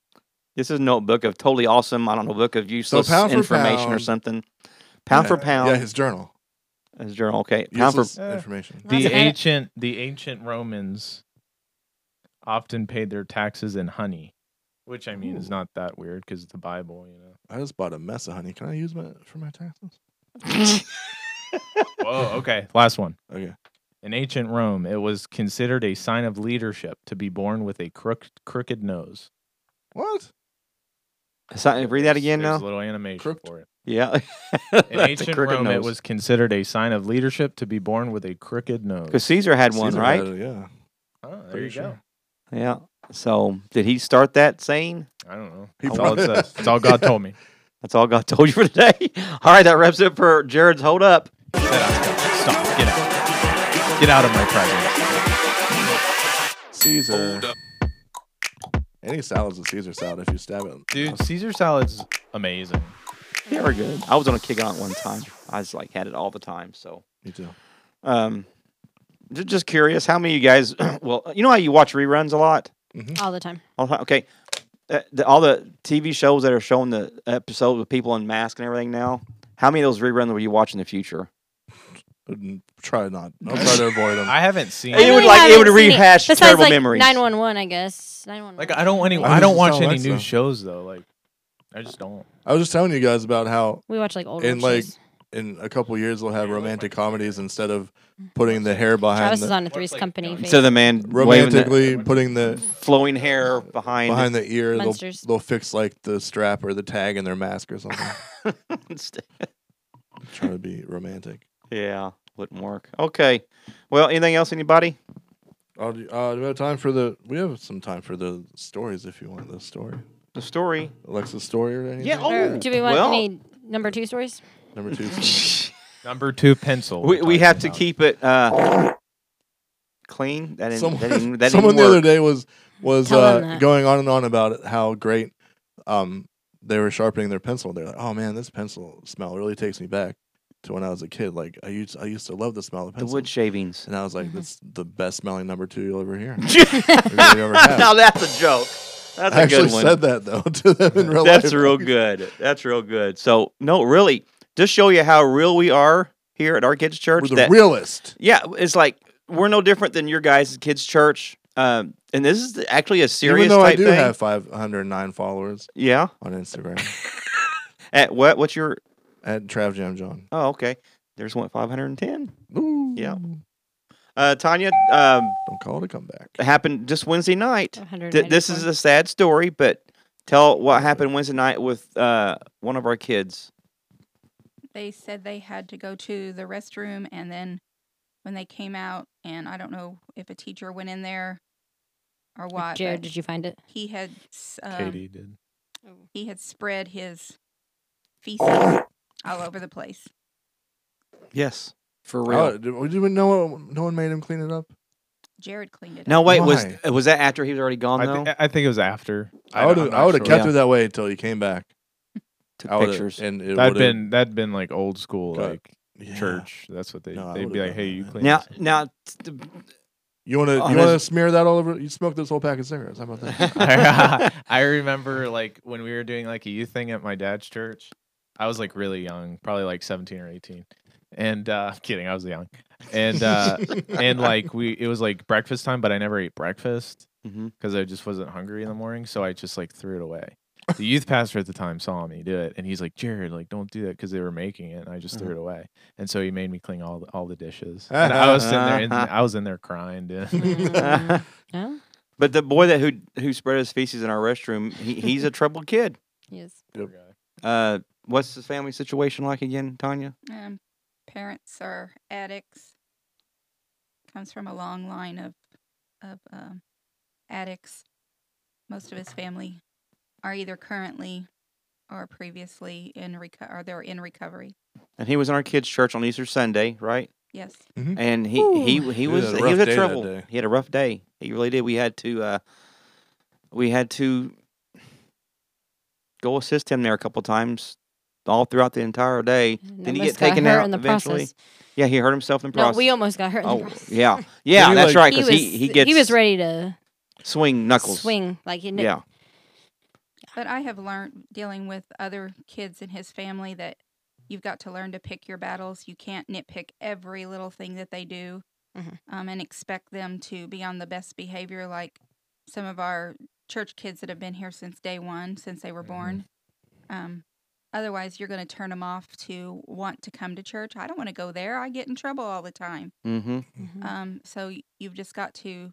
[SPEAKER 3] This is a notebook of totally awesome. I don't know, book of useless
[SPEAKER 2] pound for
[SPEAKER 3] information or
[SPEAKER 2] pound-
[SPEAKER 3] something. Pound for
[SPEAKER 2] Yeah,
[SPEAKER 3] pound.
[SPEAKER 2] Yeah, his journal.
[SPEAKER 3] His journal. Okay. Pound for
[SPEAKER 2] Useless information.
[SPEAKER 4] That's
[SPEAKER 5] The
[SPEAKER 4] about it.
[SPEAKER 5] ancient the ancient Romans often paid their taxes in honey, which I mean is
[SPEAKER 2] Ooh.
[SPEAKER 5] not that weird because the Bible, you know.
[SPEAKER 2] I just bought a mess of honey. Can I use my for my taxes?
[SPEAKER 5] Whoa, okay. Last one.
[SPEAKER 2] Okay.
[SPEAKER 5] In ancient Rome, it was considered a sign of leadership to be born with a crook, crooked nose.
[SPEAKER 2] What?
[SPEAKER 3] So- read that
[SPEAKER 5] There's-
[SPEAKER 3] again
[SPEAKER 5] there's
[SPEAKER 3] now.
[SPEAKER 5] A little animation
[SPEAKER 2] Crooked-
[SPEAKER 5] for it.
[SPEAKER 2] [LAUGHS]
[SPEAKER 3] Yeah. [LAUGHS]
[SPEAKER 5] In
[SPEAKER 3] That's a
[SPEAKER 5] ancient
[SPEAKER 3] crooked
[SPEAKER 5] Rome, it
[SPEAKER 3] nose.
[SPEAKER 5] was considered a sign of leadership to be born with a crooked
[SPEAKER 3] because
[SPEAKER 5] nose.
[SPEAKER 3] Caesar had one,
[SPEAKER 2] Caesar
[SPEAKER 3] right?
[SPEAKER 2] had it, yeah.
[SPEAKER 5] Oh, there
[SPEAKER 2] Pretty
[SPEAKER 5] you go.
[SPEAKER 2] sure.
[SPEAKER 3] Yeah. So did he start that saying?
[SPEAKER 5] I don't know.
[SPEAKER 2] He
[SPEAKER 5] That's all it
[SPEAKER 2] probably-
[SPEAKER 5] says. That's all God told me.
[SPEAKER 3] That's all God [LAUGHS] told you for today. All right, that wraps it for Jared's hold up.
[SPEAKER 5] Stop. Get out. Get out of my presence.
[SPEAKER 2] Caesar. Any salad's a Caesar salad if you stab it.
[SPEAKER 5] Dude, Caesar salad's amazing.
[SPEAKER 3] They were good. I was on a kick on it one time. I was like had it all the time. So
[SPEAKER 2] Me too.
[SPEAKER 3] um ju- just curious, how many of you guys [CLEARS THROAT] well you know how you watch reruns a lot?
[SPEAKER 4] All the time.
[SPEAKER 3] All the time- Okay. Uh, the, all the TV shows that are showing the episodes with people in masks and everything now, how many of those reruns will you watch in the future?
[SPEAKER 2] Wouldn't- Try not.
[SPEAKER 3] [LAUGHS]
[SPEAKER 2] I'll try to avoid them.
[SPEAKER 5] I haven't seen
[SPEAKER 3] It
[SPEAKER 4] I
[SPEAKER 3] would
[SPEAKER 4] really
[SPEAKER 3] like- it would
[SPEAKER 4] haven't seen
[SPEAKER 3] rehash
[SPEAKER 4] Besides,
[SPEAKER 3] terrible
[SPEAKER 4] like,
[SPEAKER 3] memories.
[SPEAKER 4] 911, I guess. 911.
[SPEAKER 5] like I don't any
[SPEAKER 2] I
[SPEAKER 5] I don't
[SPEAKER 2] just
[SPEAKER 5] watch
[SPEAKER 2] don't
[SPEAKER 5] any
[SPEAKER 2] like
[SPEAKER 5] new
[SPEAKER 2] them.
[SPEAKER 5] shows though. Like I just don't.
[SPEAKER 2] I was just telling you guys about how
[SPEAKER 4] We watch like old
[SPEAKER 2] And,
[SPEAKER 4] and
[SPEAKER 2] like, in a couple years they'll have romantic comedies instead of putting the hair behind
[SPEAKER 4] Travis is
[SPEAKER 2] the
[SPEAKER 4] on a Three's
[SPEAKER 5] like,
[SPEAKER 4] Company.
[SPEAKER 5] you know,
[SPEAKER 4] phase.
[SPEAKER 3] So the man waving the
[SPEAKER 2] romantically putting the
[SPEAKER 3] flowing hair behind,
[SPEAKER 2] behind the ear. They'll,
[SPEAKER 4] Munsters.
[SPEAKER 2] they'll fix like the strap or the tag in their mask or
[SPEAKER 4] [LAUGHS]
[SPEAKER 2] something.
[SPEAKER 3] [LAUGHS]
[SPEAKER 2] Trying to be romantic.
[SPEAKER 3] yeah, wouldn't work. Okay. Well, anything else, anybody?
[SPEAKER 2] Oh, do- Uh, do we have time for the? We have some time for the stories if you want the story.
[SPEAKER 3] The story.
[SPEAKER 2] Alexa's story or anything?
[SPEAKER 3] Yeah,
[SPEAKER 4] Or do we want
[SPEAKER 3] Well-
[SPEAKER 4] any number two stories?
[SPEAKER 2] Number two.
[SPEAKER 5] Number two pencil.
[SPEAKER 3] We,
[SPEAKER 5] we're
[SPEAKER 3] we have to
[SPEAKER 5] talking
[SPEAKER 3] keep it uh, clean. That didn't,
[SPEAKER 2] Someone,
[SPEAKER 3] that
[SPEAKER 2] [LAUGHS]
[SPEAKER 3] didn't, that didn't
[SPEAKER 2] someone the other
[SPEAKER 3] work.
[SPEAKER 2] day was was
[SPEAKER 4] Tell them
[SPEAKER 2] uh,
[SPEAKER 4] that.
[SPEAKER 2] going on and on about it, how great um, they were sharpening their pencil. They're like, "Oh man, this pencil smell really takes me back to when I was a kid. Like I used I used to love the smell of
[SPEAKER 3] the
[SPEAKER 2] pencil."
[SPEAKER 3] wood shavings.
[SPEAKER 2] [LAUGHS] and I was
[SPEAKER 4] Mm-hmm.
[SPEAKER 2] like, "That's the best smelling number two you'll ever
[SPEAKER 3] [LAUGHS]
[SPEAKER 2] hear." You'll ever have."
[SPEAKER 3] now that's a joke. That's
[SPEAKER 2] I
[SPEAKER 3] a good
[SPEAKER 2] actually
[SPEAKER 3] one.
[SPEAKER 2] said that though [LAUGHS] to them in real life.
[SPEAKER 3] that's real good. That's real good. So no, really, just show you how real we are here at our kids' church.
[SPEAKER 2] We're the
[SPEAKER 3] that-
[SPEAKER 2] realest.
[SPEAKER 3] yeah, it's like we're no different than your guys' kids' church. Um, and this is actually a serious
[SPEAKER 2] Even though
[SPEAKER 3] type
[SPEAKER 2] I do
[SPEAKER 3] thing.
[SPEAKER 2] have 509 followers
[SPEAKER 3] yeah. [LAUGHS]
[SPEAKER 2] on Instagram
[SPEAKER 3] At what? What's your?
[SPEAKER 2] at Trav Jam John.
[SPEAKER 3] Oh, okay. There's one 510.
[SPEAKER 2] Ooh,
[SPEAKER 3] Yeah. Uh, Tanya, um,
[SPEAKER 2] Don't call it a comeback.
[SPEAKER 3] happened just Wednesday night. Th-
[SPEAKER 4] 194.
[SPEAKER 3] this is a sad story, but tell what happened Wednesday night with uh, one of our kids.
[SPEAKER 6] They said they had to go to the restroom, and then when they came out, and I don't know if a teacher went in there or what.
[SPEAKER 4] Jared,
[SPEAKER 6] but
[SPEAKER 4] did you find it?
[SPEAKER 6] he had s- um,
[SPEAKER 5] Katie did.
[SPEAKER 6] he had spread his
[SPEAKER 3] [COUGHS]
[SPEAKER 6] feces all over the place.
[SPEAKER 3] Yes, for
[SPEAKER 2] Oh, did, did we, no, one- no one made him clean it up?
[SPEAKER 6] Jared cleaned it.
[SPEAKER 3] No,
[SPEAKER 6] up.
[SPEAKER 3] wait, was
[SPEAKER 2] Why?
[SPEAKER 3] was that after he was already gone
[SPEAKER 5] I,
[SPEAKER 3] though?
[SPEAKER 5] thi- I think it was after.
[SPEAKER 2] I would have
[SPEAKER 5] I'm
[SPEAKER 2] I
[SPEAKER 5] not
[SPEAKER 2] would have
[SPEAKER 5] sure.
[SPEAKER 2] kept
[SPEAKER 3] Yeah.
[SPEAKER 2] it that way until he came back.
[SPEAKER 3] Took
[SPEAKER 2] I would've-
[SPEAKER 3] pictures.
[SPEAKER 2] and it
[SPEAKER 5] That'd
[SPEAKER 2] would've-
[SPEAKER 5] been that'd been like old school
[SPEAKER 2] Got-
[SPEAKER 5] like
[SPEAKER 2] yeah.
[SPEAKER 5] church. That's what they
[SPEAKER 2] No, I
[SPEAKER 5] they'd
[SPEAKER 2] would've
[SPEAKER 5] be like,
[SPEAKER 2] done
[SPEAKER 5] hey,
[SPEAKER 2] that.
[SPEAKER 5] you clean.
[SPEAKER 3] Now,
[SPEAKER 5] this."
[SPEAKER 3] now, t- [LAUGHS] t-
[SPEAKER 2] You want to
[SPEAKER 3] Oh,
[SPEAKER 2] you want to
[SPEAKER 3] that's-
[SPEAKER 2] smear that all over? You smoke this whole pack of cigarettes. How about that?
[SPEAKER 5] I I remember like when we were doing like a youth thing at my dad's church. I was like really young, probably like 17 or 18. And uh [LAUGHS] I'm kidding, I was young. And uh [LAUGHS] and like we it was like breakfast time, but I never ate breakfast
[SPEAKER 3] Mhm.
[SPEAKER 5] because I just wasn't hungry in the morning, so I just like threw it away. The youth pastor at the time saw me do it and he's like, "Jared, like don't do that because they were making it." And I just threw it away. And so he made me clean all the, all the dishes. And I was sitting there and I was in there crying,
[SPEAKER 4] [LAUGHS]
[SPEAKER 5] dude.
[SPEAKER 4] Mm, no?
[SPEAKER 3] but the boy that who who spread his feces in our restroom, he, he's a troubled kid.
[SPEAKER 4] [LAUGHS] Yes.
[SPEAKER 3] Uh, what's his family situation like again, Tanya?
[SPEAKER 6] Um, parents are addicts. Comes from a long line of of um, addicts. Most of his family are either currently or previously in reco- or they're in recovery.
[SPEAKER 3] And he was in our kids' church on Easter Sunday, right?
[SPEAKER 6] Yes.
[SPEAKER 3] and he he he
[SPEAKER 2] had
[SPEAKER 3] was
[SPEAKER 2] a
[SPEAKER 3] he was
[SPEAKER 2] rough day
[SPEAKER 3] in
[SPEAKER 2] that
[SPEAKER 3] trouble.
[SPEAKER 2] day.
[SPEAKER 3] He had a rough day. He really did. We had to uh, we had to go assist him there a couple times all throughout the entire day.
[SPEAKER 4] And
[SPEAKER 3] Then he
[SPEAKER 4] almost
[SPEAKER 3] get
[SPEAKER 4] got
[SPEAKER 3] taken
[SPEAKER 4] hurt
[SPEAKER 3] out
[SPEAKER 4] in the
[SPEAKER 3] eventually.
[SPEAKER 4] process.
[SPEAKER 3] Yeah, he hurt himself in the
[SPEAKER 4] No,
[SPEAKER 3] process.
[SPEAKER 4] we almost got hurt in the
[SPEAKER 3] oh,
[SPEAKER 4] process.
[SPEAKER 3] yeah, yeah,
[SPEAKER 2] you,
[SPEAKER 3] that's
[SPEAKER 2] like-
[SPEAKER 3] right. Because he,
[SPEAKER 4] was-
[SPEAKER 3] he gets
[SPEAKER 4] he was ready to
[SPEAKER 3] swing knuckles.
[SPEAKER 4] swing like he kn-
[SPEAKER 3] Yeah,
[SPEAKER 6] But I have learned dealing with other kids in his family that you've got to learn to pick your battles. You can't nitpick every little thing that they do
[SPEAKER 4] Mhm.
[SPEAKER 6] um, and expect them to be on the best behavior, like some of our church kids that have been here since day one, since they were
[SPEAKER 5] Mhm.
[SPEAKER 6] born. Um, otherwise, you're going to turn them off to want to come to church. I don't want to go there. I get in trouble all the time.
[SPEAKER 3] mm-hmm.
[SPEAKER 4] Mhm.
[SPEAKER 6] Um, so y- you've just got to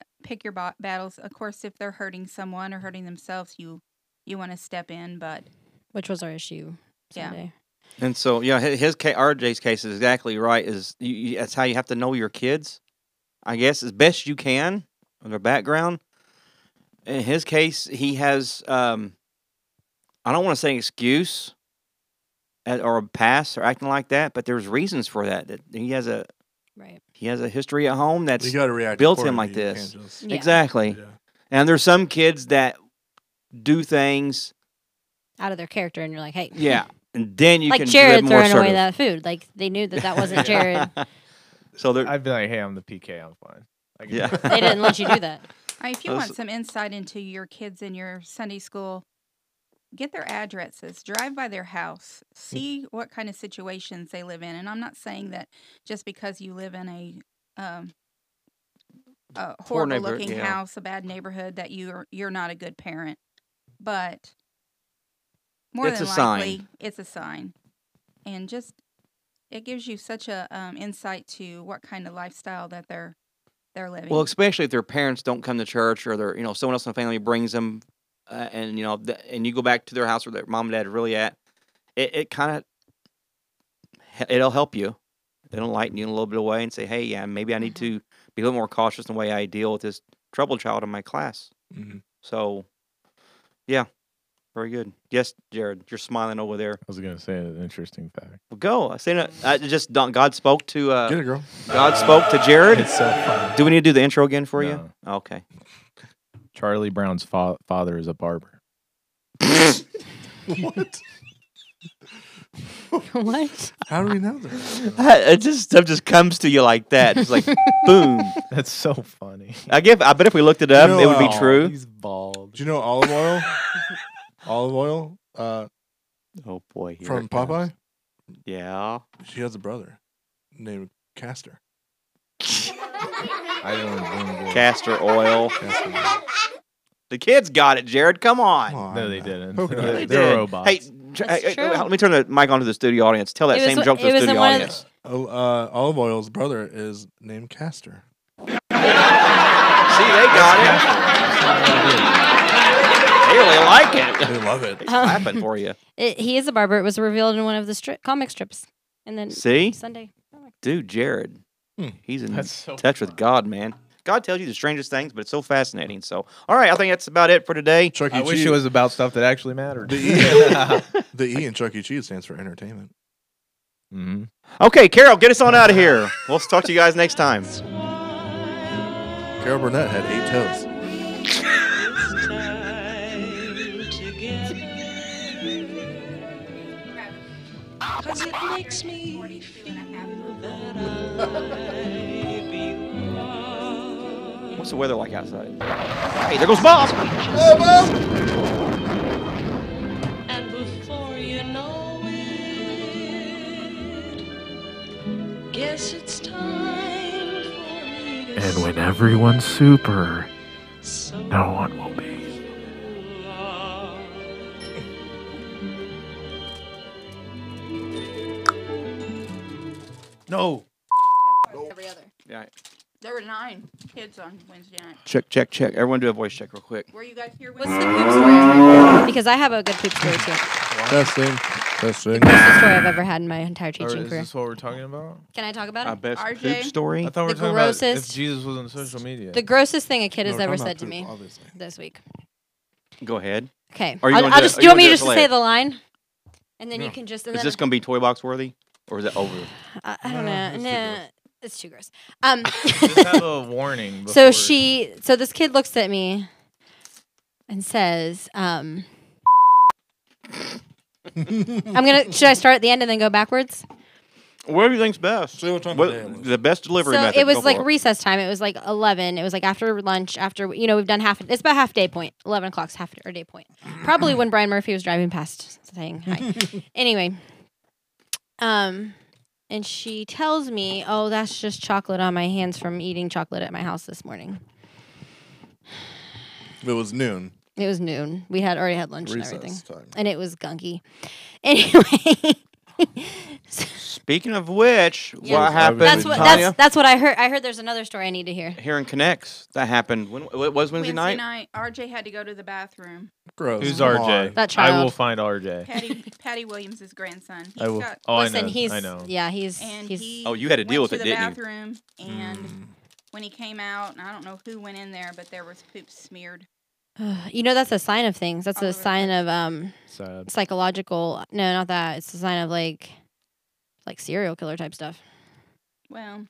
[SPEAKER 6] uh, pick your bo- battles. Of course, if they're hurting someone or hurting themselves, you you want to step in. But
[SPEAKER 4] which was our issue.
[SPEAKER 6] Yeah.
[SPEAKER 4] Sunday.
[SPEAKER 3] And so yeah, hi- his ca- RJ's case is exactly right. Is you, you, that's how you have to know your kids, I guess, as best you can and their background. In his case, he has um, I don't want to say excuse at, or a pass or acting like that, but there's reasons for that. That he has a
[SPEAKER 4] right?
[SPEAKER 3] he has a history at home that's
[SPEAKER 2] [LAUGHS] you got to react.
[SPEAKER 3] built him
[SPEAKER 2] accordingly.
[SPEAKER 3] like
[SPEAKER 2] You
[SPEAKER 3] this.
[SPEAKER 2] can't just-
[SPEAKER 4] Yeah.
[SPEAKER 3] exactly.
[SPEAKER 2] yeah.
[SPEAKER 3] And there's some kids that do things,
[SPEAKER 4] Out of their character, and you're like, hey, [LAUGHS]
[SPEAKER 3] yeah, and then you
[SPEAKER 4] like
[SPEAKER 3] can live
[SPEAKER 4] Jared
[SPEAKER 3] more
[SPEAKER 4] throwing away
[SPEAKER 3] assertive.
[SPEAKER 4] that food. Like they knew that that wasn't Jared.
[SPEAKER 3] [LAUGHS] so
[SPEAKER 4] [LAUGHS]
[SPEAKER 3] there,
[SPEAKER 5] I'd be like, hey, I'm the PK. I'm fine. I can do
[SPEAKER 3] Yeah.
[SPEAKER 5] [LAUGHS] it."
[SPEAKER 4] they didn't let you do that.
[SPEAKER 6] I mean, if you
[SPEAKER 3] Those-
[SPEAKER 6] want some insight into your kids in your Sunday school, get their addresses, drive by their house,
[SPEAKER 3] Mm.
[SPEAKER 6] see what kind of situations they live in. And I'm not saying that just because you live in a um, a
[SPEAKER 3] Poor
[SPEAKER 6] horrible
[SPEAKER 3] neighbor-
[SPEAKER 6] looking
[SPEAKER 3] yeah.
[SPEAKER 6] house, a bad neighborhood, that you're you're not a good parent, but more
[SPEAKER 3] It's
[SPEAKER 6] than
[SPEAKER 3] a sign.
[SPEAKER 6] likely, it's a sign, and just it gives you such a um, insight to what kind of lifestyle that they're they're living.
[SPEAKER 3] Well, especially if their parents don't come to church or their, you know, someone else in the family brings them, uh, and you know, th- and you go back to their house where their mom and dad are really at, it, it kind of, it'll help you. It'll lighten you in a little bit of way and say, hey, yeah, maybe I need
[SPEAKER 4] Uh-huh.
[SPEAKER 3] to be a little more cautious in the way I deal with this troubled child in my class.
[SPEAKER 2] Mhm.
[SPEAKER 3] So, yeah, very good. Yes, Jared, you're smiling over there.
[SPEAKER 5] I was gonna say an interesting fact.
[SPEAKER 3] Well, go. I seen it. I just don't- God spoke to
[SPEAKER 2] Get
[SPEAKER 3] uh,
[SPEAKER 2] it,
[SPEAKER 5] [LAUGHS]
[SPEAKER 2] girl.
[SPEAKER 3] God spoke to Jared.
[SPEAKER 5] It's so funny.
[SPEAKER 3] Do we need to do the intro again for you?
[SPEAKER 5] No.
[SPEAKER 3] Okay.
[SPEAKER 5] Charlie Brown's fa- father is a barber.
[SPEAKER 2] what?
[SPEAKER 4] [LAUGHS] what?
[SPEAKER 2] [LAUGHS] How do we know that?
[SPEAKER 3] it just stuff just comes to you like that. Just [LAUGHS] like boom.
[SPEAKER 5] [LAUGHS] That's so funny.
[SPEAKER 3] I give. I bet if we looked it up,
[SPEAKER 2] know,
[SPEAKER 3] it would be
[SPEAKER 2] uh,
[SPEAKER 3] true.
[SPEAKER 5] He's bald.
[SPEAKER 2] Do you know olive
[SPEAKER 5] [LAUGHS]
[SPEAKER 2] oil? olive oil uh,
[SPEAKER 3] Oh boy, here
[SPEAKER 2] from
[SPEAKER 3] it comes.
[SPEAKER 2] Popeye.
[SPEAKER 3] Yeah.
[SPEAKER 2] She has a brother named Castor.
[SPEAKER 5] [LAUGHS] I don't know.
[SPEAKER 3] Castor oil.
[SPEAKER 2] Castor.
[SPEAKER 3] The kids got it, Jared. Come on.
[SPEAKER 2] Come on,
[SPEAKER 5] No, they
[SPEAKER 2] man.
[SPEAKER 5] didn't.
[SPEAKER 2] Poke it
[SPEAKER 5] They
[SPEAKER 2] out.
[SPEAKER 5] did.
[SPEAKER 3] They
[SPEAKER 5] They're
[SPEAKER 3] did.
[SPEAKER 5] robots.
[SPEAKER 3] Hey, J-
[SPEAKER 4] That's
[SPEAKER 3] hey, hey,
[SPEAKER 4] true.
[SPEAKER 3] let me turn the mic on to the studio audience. Tell that
[SPEAKER 4] It was
[SPEAKER 3] same
[SPEAKER 4] wh-
[SPEAKER 3] joke to
[SPEAKER 4] it
[SPEAKER 3] the
[SPEAKER 4] was in
[SPEAKER 3] studio
[SPEAKER 4] one of the-
[SPEAKER 3] audience.
[SPEAKER 2] Oh, Uh, olive oil's brother is named Castor.
[SPEAKER 3] See, they got it. they really like it.
[SPEAKER 2] They love
[SPEAKER 5] [LAUGHS]
[SPEAKER 2] it.
[SPEAKER 3] Clapping for you.
[SPEAKER 4] It, he is a barber. It was revealed in one of the strip, comic strips, and then
[SPEAKER 3] See,
[SPEAKER 4] Sunday. Oh
[SPEAKER 3] dude, Jared.
[SPEAKER 2] Hmm.
[SPEAKER 3] He's in
[SPEAKER 5] That's so
[SPEAKER 3] touch with God, man. God tells you the strangest things, but it's so fascinating. So, all right, I think that's about it for today.
[SPEAKER 2] Chuck E.
[SPEAKER 5] I
[SPEAKER 2] Cheese.
[SPEAKER 5] wish it was about stuff that actually mattered. [LAUGHS]
[SPEAKER 2] The E, the E in Chuck E. Cheese stands for entertainment.
[SPEAKER 5] hmm
[SPEAKER 3] Okay, Carol, get us on out of here. We'll talk to you guys next time.
[SPEAKER 2] Carol Burnett had eight toes.
[SPEAKER 3] What's the weather like outside? Hey, there goes Bob.
[SPEAKER 9] And before you know it, guess it's time for me to
[SPEAKER 10] And when everyone's super,
[SPEAKER 9] so
[SPEAKER 10] no one will be.
[SPEAKER 9] long.
[SPEAKER 5] No.
[SPEAKER 4] Every other.
[SPEAKER 3] Yeah.
[SPEAKER 6] There were nine kids on Wednesday night.
[SPEAKER 3] Check, check, check. Everyone do a voice check real quick.
[SPEAKER 6] Were you guys here
[SPEAKER 4] What's
[SPEAKER 6] Wednesday?
[SPEAKER 4] the poop story? Because I have a good poop story too.
[SPEAKER 2] Testing. Testing.
[SPEAKER 4] It's the story I've ever had in my entire
[SPEAKER 5] Or
[SPEAKER 4] teaching
[SPEAKER 5] is
[SPEAKER 4] career.
[SPEAKER 5] this what we're talking about?
[SPEAKER 4] Can I talk about it?
[SPEAKER 3] Our best
[SPEAKER 6] RJ?
[SPEAKER 3] poop story.
[SPEAKER 5] I thought we were
[SPEAKER 4] The
[SPEAKER 5] talking about if
[SPEAKER 4] grossest-
[SPEAKER 5] Jesus was on social media.
[SPEAKER 4] The grossest thing a kid has
[SPEAKER 2] No,
[SPEAKER 4] ever
[SPEAKER 2] come out
[SPEAKER 4] said to
[SPEAKER 2] poop,
[SPEAKER 4] me
[SPEAKER 2] Obviously.
[SPEAKER 4] this week.
[SPEAKER 3] Go ahead.
[SPEAKER 4] Okay.
[SPEAKER 3] Are you
[SPEAKER 4] I'll,
[SPEAKER 3] gonna
[SPEAKER 4] I'll
[SPEAKER 3] do it-
[SPEAKER 4] just.
[SPEAKER 3] are
[SPEAKER 4] Do
[SPEAKER 3] you
[SPEAKER 4] you
[SPEAKER 3] gonna
[SPEAKER 4] want me
[SPEAKER 3] do
[SPEAKER 4] to
[SPEAKER 3] it
[SPEAKER 4] just
[SPEAKER 3] till
[SPEAKER 4] say
[SPEAKER 3] later?
[SPEAKER 4] the line? And then you can just. And
[SPEAKER 3] Is
[SPEAKER 4] then
[SPEAKER 3] this going to be toy box worthy, or is it over?
[SPEAKER 4] I, I
[SPEAKER 2] No,
[SPEAKER 4] don't know.
[SPEAKER 2] that's too
[SPEAKER 4] Nah, it's too gross. Um.
[SPEAKER 5] Just have a [LAUGHS] warning.
[SPEAKER 4] so
[SPEAKER 5] before-
[SPEAKER 4] she. So this kid looks at me, and says, um, I'm gonna. Should I start at the end and then go backwards?
[SPEAKER 3] Whatever you think's best.
[SPEAKER 2] Say what time
[SPEAKER 3] What-
[SPEAKER 2] of day it was.
[SPEAKER 3] the best delivery
[SPEAKER 4] so
[SPEAKER 3] method.
[SPEAKER 4] it
[SPEAKER 3] Go
[SPEAKER 4] was like
[SPEAKER 3] for
[SPEAKER 4] recess time. It was like eleven. It was like after lunch. After you know we've done half. It's about half day point. Eleven o'clock's half or day point. Probably when Brian Murphy was driving past saying hi. anyway, um, and she tells me, "Oh, that's just chocolate on my hands from eating chocolate at my house this morning."
[SPEAKER 2] If it was noon,
[SPEAKER 4] It was noon. We had already had lunch and everything,
[SPEAKER 2] recess time.
[SPEAKER 4] and it was gunky. [LAUGHS] Anyway.
[SPEAKER 3] Speaking of which,
[SPEAKER 4] Yeah.
[SPEAKER 3] what
[SPEAKER 2] That's
[SPEAKER 3] happened?
[SPEAKER 4] That's
[SPEAKER 2] That's
[SPEAKER 4] what.
[SPEAKER 3] Tanya?
[SPEAKER 4] That's that's what I heard. I heard there's another story I need to hear.
[SPEAKER 3] here in Connects. That happened when it was Wednesday, night.
[SPEAKER 6] RJ had to go to the bathroom.
[SPEAKER 2] gross.
[SPEAKER 5] Who's
[SPEAKER 2] Come
[SPEAKER 5] RJ?
[SPEAKER 2] on.
[SPEAKER 4] That
[SPEAKER 5] I will
[SPEAKER 4] child.
[SPEAKER 5] find RJ.
[SPEAKER 6] Patty Patty Williams' grandson. He's
[SPEAKER 5] I will.
[SPEAKER 6] got-
[SPEAKER 5] Oh,
[SPEAKER 4] Listen,
[SPEAKER 5] I know.
[SPEAKER 4] he's
[SPEAKER 5] I know.
[SPEAKER 4] yeah, he's
[SPEAKER 6] and
[SPEAKER 4] he's
[SPEAKER 6] he
[SPEAKER 3] Oh, you had to deal
[SPEAKER 6] went
[SPEAKER 3] with
[SPEAKER 6] to
[SPEAKER 3] it,
[SPEAKER 6] the
[SPEAKER 3] didn't you? Mm.
[SPEAKER 6] bathroom, and when he came out, and I don't know who went in there, but there was poop smeared.
[SPEAKER 4] you know that's a sign of things. That's
[SPEAKER 6] All
[SPEAKER 4] a
[SPEAKER 6] over the
[SPEAKER 4] sign of um
[SPEAKER 5] Sad.
[SPEAKER 4] psychological. No, not that. It's a sign of like like serial killer type stuff.
[SPEAKER 6] Well,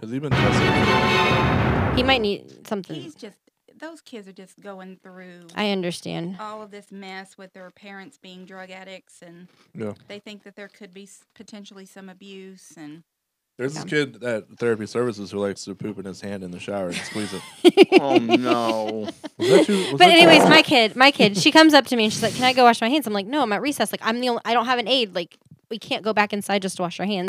[SPEAKER 2] Has he been tested?
[SPEAKER 4] He might need something.
[SPEAKER 6] he's just those kids are just going through
[SPEAKER 4] Hmm. I understand.
[SPEAKER 6] all of this mess with their parents being drug addicts, and
[SPEAKER 2] Yeah.
[SPEAKER 6] they think that there could be s- potentially some abuse. And
[SPEAKER 2] There's this kid at therapy services who likes to poop in his hand in the shower and squeeze it.
[SPEAKER 3] Oh no!
[SPEAKER 2] Was
[SPEAKER 4] [LAUGHS]
[SPEAKER 2] that you? was
[SPEAKER 4] But
[SPEAKER 2] that you?
[SPEAKER 4] anyways, my kid, my kid, she comes up to me and she's like, "Can I go wash my hands?" I'm like, "No, I'm at recess. Like, I'm the only, I don't have an aid. Like, we can't go back inside just to wash our hands."